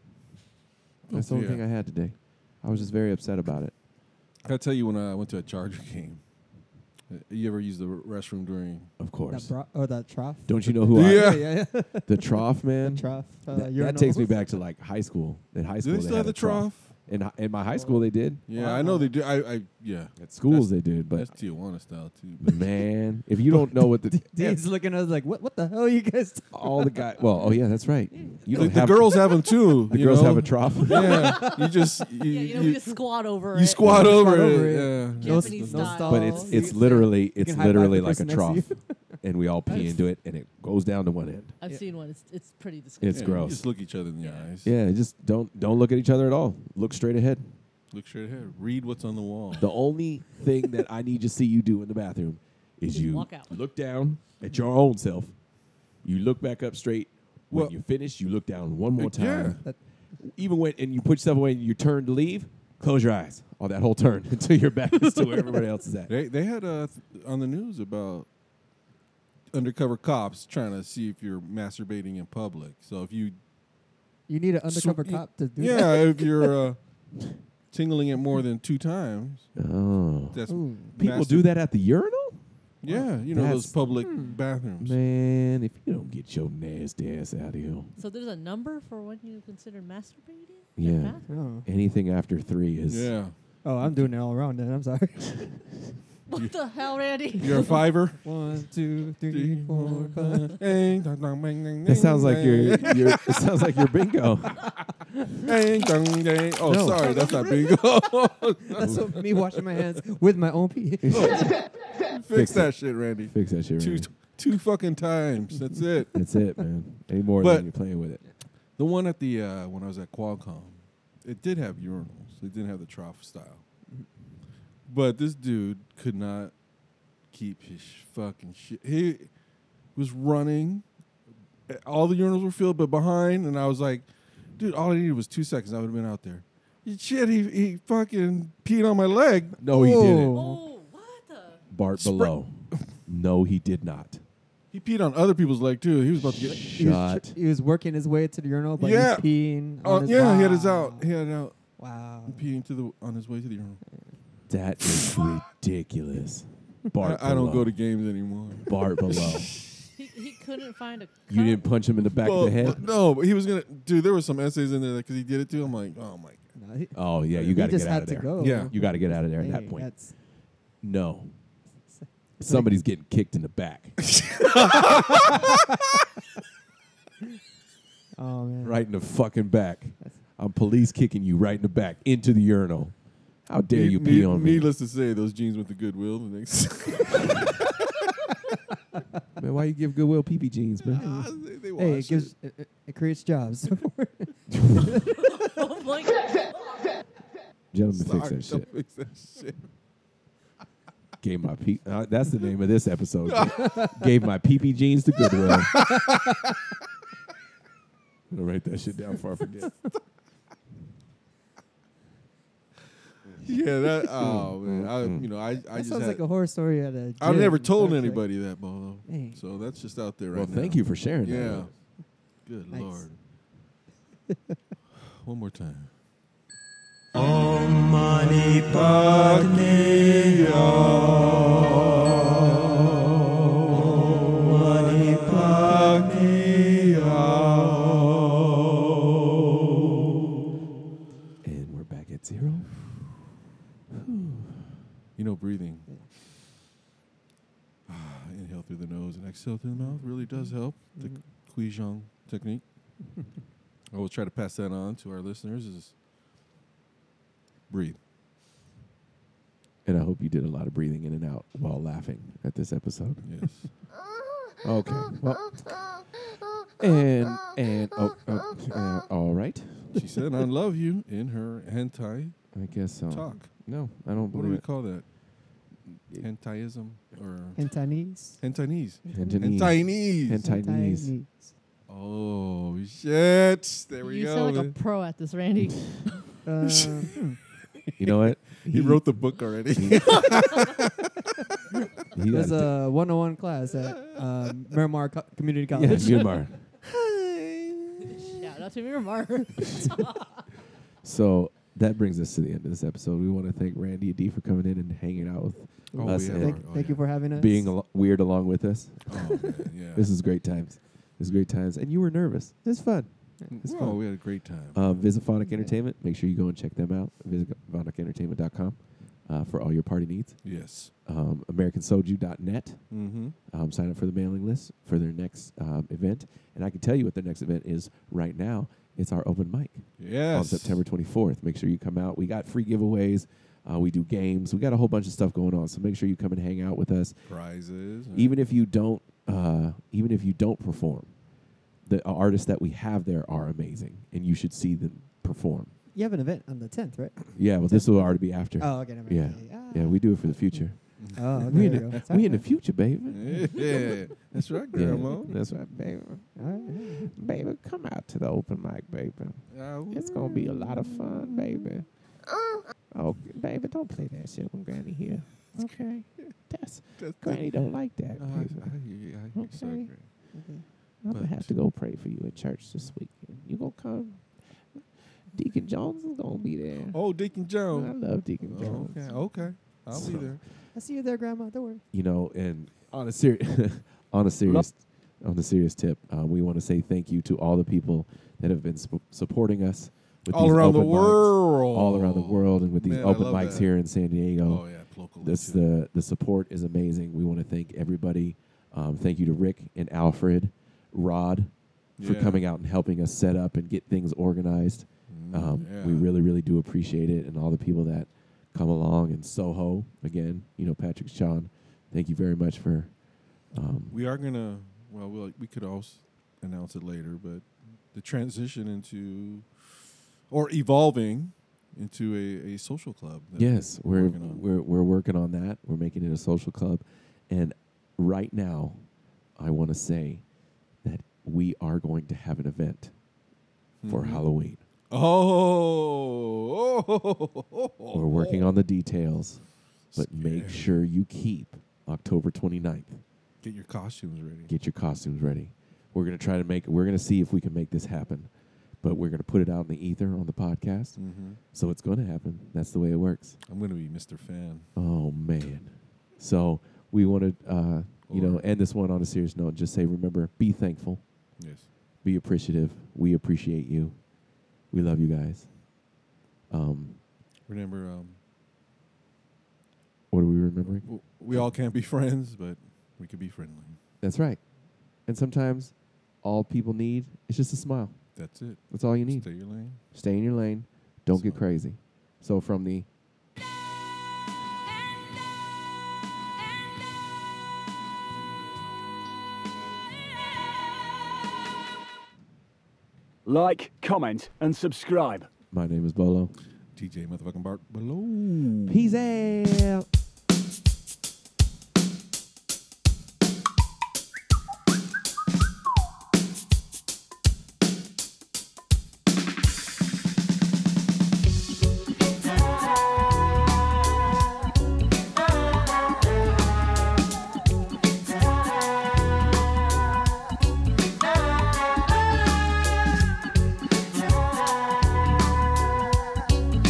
Speaker 1: That's the only
Speaker 2: Yeah.
Speaker 1: thing I had today. I was just very upset about it.
Speaker 2: I gotta tell you, when I went to a Charger game, uh, you ever use the r- restroom during?
Speaker 1: Of
Speaker 14: That bra- or Oh, that trough.
Speaker 1: Don't you know who
Speaker 2: yeah.
Speaker 1: I The trough, man.
Speaker 14: trough, uh,
Speaker 1: That- that,
Speaker 14: urinal.
Speaker 1: takes me back to like high school. In high school,
Speaker 2: they still
Speaker 1: had
Speaker 2: have
Speaker 1: a
Speaker 2: the
Speaker 1: In, hi- in my high school, they did.
Speaker 2: Yeah, I know they do. I, I yeah.
Speaker 1: At schools, they did, but
Speaker 2: that's Tijuana style too.
Speaker 1: man, if you don't know what the
Speaker 14: Dean's looking at us like, what? What the hell, you guys? talking
Speaker 1: all the guy, well, oh yeah, that's right. You
Speaker 2: the,
Speaker 1: don't
Speaker 2: the
Speaker 1: have
Speaker 2: girls have them too.
Speaker 1: The
Speaker 2: you
Speaker 1: girls
Speaker 2: know?
Speaker 1: have a trough.
Speaker 2: Yeah, you just you,
Speaker 13: Yeah, you know, we just squat over
Speaker 2: you
Speaker 13: it.
Speaker 2: squat
Speaker 1: Yeah.
Speaker 2: over,
Speaker 1: Squat over
Speaker 2: it.
Speaker 1: it.
Speaker 2: Yeah.
Speaker 1: No
Speaker 13: Japanese
Speaker 1: No
Speaker 13: style.
Speaker 1: but it's
Speaker 13: You
Speaker 1: it's
Speaker 13: can-
Speaker 1: literally
Speaker 13: you
Speaker 1: it's
Speaker 13: can high-five
Speaker 1: literally
Speaker 13: the
Speaker 1: like a
Speaker 13: person next
Speaker 1: trough,
Speaker 13: to you.
Speaker 1: and we all pee into it, and it goes down to one end.
Speaker 13: I've seen one. It's it's pretty disgusting.
Speaker 1: It's
Speaker 2: Yeah, you
Speaker 1: gross.
Speaker 2: Just look each other in the eyes.
Speaker 1: Yeah, just don't don't look at each other at all. Look straight ahead.
Speaker 2: Look straight ahead. Read what's on the wall.
Speaker 1: The only thing that I need to see you do in the bathroom is you
Speaker 13: walk out.
Speaker 1: look down at your own self. You look back up straight. When
Speaker 2: Well-
Speaker 1: you finish, you look down one more
Speaker 2: Uh, yeah.
Speaker 1: time. Even when and you put yourself away and you turn to leave, close your eyes on that whole turn until your back is to where everybody else is at.
Speaker 2: They they had uh, th- on the news about undercover cops trying to see if you're masturbating in public. So if you
Speaker 14: You need an
Speaker 2: sw-
Speaker 14: undercover
Speaker 2: you-
Speaker 14: cop to do
Speaker 2: yeah,
Speaker 14: that.
Speaker 2: if you're uh, tingling it more than two times,
Speaker 1: Oh.
Speaker 2: that's
Speaker 1: People
Speaker 2: mastur-
Speaker 1: do that at the urinal?
Speaker 2: Hmm. Yeah, you know those
Speaker 1: That's-
Speaker 2: public
Speaker 13: Hmm.
Speaker 2: bathrooms.
Speaker 1: Man, if you don't get your nasty ass out of here.
Speaker 13: So there's a number for when you consider masturbating. In
Speaker 1: Yeah.
Speaker 13: the bathroom?
Speaker 14: Oh.
Speaker 1: Anything after three is
Speaker 2: Yeah,
Speaker 14: Oh, I'm doing it all around then. I'm sorry.
Speaker 13: What the hell, Randy?
Speaker 2: you're a fiver.
Speaker 14: One, two, three, four, five.
Speaker 2: that
Speaker 1: That sounds like your your it sounds like your bingo.
Speaker 2: Oh,
Speaker 1: No.
Speaker 2: sorry, that's not bingo.
Speaker 14: That's what me washing my hands with my own pee.
Speaker 2: Fix
Speaker 1: Fix
Speaker 2: that
Speaker 1: it.
Speaker 2: shit, Randy.
Speaker 1: Fix that shit.
Speaker 2: Two
Speaker 1: Randy.
Speaker 2: two fucking times. That's it.
Speaker 1: That's it, man. Any more
Speaker 2: But-
Speaker 1: than you're playing with it.
Speaker 2: The one at the uh, when I was at Qualcomm, it did have urinals. It didn't have the trough style. But this dude could not keep his sh- fucking shit. He was running. All the urinals were filled, but behind, and I was like, dude, all I needed was two seconds. I would have been out there. Shit, he, he fucking peed on my leg.
Speaker 1: No, he didn't.
Speaker 13: Oh, what the?
Speaker 1: Bart
Speaker 2: Spr-
Speaker 1: below. No, he did not.
Speaker 2: He peed on other people's leg too. He was about to get.
Speaker 14: He was,
Speaker 1: Shut.
Speaker 14: tr- he was working his way to the urinal, but
Speaker 2: Yeah.
Speaker 14: he's peeing.
Speaker 2: Oh
Speaker 14: on his
Speaker 2: yeah, he had
Speaker 14: wow.
Speaker 2: his out. He had it out.
Speaker 14: Wow.
Speaker 2: Peeing to the on his way to the urinal.
Speaker 1: That is ridiculous. Bart.
Speaker 2: I, I don't
Speaker 1: below.
Speaker 2: go to games anymore.
Speaker 1: Bart below.
Speaker 13: He, he couldn't find a.
Speaker 1: you didn't punch him in the back
Speaker 2: Well,
Speaker 1: of the head.
Speaker 2: No, but he was gonna. Dude, there were some essays in there because he did it too. I'm like, oh my. God.
Speaker 14: No, he-
Speaker 1: Oh yeah, you
Speaker 14: he
Speaker 1: got to
Speaker 14: just
Speaker 1: get out
Speaker 14: had
Speaker 1: of
Speaker 14: to
Speaker 1: there.
Speaker 14: go.
Speaker 2: Yeah.
Speaker 1: You got to get out of there at that
Speaker 14: Hey,
Speaker 1: point.
Speaker 14: that's-
Speaker 1: No. Somebody's getting kicked in the back,
Speaker 14: oh man.
Speaker 1: right in the fucking back. I'm police kicking you right in the back into the urinal. How dare you
Speaker 2: Ne-
Speaker 1: pee
Speaker 2: ne-
Speaker 1: on me?
Speaker 2: Needless to say, those jeans went to Goodwill the next.
Speaker 1: Man, why you give Goodwill PP jeans, man?
Speaker 2: they, they
Speaker 14: Hey, it
Speaker 2: washed
Speaker 14: gives it, it- it creates jobs.
Speaker 13: Oh my God.
Speaker 1: Gentlemen, fix
Speaker 2: it. Sorry,
Speaker 1: that shit.
Speaker 2: don't fix that shit.
Speaker 1: Gave my pee. Uh, that's the name of this episode. Gave my peepee jeans to Goodwill. I'm gonna write that shit down before I forget.
Speaker 2: Yeah, that.
Speaker 1: Mm,
Speaker 2: Oh man, I you know I I
Speaker 14: that
Speaker 2: just
Speaker 14: sounds
Speaker 2: had,
Speaker 14: like a horror story at a.
Speaker 2: I've
Speaker 14: gym.
Speaker 2: never told
Speaker 14: Sounds like-
Speaker 2: anybody that, Bolo.
Speaker 14: Hey.
Speaker 2: So that's just out there
Speaker 1: Well,
Speaker 2: right now.
Speaker 1: thank you for sharing.
Speaker 2: Yeah.
Speaker 1: That.
Speaker 2: Good
Speaker 14: Nice.
Speaker 2: lord. One more time.
Speaker 16: Om Mani Padme Hum. Om Mani Padme Hum.
Speaker 1: And we're back at zero.
Speaker 2: You know, breathing. Inhale through the nose and exhale through the mouth really does
Speaker 1: Mm-hmm.
Speaker 2: help. The Kuijang technique. I will try to pass that on to our listeners. Is breathe.
Speaker 1: And I hope you did a lot of breathing in and out while laughing at this episode.
Speaker 2: Yes.
Speaker 1: okay. Well. And and oh, oh uh, all right.
Speaker 2: She said, "I love you" in her hentai
Speaker 1: I guess so.
Speaker 2: talk.
Speaker 1: No, I don't
Speaker 2: What do
Speaker 1: believe
Speaker 2: we
Speaker 1: it.
Speaker 2: call that? Hentaiism or
Speaker 15: Hentanese.
Speaker 2: Hentanese.
Speaker 1: Hentanese. Hentanese. Hentanese.
Speaker 2: Oh shit! There we
Speaker 13: you
Speaker 2: go.
Speaker 13: sound like a pro at this, Randy.
Speaker 2: Uh,
Speaker 1: You know what?
Speaker 2: he wrote the book already.
Speaker 1: He
Speaker 14: There's
Speaker 1: got
Speaker 14: a 101 class at uh, Miramar Co- Community
Speaker 1: Yeah,
Speaker 14: College.
Speaker 1: Miramar.
Speaker 13: Shout out to Miramar.
Speaker 1: So that brings us to the end of this episode. We want to thank Randy and Dee for coming in and hanging out with
Speaker 14: Oh,
Speaker 1: us.
Speaker 14: yeah.
Speaker 1: and
Speaker 14: Thank- Oh, thank you yeah. for having us.
Speaker 1: Being al- weird along with us.
Speaker 2: Oh, man, yeah.
Speaker 1: this is great times. This is great times. And you were nervous. It's fun. It's
Speaker 2: Well,
Speaker 1: fun.
Speaker 2: we had a great time.
Speaker 1: Um, Visiphonic Entertainment. Make sure you go and check them out. Visiphonicentertainment.com uh, for all your party needs.
Speaker 2: Yes.
Speaker 1: Um, AmericanSoju.net.
Speaker 2: Mhm.
Speaker 1: Um, sign up for the mailing list for their next um, event. And I can tell you what their next event is right now. It's our open mic. On
Speaker 2: Yes.
Speaker 1: September 24th. Make sure you come out. We got free giveaways. Uh, we do games. We got a whole bunch of stuff going on. So make sure you come and hang out with us.
Speaker 2: Prizes.
Speaker 1: Even if you don't, uh, even if you don't perform, the uh, artists that we have there are amazing, and you should see them perform.
Speaker 14: You have an event on the 10th, right?
Speaker 1: Yeah, well, this will already be after.
Speaker 14: Oh, okay, never mind.
Speaker 1: Yeah, yeah, we do it for the future.
Speaker 14: Oh, okay,
Speaker 1: we in
Speaker 14: there you
Speaker 1: the,
Speaker 14: go.
Speaker 1: we in the future, baby.
Speaker 2: yeah, that's right,
Speaker 1: Yeah,
Speaker 2: Grandma.
Speaker 1: that's right, baby. Baby, come out to the open mic, baby.
Speaker 12: Oh,
Speaker 15: It's gonna be a lot of fun, baby. Oh, baby, don't play that shit when Granny here. Okay, that's Granny don't like that.
Speaker 2: I, I,
Speaker 15: baby.
Speaker 2: I, I okay.
Speaker 15: Okay. Mm-hmm. I'm
Speaker 2: But-
Speaker 15: gonna have to go pray for you at church this weekend. You gonna come? Deacon Jones is gonna be there.
Speaker 2: Oh, Deacon Jones.
Speaker 15: I love Deacon Jones.
Speaker 2: Oh, Okay, okay. I'll
Speaker 1: So-
Speaker 2: be there.
Speaker 14: I see you there, Grandma. Don't worry.
Speaker 1: you know, and on a serious, on a serious, on a serious tip, uh, we want to say thank you to all the people that have been sp- supporting us with
Speaker 2: All
Speaker 1: these
Speaker 2: around the
Speaker 1: open mics, all
Speaker 2: world.
Speaker 1: around the world, and with these
Speaker 2: Man, I
Speaker 1: open
Speaker 2: love
Speaker 1: mics
Speaker 2: that.
Speaker 1: here in San Diego.
Speaker 2: Oh, yeah, locally,
Speaker 1: this the the support is amazing. We want to thank everybody. Um, thank you to Rick and Alfred, Rod, for
Speaker 2: Yeah.
Speaker 1: coming out and helping us set up and get things organized.
Speaker 2: Mm-hmm.
Speaker 1: um, We really, really do appreciate it, and all the people that come along and Soho again. You know, Patrick, Sean, thank you very much for. Um,
Speaker 2: We are gonna. Well, we'll we could also announce it later, but the transition into or evolving into a, a social club. that
Speaker 1: yes, we're
Speaker 2: working on.
Speaker 1: we're we're working on that. We're making it a social club, and right now, I want to say that we are going to have an event for
Speaker 2: Mhm.
Speaker 1: Halloween.
Speaker 2: Oh, oh,
Speaker 1: We're working on the details, but make sure you keep October 29th.
Speaker 2: get your costumes ready.
Speaker 1: Get your costumes ready. We're going to try to make we're going to see if we can make this happen. But we're going to put it out in the ether on the podcast.
Speaker 2: Mhm.
Speaker 1: So it's going to happen. That's the way it works.
Speaker 2: I'm gonna be Mr. Fan.
Speaker 1: Oh man. So we want to uh, you know, end this one on a serious note and just say remember, be thankful.
Speaker 2: Yes.
Speaker 1: Be appreciative. We appreciate you. We love you guys. Um,
Speaker 2: Remember, um,
Speaker 1: what are we remembering?
Speaker 2: w- we all can't be friends, but we could be friendly.
Speaker 1: That's right. And sometimes all people need is just a smile.
Speaker 2: That's it.
Speaker 1: That's all you need.
Speaker 2: Stay your lane.
Speaker 1: Stay in your lane. Don't get crazy. So from the
Speaker 9: Like, comment, and subscribe.
Speaker 1: my name is Bolo.
Speaker 2: TJ motherfucking Bart below.
Speaker 1: Peace out.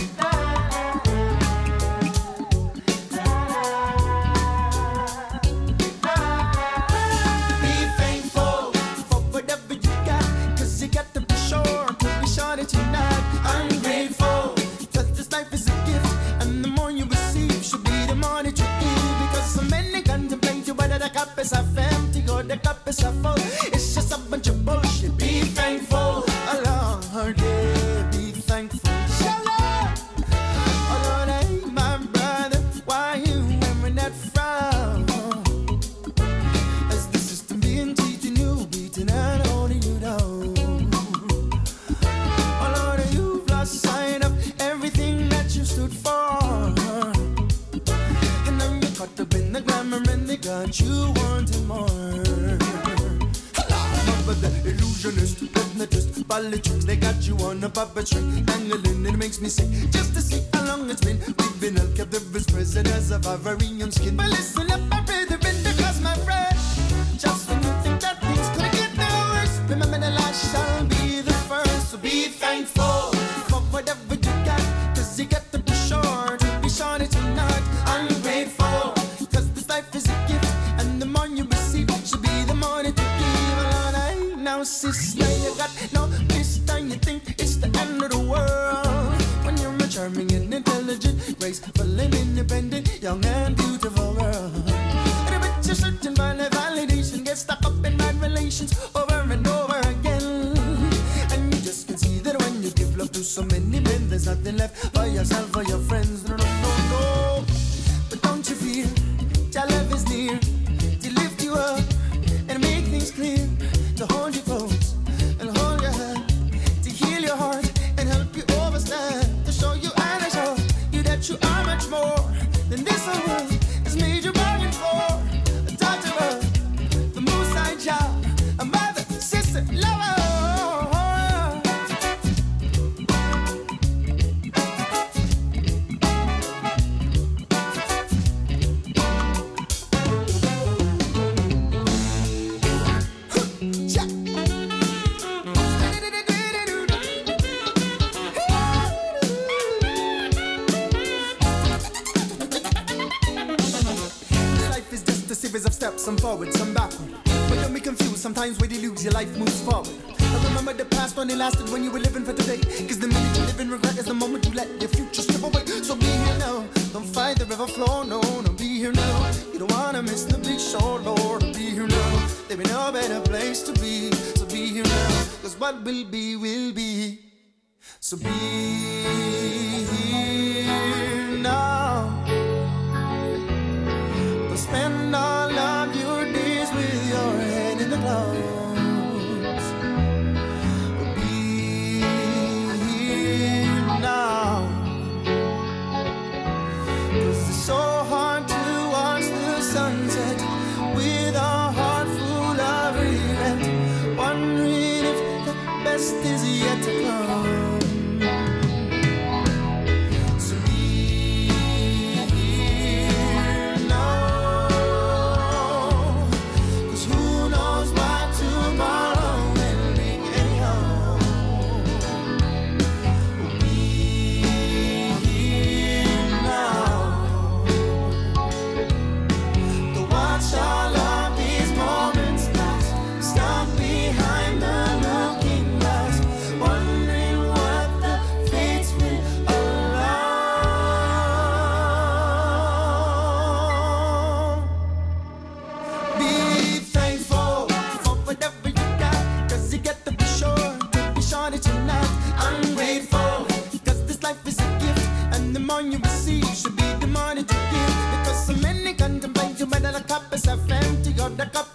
Speaker 16: Ah!
Speaker 17: it up, it's a fool. It's just a bunch of bullshit. Be thankful. Allah, yeah, be thankful. Inshallah. Oh Lord, hey, my brother, why you wearing that frown? Is the system being teaching you, beating and holding you down? Oh Lord, you've lost sight of everything that you stood for. And now you're caught up in the glamour and they got you wanting more. But the illusionist, hypnotist, politics, they got you on a puppet string, dangling, it makes me sick. Just to see how long it's been, we've been held captive as prisoners of Ivorian skin. But listen up, I pray the winter, cause my friend, just when you think that things could get no worse, remember the last shall be the first. So be thankful for whatever you got, cause you got to be sure to be sure that you're not ungrateful. Cause this life is a gift, and the more you receive, should be the more that you give. Lord, I now sister, you got no peace, and you think it's the end of the world. When you're a charming and intelligent, graceful and independent, young and beautiful girl. And I bet you're searching for the validation, get stuck up in bad relations over and over again. And you just can see that when you give love to so many men, there's nothing left for yourself or your friends. No, no, no, no. But don't you fear, your love is near to lift you up and make things clear, to hold you close and hold your hand, to heal your heart and help you overstand, to show you and I show you that you are much more than this whole world has made you bargain for. A daughter of the moon side child, a mother, sister, lover. This Life is just a series of steps, some forward, some backward. But don't be confused, sometimes when you lose, your life moves forward. I remember the past when it lasted when you were living for today. Cause the minute you live in regret is the moment you let your future slip away. So be here now, don't fight the river flow, no, no, be here now. You don't wanna miss the big show, Lord, be here now. There be no better place to be, so be here now. Cause what will be, will be. So be here now. But spend all of your days with your head in the clouds. Be here now. 'Cause it's so hard to watch the sunset with a heart full of regret, wondering if the best is yet to come. So here now. 'Cause who knows what tomorrow will bring anyhow. Be here now. To watch all of these moments pass, stuck behind the looking glass, wondering what the fates will allow. Be thankful for whatever you got, cause you get to be sure, to be sure that you're not ungrateful. Cause this life is a gift, and the more you receive should be the more that you give. Because so many contemplate you better the cup is half empty or the cup